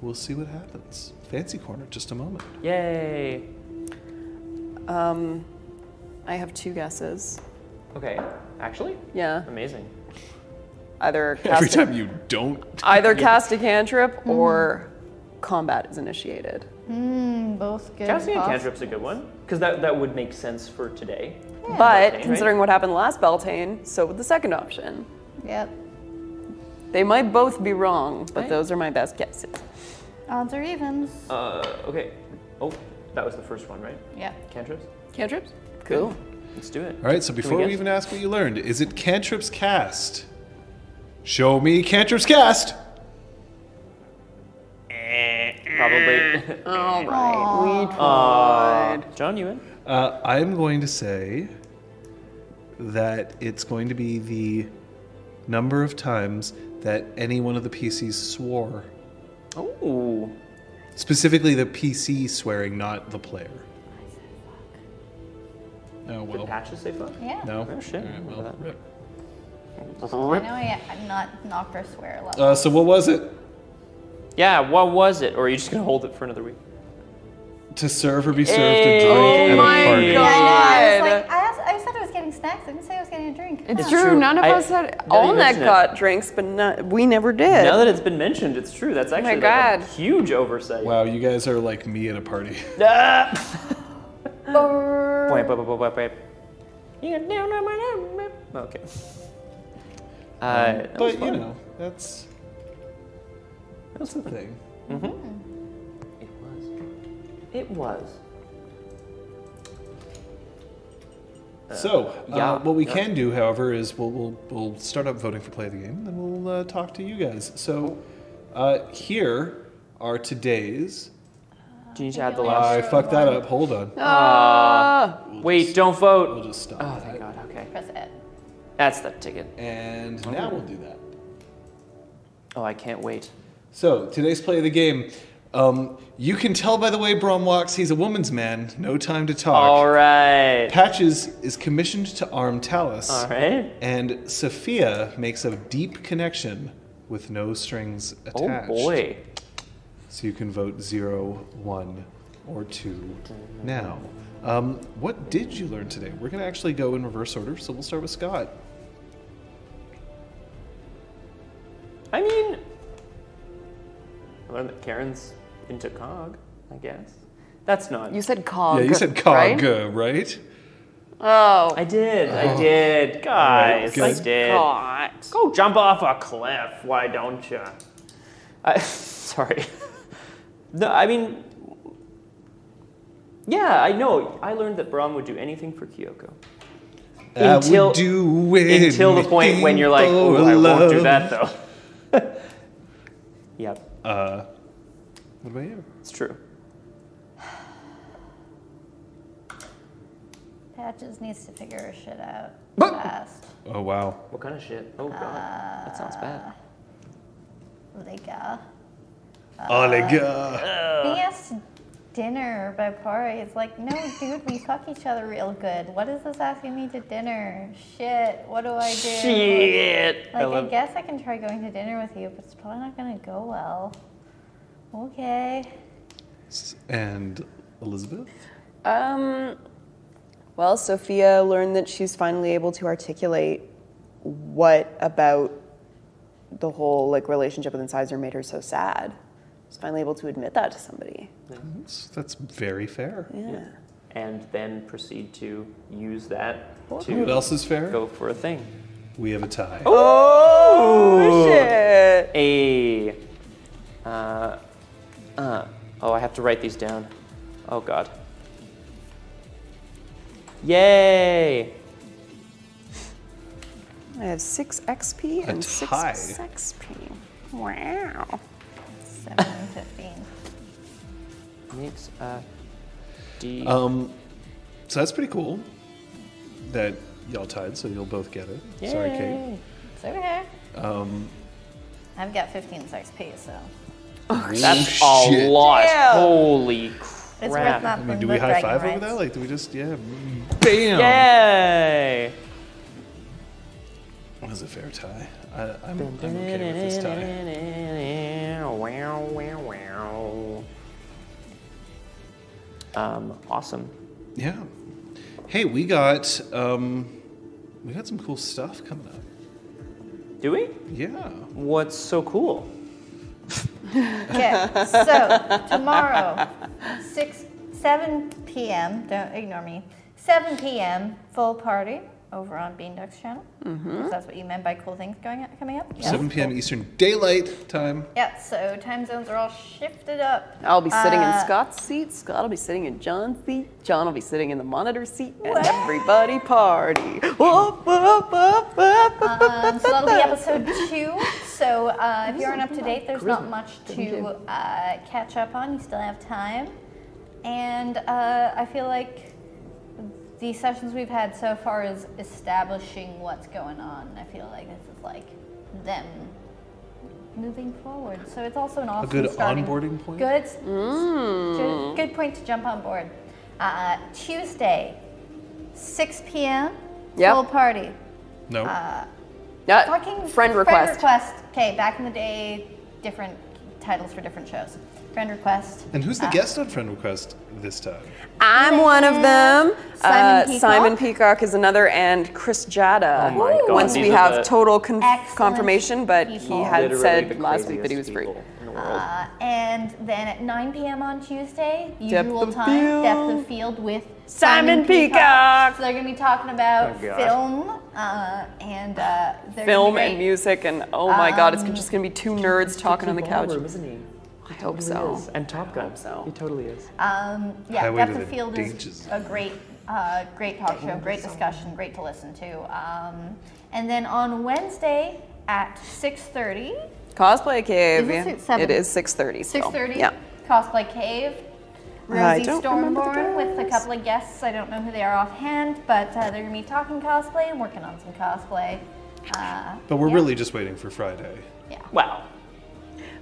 [SPEAKER 5] we'll see what happens. Fancy corner, just a moment.
[SPEAKER 4] Yay.
[SPEAKER 8] Um, I have two guesses.
[SPEAKER 4] Okay. Actually,
[SPEAKER 8] Yeah,
[SPEAKER 4] amazing.
[SPEAKER 8] either
[SPEAKER 5] Every
[SPEAKER 8] cast,
[SPEAKER 5] time you don't
[SPEAKER 8] either cast a cantrip or combat is initiated.
[SPEAKER 2] Mm, both good.
[SPEAKER 4] Casting a
[SPEAKER 2] pops.
[SPEAKER 4] cantrip's a good one because that that would make sense for today.
[SPEAKER 8] But
[SPEAKER 4] Beltane,
[SPEAKER 8] considering what happened last Beltane, so would the second option.
[SPEAKER 2] Yep.
[SPEAKER 8] They might both be wrong, but
[SPEAKER 4] Right.
[SPEAKER 8] those are my best guesses.
[SPEAKER 2] Odds or evens.
[SPEAKER 4] Uh, okay. Oh, that was the first one, right?
[SPEAKER 2] Yep.
[SPEAKER 4] Cantrips.
[SPEAKER 8] Cantrips?
[SPEAKER 4] Cool. Let's do it.
[SPEAKER 5] All right, so
[SPEAKER 4] Can
[SPEAKER 5] before we,
[SPEAKER 4] guess?
[SPEAKER 5] even ask what you learned, is it cantrips cast? Show me cantrips cast.
[SPEAKER 4] probably.
[SPEAKER 8] All right, we
[SPEAKER 4] Uh, John, you in?
[SPEAKER 5] Uh, I'm going to say that it's going to be the number of times that any one of the PCs swore.
[SPEAKER 4] Oh.
[SPEAKER 5] Specifically, the PC swearing, not the player. Oh
[SPEAKER 4] Did
[SPEAKER 5] well.
[SPEAKER 4] patches say fuck?
[SPEAKER 2] Yeah.
[SPEAKER 5] No.
[SPEAKER 4] Oh, shit.
[SPEAKER 5] All right, well,
[SPEAKER 4] Remember
[SPEAKER 5] rip.
[SPEAKER 2] I know I, I'm not knock or swear a lot.
[SPEAKER 5] Uh, so what was it?
[SPEAKER 4] Yeah. What was it? Or are you just gonna hold it for another week?
[SPEAKER 5] To serve or be served a drink at a party.
[SPEAKER 2] yeah, I
[SPEAKER 8] Oh God.
[SPEAKER 2] know. I was like, I, asked, I said I was getting snacks. I didn't say I was getting a drink.
[SPEAKER 8] It's
[SPEAKER 2] Huh.
[SPEAKER 8] true.
[SPEAKER 4] true.
[SPEAKER 8] None of
[SPEAKER 4] I-
[SPEAKER 8] us had.
[SPEAKER 4] now you
[SPEAKER 8] Olnek
[SPEAKER 4] mention it.
[SPEAKER 8] got drinks, but not, we never did.
[SPEAKER 4] Now that it's been mentioned, it's true. That's actually like,
[SPEAKER 8] Oh God.
[SPEAKER 4] a huge oversight. (laughs)
[SPEAKER 5] Wow, you guys are like me at a party.
[SPEAKER 4] Ah!
[SPEAKER 2] Brrr.
[SPEAKER 4] Boing, boing, boing, boing, boing, boing. Okay. Uh, that was
[SPEAKER 5] Um, but you
[SPEAKER 4] fun.
[SPEAKER 5] know, that's that's the thing.
[SPEAKER 4] It was. It was.
[SPEAKER 5] So, uh,
[SPEAKER 4] yeah,
[SPEAKER 5] what we
[SPEAKER 4] yeah.
[SPEAKER 5] can do, however, is we'll, we'll, we'll start up voting for play of the game, and then we'll uh, talk to you guys. So, uh, here are today's.
[SPEAKER 4] Do you need to add the
[SPEAKER 2] only
[SPEAKER 4] last?
[SPEAKER 5] I fucked that up. Hold on.
[SPEAKER 4] Wait, don't
[SPEAKER 5] We'll
[SPEAKER 4] vote.
[SPEAKER 5] just stop.
[SPEAKER 4] Oh,
[SPEAKER 5] that.
[SPEAKER 4] thank God. Okay.
[SPEAKER 2] Press it.
[SPEAKER 4] That's the ticket.
[SPEAKER 5] And now we'll do that.
[SPEAKER 4] Oh, I can't wait.
[SPEAKER 5] So, today's play of the game. Um, you can tell by the way Brom walks, he's a woman's man. No time to talk.
[SPEAKER 4] All right.
[SPEAKER 5] Patches is commissioned to arm Talus.
[SPEAKER 4] All right.
[SPEAKER 5] And Sophia makes a deep connection with no strings
[SPEAKER 4] Oh
[SPEAKER 5] attached.
[SPEAKER 4] boy.
[SPEAKER 5] So you can vote zero, one, or two now. Um, what did you learn today? We're going to actually go in reverse order, so we'll start with Scott.
[SPEAKER 4] I mean, I learned that Karen's into cog. I guess. That's not.
[SPEAKER 6] You said
[SPEAKER 4] Oh,
[SPEAKER 6] cog.
[SPEAKER 5] yeah, you said
[SPEAKER 6] right?
[SPEAKER 5] cog, uh, right?
[SPEAKER 6] Oh,
[SPEAKER 4] I did. I did, guys.
[SPEAKER 5] All right,
[SPEAKER 4] I
[SPEAKER 5] good.
[SPEAKER 4] did.
[SPEAKER 6] God.
[SPEAKER 4] Go jump off a cliff. Why don't you? I, (laughs) sorry. no, I mean, yeah, I know. I learned that Brahm would do anything for Kyoko.
[SPEAKER 5] I would
[SPEAKER 4] Until-
[SPEAKER 5] do
[SPEAKER 4] Until the point when you're like,
[SPEAKER 5] anything
[SPEAKER 4] oh, I
[SPEAKER 5] for
[SPEAKER 4] won't do
[SPEAKER 5] love."
[SPEAKER 4] that though. (laughs) yep,
[SPEAKER 5] Uh, what about you?
[SPEAKER 4] it's true.
[SPEAKER 2] Patches needs to figure her shit out
[SPEAKER 5] But-
[SPEAKER 2] fast.
[SPEAKER 5] Oh, wow.
[SPEAKER 4] What kind of shit? Oh, God. that sounds bad.
[SPEAKER 2] Liga.
[SPEAKER 5] Olega.
[SPEAKER 2] Uh, He asked dinner by Pari. It's like, no, dude, we fuck each other real good. What is this asking me to dinner? Shit, what do I do?
[SPEAKER 4] Shit.
[SPEAKER 2] Like, I,
[SPEAKER 4] love-
[SPEAKER 2] guess I can try going to dinner with you, but it's probably not gonna go well. Okay.
[SPEAKER 5] S- And Elizabeth?
[SPEAKER 6] Um, well, Sophia learned that she's finally able to articulate what about the whole like relationship with Incisor made her so sad. She's finally able to admit that to somebody.
[SPEAKER 5] That's, that's very fair.
[SPEAKER 6] Yeah.
[SPEAKER 4] and then proceed to use that to
[SPEAKER 5] What Oh, else is fair?
[SPEAKER 4] go for a thing.
[SPEAKER 5] We have a tie.
[SPEAKER 4] Oh shit! A. Uh, uh, oh, I have to write these down. Oh god. Yay!
[SPEAKER 6] I have six XP and
[SPEAKER 5] tie.
[SPEAKER 6] six XP. Wow.
[SPEAKER 2] 7 and 15.
[SPEAKER 4] Makes a D.
[SPEAKER 5] Um, so that's pretty cool that y'all tied, so you'll both get it. Sorry, Kate.
[SPEAKER 2] It's okay. Um, I've got 15 XP, so.
[SPEAKER 4] That's a
[SPEAKER 5] shit.
[SPEAKER 4] lot.
[SPEAKER 6] Damn.
[SPEAKER 4] Holy
[SPEAKER 2] It's worth
[SPEAKER 4] crap!
[SPEAKER 2] not
[SPEAKER 5] I mean, do
[SPEAKER 2] the
[SPEAKER 5] we high
[SPEAKER 2] bragging
[SPEAKER 5] five over
[SPEAKER 2] rights.
[SPEAKER 5] that? Like, do we just, yeah, mm, bam!
[SPEAKER 4] Yay!
[SPEAKER 5] That was a fair tie. I, I'm, I'm okay with this tie.
[SPEAKER 4] Wow, wow, wow. Um, awesome.
[SPEAKER 5] Yeah. Hey, we got um, we got some cool stuff coming up.
[SPEAKER 4] Do we?
[SPEAKER 5] Yeah.
[SPEAKER 4] What's so cool?
[SPEAKER 2] Okay, so tomorrow, 6, 7 p.m., don't ignore me, 7 p.m., full party over on Beanduck's channel. If that's what you meant by cool things going up, coming up. Yes.
[SPEAKER 5] 7 p.m. Eastern Daylight Time.
[SPEAKER 2] Yeah, so time zones are all shifted up.
[SPEAKER 7] I'll be sitting in
[SPEAKER 2] Uh,
[SPEAKER 7] Scott's seat. Scott will be sitting in John's seat. John will be sitting in the monitor seat. And
[SPEAKER 2] What?
[SPEAKER 7] everybody party. Whoop, whoop, whoop, whoop,
[SPEAKER 6] Uh,
[SPEAKER 7] whoop.
[SPEAKER 2] Um, so
[SPEAKER 5] (laughs)
[SPEAKER 2] that'll be episode two. So uh, if you aren't up to date, there's not much to uh, catch up on. You still have time. And uh, I feel like the sessions we've had so far is establishing what's going on. I feel like this is like them moving forward. So it's also an awesome
[SPEAKER 5] good
[SPEAKER 2] starting-
[SPEAKER 5] onboarding point?
[SPEAKER 2] Good, ju- good point to jump on board. Uh, Tuesday, 6 p.m.
[SPEAKER 7] Yep.
[SPEAKER 2] Full party.
[SPEAKER 5] No.
[SPEAKER 4] Uh,
[SPEAKER 7] Yeah,
[SPEAKER 2] Fucking
[SPEAKER 7] friend request.
[SPEAKER 2] Okay, back in the day, different titles for different shows. Friend request.
[SPEAKER 5] and
[SPEAKER 4] uh.
[SPEAKER 5] who's the guest on Friend Request this time?
[SPEAKER 6] I'm one of them.
[SPEAKER 2] Simon
[SPEAKER 6] Uh,
[SPEAKER 2] Peacock?
[SPEAKER 6] Simon Peacock is another, and Chris
[SPEAKER 4] Oh
[SPEAKER 6] Jada.
[SPEAKER 4] my God,
[SPEAKER 6] Once
[SPEAKER 4] these
[SPEAKER 6] we
[SPEAKER 4] are
[SPEAKER 6] have
[SPEAKER 4] the
[SPEAKER 6] total con-
[SPEAKER 2] Excellent
[SPEAKER 6] confirmation, but he
[SPEAKER 2] people.
[SPEAKER 6] had
[SPEAKER 4] Literally the
[SPEAKER 6] said last week that he was
[SPEAKER 4] craziest
[SPEAKER 6] free.
[SPEAKER 4] people in the world.
[SPEAKER 2] Uh, and then at 9 p.m. on Tuesday,
[SPEAKER 6] Depth
[SPEAKER 2] usual
[SPEAKER 6] of
[SPEAKER 2] time,
[SPEAKER 6] Field.
[SPEAKER 2] depth of field with
[SPEAKER 6] Simon Peacock.
[SPEAKER 2] So they're gonna be talking about
[SPEAKER 4] Oh, God.
[SPEAKER 2] film uh, and uh, they're gonna be
[SPEAKER 6] Film
[SPEAKER 2] great. Um,
[SPEAKER 6] and music, and oh my God, it's just gonna be two nerds talking on the couch.
[SPEAKER 4] isn't he?
[SPEAKER 6] I hope so.
[SPEAKER 4] And Top Gun.
[SPEAKER 6] so. Uh,
[SPEAKER 4] He totally is.
[SPEAKER 2] Um, yeah,
[SPEAKER 5] Highway to
[SPEAKER 2] depth of
[SPEAKER 5] the
[SPEAKER 2] field
[SPEAKER 5] Dangers.
[SPEAKER 2] is a great, uh, great talk show, great discussion, great to listen to. Um, and then on Wednesday at 6:30.
[SPEAKER 6] Cosplay cave.
[SPEAKER 2] Is it six- seven?
[SPEAKER 6] It is 6:30. still.
[SPEAKER 2] Six thirty.
[SPEAKER 6] Yeah.
[SPEAKER 2] Cosplay Cave.
[SPEAKER 6] I
[SPEAKER 2] Rosie
[SPEAKER 6] don't remember the
[SPEAKER 2] Stormborn with a
[SPEAKER 6] guests.
[SPEAKER 2] couple of guests. I don't know who they are offhand, but uh, they're gonna be talking cosplay and working on some cosplay. Uh,
[SPEAKER 5] But we're really just waiting for Friday.
[SPEAKER 4] Wow.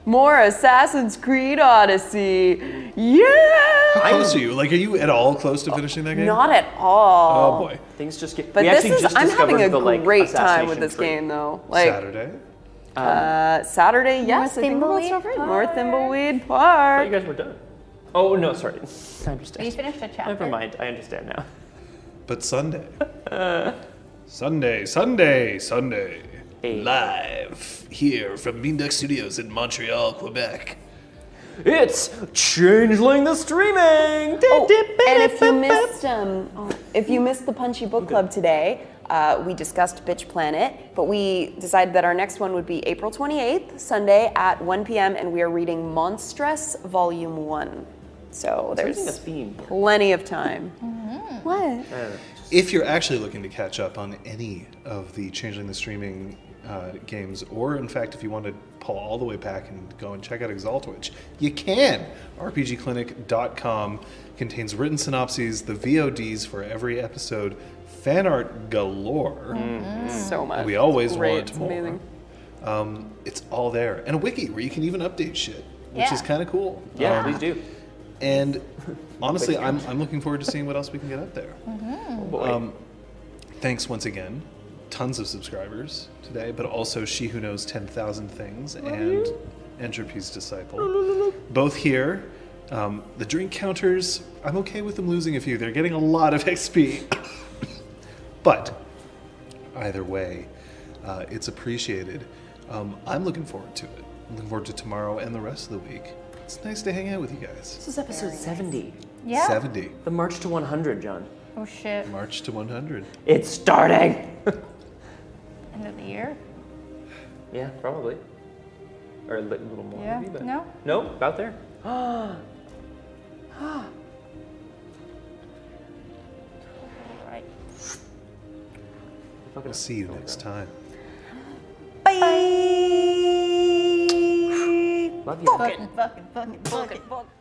[SPEAKER 6] More Assassin's Creed Odyssey. Yeah.
[SPEAKER 5] How close are you? Like, are you at all close
[SPEAKER 4] Oh,
[SPEAKER 5] to finishing that game?
[SPEAKER 6] Not at all.
[SPEAKER 5] oh boy.
[SPEAKER 4] Things just get.
[SPEAKER 6] But
[SPEAKER 4] we
[SPEAKER 6] this
[SPEAKER 4] actually
[SPEAKER 6] is
[SPEAKER 4] just
[SPEAKER 6] I'm
[SPEAKER 4] discovered
[SPEAKER 6] having a
[SPEAKER 4] the, like,
[SPEAKER 6] great time with
[SPEAKER 4] assassination
[SPEAKER 6] this
[SPEAKER 4] tree.
[SPEAKER 6] game though. Like
[SPEAKER 5] Saturday.
[SPEAKER 6] Uh, Saturday, yes, I think
[SPEAKER 2] Thimbleweed
[SPEAKER 6] that's right. North
[SPEAKER 2] Park.
[SPEAKER 6] Thimbleweed
[SPEAKER 4] I thought you
[SPEAKER 6] Park.
[SPEAKER 4] guys were done. Oh no, sorry. I
[SPEAKER 2] but you
[SPEAKER 4] understand.
[SPEAKER 2] finished the
[SPEAKER 4] (laughs)
[SPEAKER 2] chapter.
[SPEAKER 4] Never mind. I understand now. (laughs)
[SPEAKER 5] But Sunday. Sunday, Sunday, Sunday.
[SPEAKER 4] Hey.
[SPEAKER 5] Live here from Mean Duck Studios in Montreal, Quebec.
[SPEAKER 4] It's changeling the streaming.
[SPEAKER 6] Oh, and if you missed um, oh, if you missed the Punchy Book Club today, uh, we discussed Bitch Planet, but we decided that our next one would be April 28th, Sunday at 1 p.m., and we are reading Monstress Volume One. So
[SPEAKER 4] There's a
[SPEAKER 6] there's
[SPEAKER 4] theme.
[SPEAKER 6] plenty of time.
[SPEAKER 5] If you're actually looking to catch up on any of the Changing the Streaming uh, games, or in fact, if you want to pull all the way back and go and check out Exalt, which you can, RPGClinic.com contains written synopses, the VODs for every episode, fan art galore.
[SPEAKER 4] Mm-hmm.
[SPEAKER 1] Mm.
[SPEAKER 6] So much.
[SPEAKER 5] We always
[SPEAKER 6] Great,
[SPEAKER 5] want
[SPEAKER 6] it's
[SPEAKER 5] more.
[SPEAKER 6] amazing.
[SPEAKER 5] Um, it's all there. And a wiki where you can even update shit, which
[SPEAKER 2] Yeah.
[SPEAKER 5] is kind of cool.
[SPEAKER 4] Yeah,
[SPEAKER 5] Um,
[SPEAKER 4] please do.
[SPEAKER 5] And honestly, I'm, I'm looking forward to seeing what else we can get up there.
[SPEAKER 4] Oh, boy.
[SPEAKER 5] Um, thanks once again. Tons of subscribers today, but also She Who Knows 10,000 Things and Entropy's disciple. Both here. Um, the drink counters, I'm okay with them losing a few. They're getting a lot of (laughs) XP. but either way, uh, it's appreciated. Um, I'm looking forward to it. I'm looking forward to tomorrow and the rest of the week. It's nice to hang out with you guys.
[SPEAKER 4] This is episode 70.
[SPEAKER 2] Yeah.
[SPEAKER 5] 70.
[SPEAKER 4] The March to 100, John.
[SPEAKER 2] Oh shit.
[SPEAKER 5] March to 100.
[SPEAKER 4] It's starting!
[SPEAKER 2] End of the year.
[SPEAKER 4] yeah, probably. Or a li- little more,
[SPEAKER 2] Yeah.
[SPEAKER 4] maybe, but.
[SPEAKER 2] No.
[SPEAKER 4] No, about there.
[SPEAKER 2] Right.
[SPEAKER 5] I'll see you next time.
[SPEAKER 2] Bye.
[SPEAKER 4] Love you.
[SPEAKER 1] Fucking, fucking, fucking, fucking.
[SPEAKER 7] Fuck.